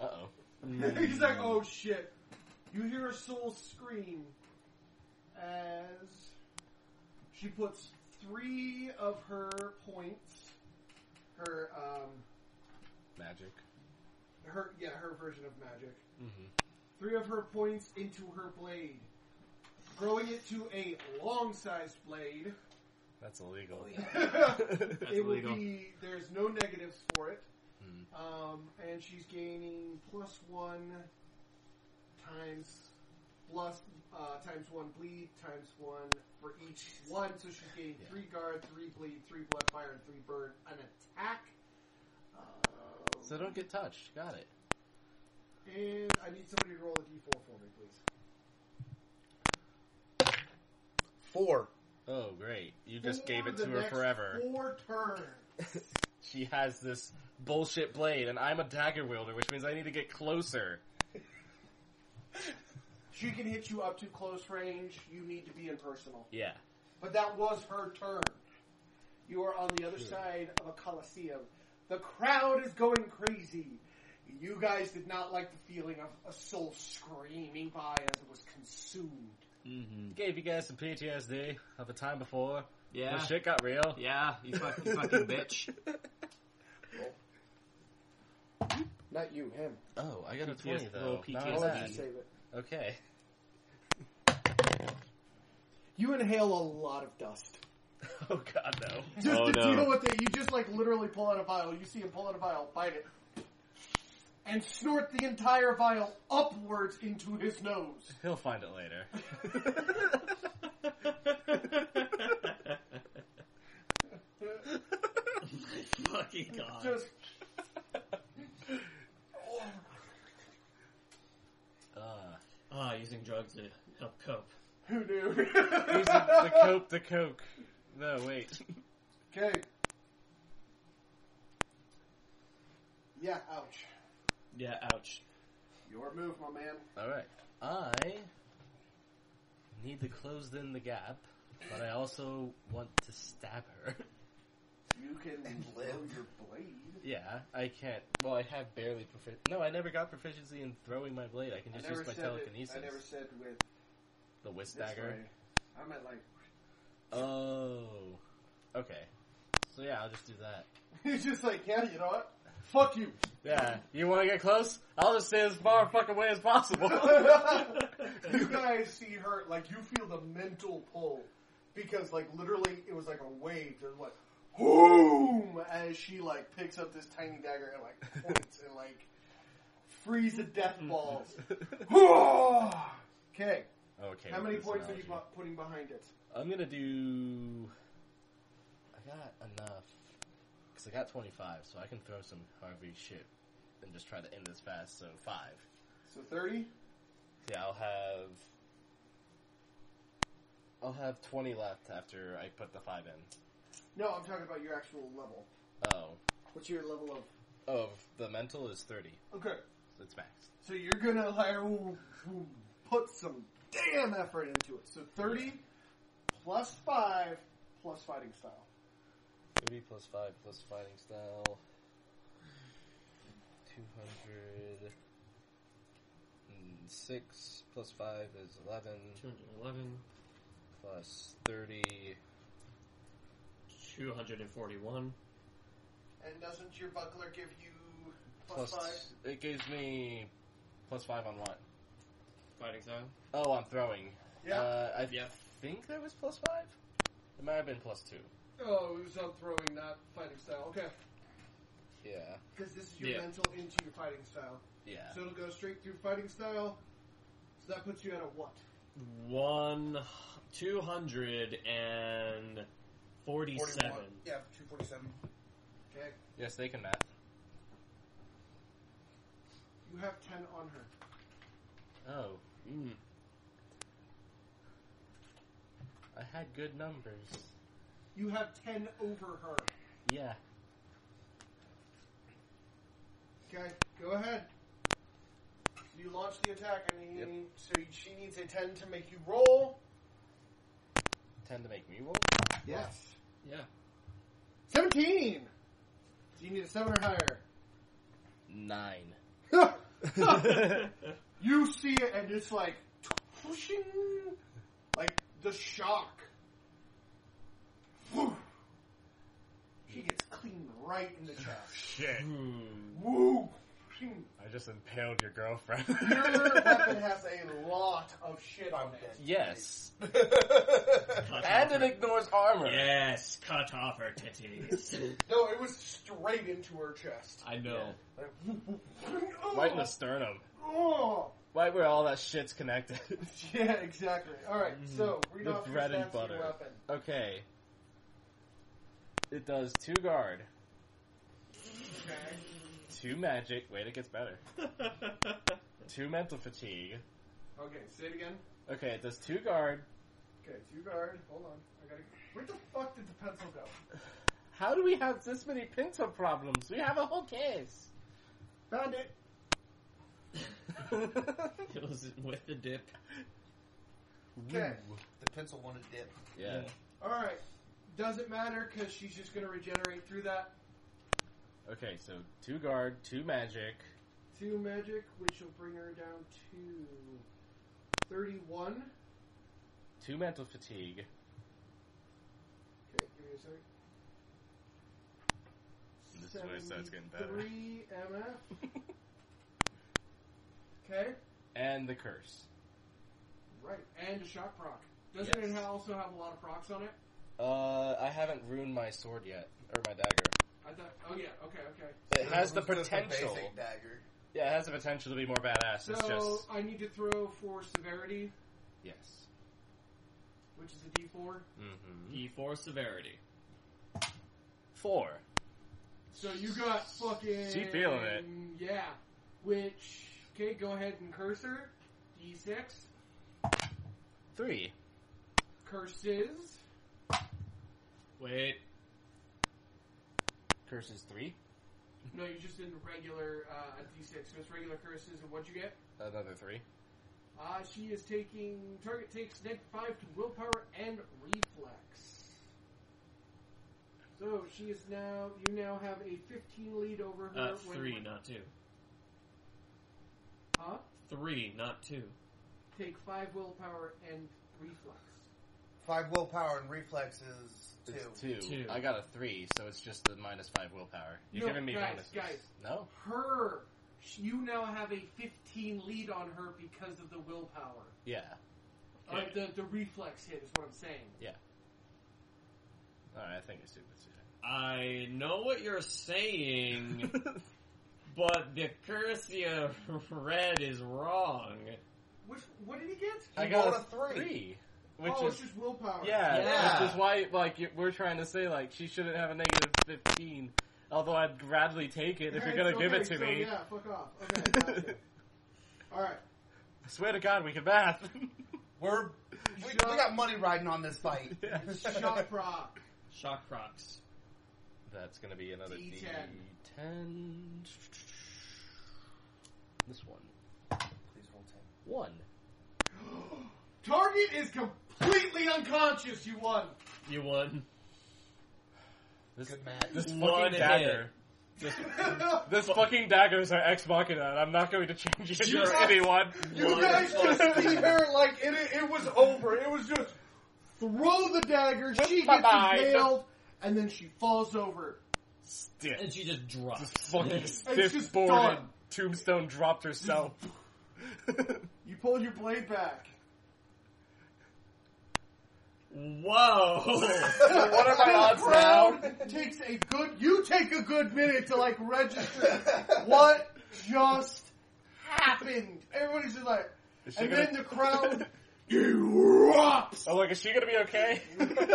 Uh oh. He's like, Mm. oh shit. You hear Soul scream as she puts three of her points, her um, Magic. her yeah, her version of magic. Mm-hmm. Three of her points into her blade, growing it to a long-sized blade. That's illegal. Oh, That's it illegal. will be there's no negatives for it, Hmm. um, and she's gaining plus one times plus uh, times one bleed times one for each one. So she's gaining Yeah. three guard, three bleed, three blood fire, and three burn. An attack. Um, So don't get touched. Got it. and I need somebody to roll a d4 for me, please. Four. Oh great! You just For gave it the to her next forever. Four turns. She has this bullshit blade, and I'm a dagger wielder, which means I need to get closer. She can hit you up to close range. You need to be impersonal. Yeah. But that was her turn. You are on the other side of a coliseum. The crowd is going crazy. You guys did not like the feeling of a soul screaming by as it was consumed. hmm Gave you guys some PTSD of the time before. Yeah. When shit got real. Yeah, you fucking, you fucking bitch. Not you, him. Oh, I got a PTSD, 20 though. little Not I'll let bad. you save it. Okay. You inhale a lot of dust. Oh god, no. Just Oh, to no. deal with it, you just like literally pull out a vial. You see him pull out a vial, bite it. and snort the entire vial upwards into his nose. He'll find it later. Fucking god. Just Uh, Ah, using drugs to help cope. who knew? who's the, the coke? The coke. No, wait. okay. Yeah, ouch. Yeah, ouch. Your move, my man. All right. I need to close in the gap, but I also want to stab her. You can And blow live. your blade. Yeah, I can't. Well, I have barely proficiency. No, I never got proficiency in throwing my blade. I can I just never use my said it, telekinesis. I never said with The whist this dagger. way. I meant like Oh. Okay. So yeah, I'll just do that. He's just like, yeah, you know what? Fuck you. Yeah. You want to get close? I'll just stay as far fucking away as possible. you guys see her, like, you feel the mental pull. Because, like, literally, it was like a wave. There's like, boom! As she, like, picks up this tiny dagger and, like, points and, like, frees the death balls. okay. okay. How with many this points are you analogy. bu- putting behind it? I'm gonna do. I got enough because I got 25, so I can throw some Harvey shit and just try to end this fast. So five. So 30? Yeah, I'll have. I'll have 20 left after I put the five in. No, I'm talking about your actual level. Oh, What's your level of? oh, the mental is 30. Okay, It's max. so you're gonna like put some damn effort into it. So thirty plus five plus fighting style. 30 plus 5 plus fighting style. 206 plus 5 is 11 211, plus 30. 241. And doesn't your buckler give you Plus, plus, plus five? it gives me plus 5 on what? Fighting style. Oh, I'm throwing. Yeah. Uh, I Yeah. think there was plus 5? It might have been plus 2. Oh, it was on throwing, not fighting style. Okay. Yeah. Because this is your Yeah. mental into your fighting style. Yeah. So it'll go straight through fighting style. So that puts you at a what? One, 247. 41. Yeah, 247. Okay. yes, they can math. You have 10 on her. Oh, Mm. I had good numbers. You have 10 over her. Yeah. Okay, go ahead. You launch the attack. I need, so she needs a 10 to make you roll. 10 to make me roll? Yes. Yeah. 17! So you need a 7 or higher. 9. You see it and it's like pushing, like the shock. Woo. She gets clean right in the chest. Shit. Hmm. Woo! I just impaled your girlfriend. Your weapon has a lot of shit on it. yes. Cut And off it her- ignores armor. Yes, cut off her titties. No, it was straight into her chest. I know. Right in the sternum. Oh! Right where all that shit's connected. Yeah, exactly. Alright, so Mm. read The off your bread and stats of your butter. weapon. okay. It does two guard, Okay. two magic. Wait, it gets better. Two mental fatigue. Okay, say it again. Okay, it does two guard. Okay, two guard. Hold on. I gotta. Where the fuck did the pencil go? How do we have this many pencil problems? We have a whole case. Found it. it was with the dip. Okay. The pencil wanted to dip. Yeah. Alright. Doesn't matter because she's just going to regenerate through that. Okay, so two guard, two magic. Two magic, which will bring her down to 31. Okay, Two mental fatigue. give me a second. This is where it starts getting better. 3 MF. okay. And the curse. Right. And a shock proc. Doesn't Yes. it ha- also have a lot of procs on it? Uh, I haven't ruined my sword yet, or my dagger. I thought. Oh, yeah. Okay, okay. It has the It was just a potential. basic dagger. Yeah, it has the potential to be more badass. So it's just I need to throw for severity, yes. which is a D4. Mm-hmm. E4 severity. Four. So you got fucking. She feeling it. Yeah. Which okay, go ahead and cursor. D6 Three. curses. Wait. Curses three. No, you just did regular uh, a D6. So it's regular curses, and what you get? Another three. Uh, she is taking. Target takes negative 5 to willpower and reflex. So she is now. You now have a 15 lead over her. Uh, when- three, not two. Huh? Three, not two. Take 5 willpower and reflex. Five willpower and reflex is two. It's Two. two. I got a three, so it's just the minus five willpower. You're No, giving me guys, bonuses. guys. No. Her. sh- You now have a 15 lead on her because of the willpower. Yeah. Uh, the, the reflex hit is what I'm saying. All right. I think I see what's here. I know what you're saying, but the Cursia red is wrong. Which, what did he get? I You got rolled a a three. which oh, is it's just willpower. Yeah, Yeah. which is why like you- we're trying to say like she shouldn't have a negative fifteen. Although I'd gladly take it if you're gonna Alright, give it okay, to so me. Yeah, fuck off. Okay, gotcha. Alright. I swear to God, we can math. We're we, we got money riding on this fight. Yeah. Shock rock. Shock procs. That's gonna be another D D10. ten. This one, Please roll ten. one. Target is completely unconscious, you won. You won. This Good match. this One fucking hit. dagger. This, this fucking dagger is our ex machina, and I'm not going to change it for anyone. You guys just see her like it, it. It was over. It was just Throw the dagger, she gets Bye-bye. impaled, and then she falls over. And stiff, she just dropped. just fucking just stiff boarded. done. Tombstone dropped herself. You pulled your blade back. Whoa! What are my odds now? Crowd takes a good you take a good minute to like register what just happened. Everybody's just like Is she and gonna- then the crowd erupts. I'm like, is she gonna be okay? She's fine.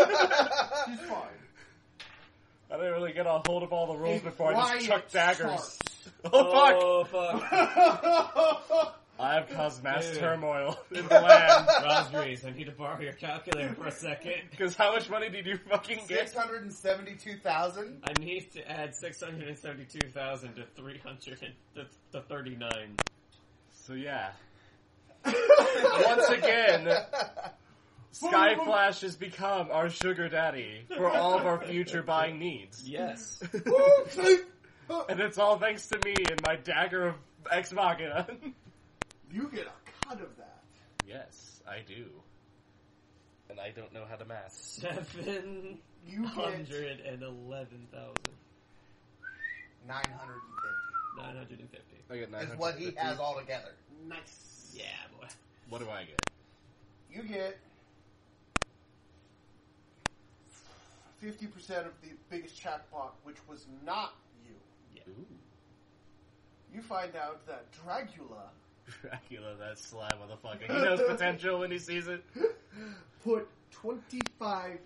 I didn't really get a hold of all the rules A before I just riot chucked daggers. starts. Oh fuck! Oh, fuck. I have caused mass Dude. turmoil in the land. Rosmaries, I need to borrow your calculator for a second. Because how much money did you fucking get? Six hundred and seventy-two thousand. I need to add 672,000 to 300 and to, to 39. So yeah. Once again, Sky Flash has become our sugar daddy for all of our future buying needs. Yes. And it's all thanks to me and my dagger of ex machina. You get a cut of that. yes, I do. And I don't know how to math. You get 711,950. Nine hundred and I get fifty is what he has all together. nice. Yeah, boy. What do I get? You get fifty percent of the biggest jackpot, which was not you. Ooh, You find out that Dracula Dracula, that sly motherfucker. He knows potential when he sees it. put twenty-five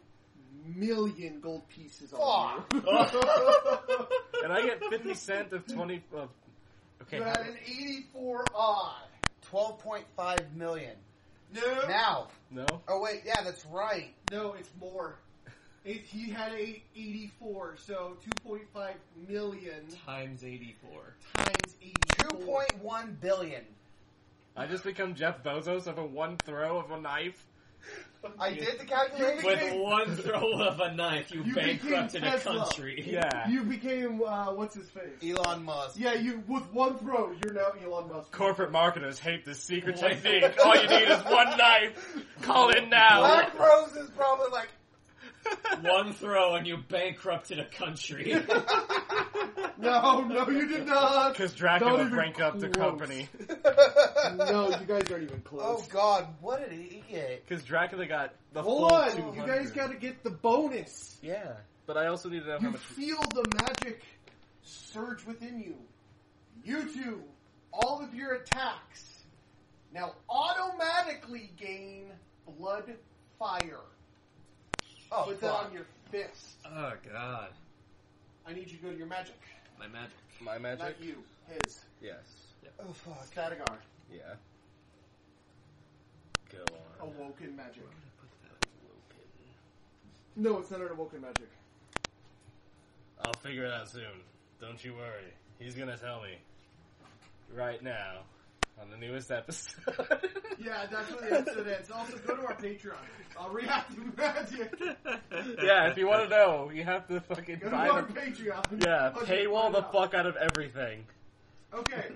million gold pieces on Fuck. you. And I get 50 cent of 20. Of, okay, You how- had an eighty-four odd. Twelve point five million. No, Now, no? oh wait, yeah, that's right. no, it's more. It, he had a eighty-four, so two point five million Times 84. times eighty-four. Two point one billion. I just become Jeff Bezos of a one throw of a knife. I did the calculation. With one throw of a knife, you, You became bankrupted a Tesla. country. Yeah. You became uh, what's his face? Elon Musk. Yeah, you with one throw, you're now Elon Musk. Corporate marketers hate this secret technique. All you need is one knife. Call in now. Black Rose is probably like One throw and you bankrupted a country. No, no, you did not. Because Not Dracula even break up the close. company. No, you guys aren't even Oh close. god, what did he get? Because Dracula got the Hold full on, you 200. guys got to get the bonus. Yeah. But I also need to know how You much. feel the magic surge within you. You two all of your attacks now automatically gain blood fire. Oh, Put that fuck. on your fist. Oh god, I need you to go to your magic. my magic. My magic? Not you, his. Yes. Oh, fuck. Statigar. Yeah. Go on. Awoken magic. Put that on No, it's not an awoken magic. I'll figure it out soon. Don't you worry. He's gonna tell me. Right now. On the newest episode. Yeah, that's what the episode ends. Also, go to our Patreon. I'll reactivate magic. low pin. yeah, if you wanna know, you have to fucking Go to buy our the Patreon. Yeah, I'll just paywall put it the up. fuck out of everything. Okay.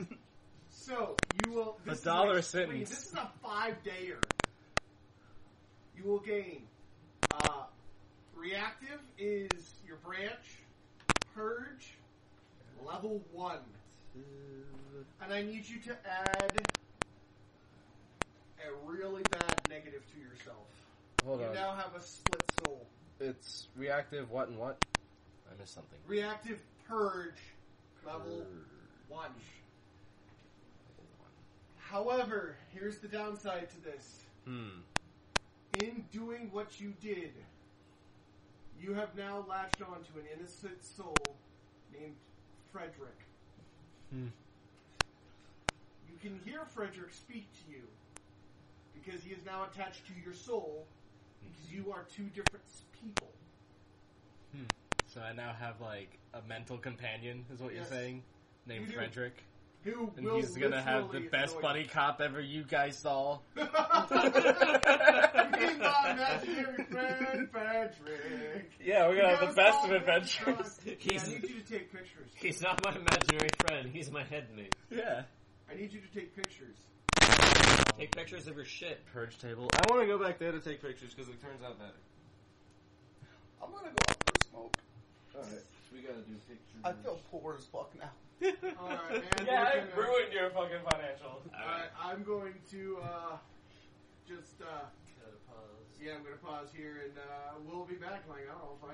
So you will The this is dollar like- sentence. wait, this is a five dayer. You will gain. Uh, reactive is your branch, purge, level one, and I need you to add a really bad negative to yourself. Hold you on. now have a split soul. It's reactive what and what? I missed something. Reactive purge, level one. However, here's the downside to this. Hmm. in doing what you did, you have now latched onto an innocent soul named Frederick. Hmm. You can hear Frederick speak to you because he is now attached to your soul because you are two different s- people. So I now have like a mental companion, is what Yes. you're saying, named You do. Frederick, Who and will he's gonna have the literally best annoy buddy you. cop ever you guys saw. He's my imaginary friend, Frederick. Yeah, we're gonna have the Goes best of on and adventures. on. Yeah, I He's need you to take pictures. he's not my imaginary friend. He's my head mate. yeah. I need you to take pictures. Take pictures of your shit. Purge table. I want to go back there to take pictures because it turns out better. I'm gonna go out for a smoke. Alright. We gotta do pictures. I feel poor as fuck now. All right, man. We're gonna- your fucking financial. Alright, I'm going to uh, just uh, yeah, I'm going to pause here, and uh, we'll be back in like I don't know five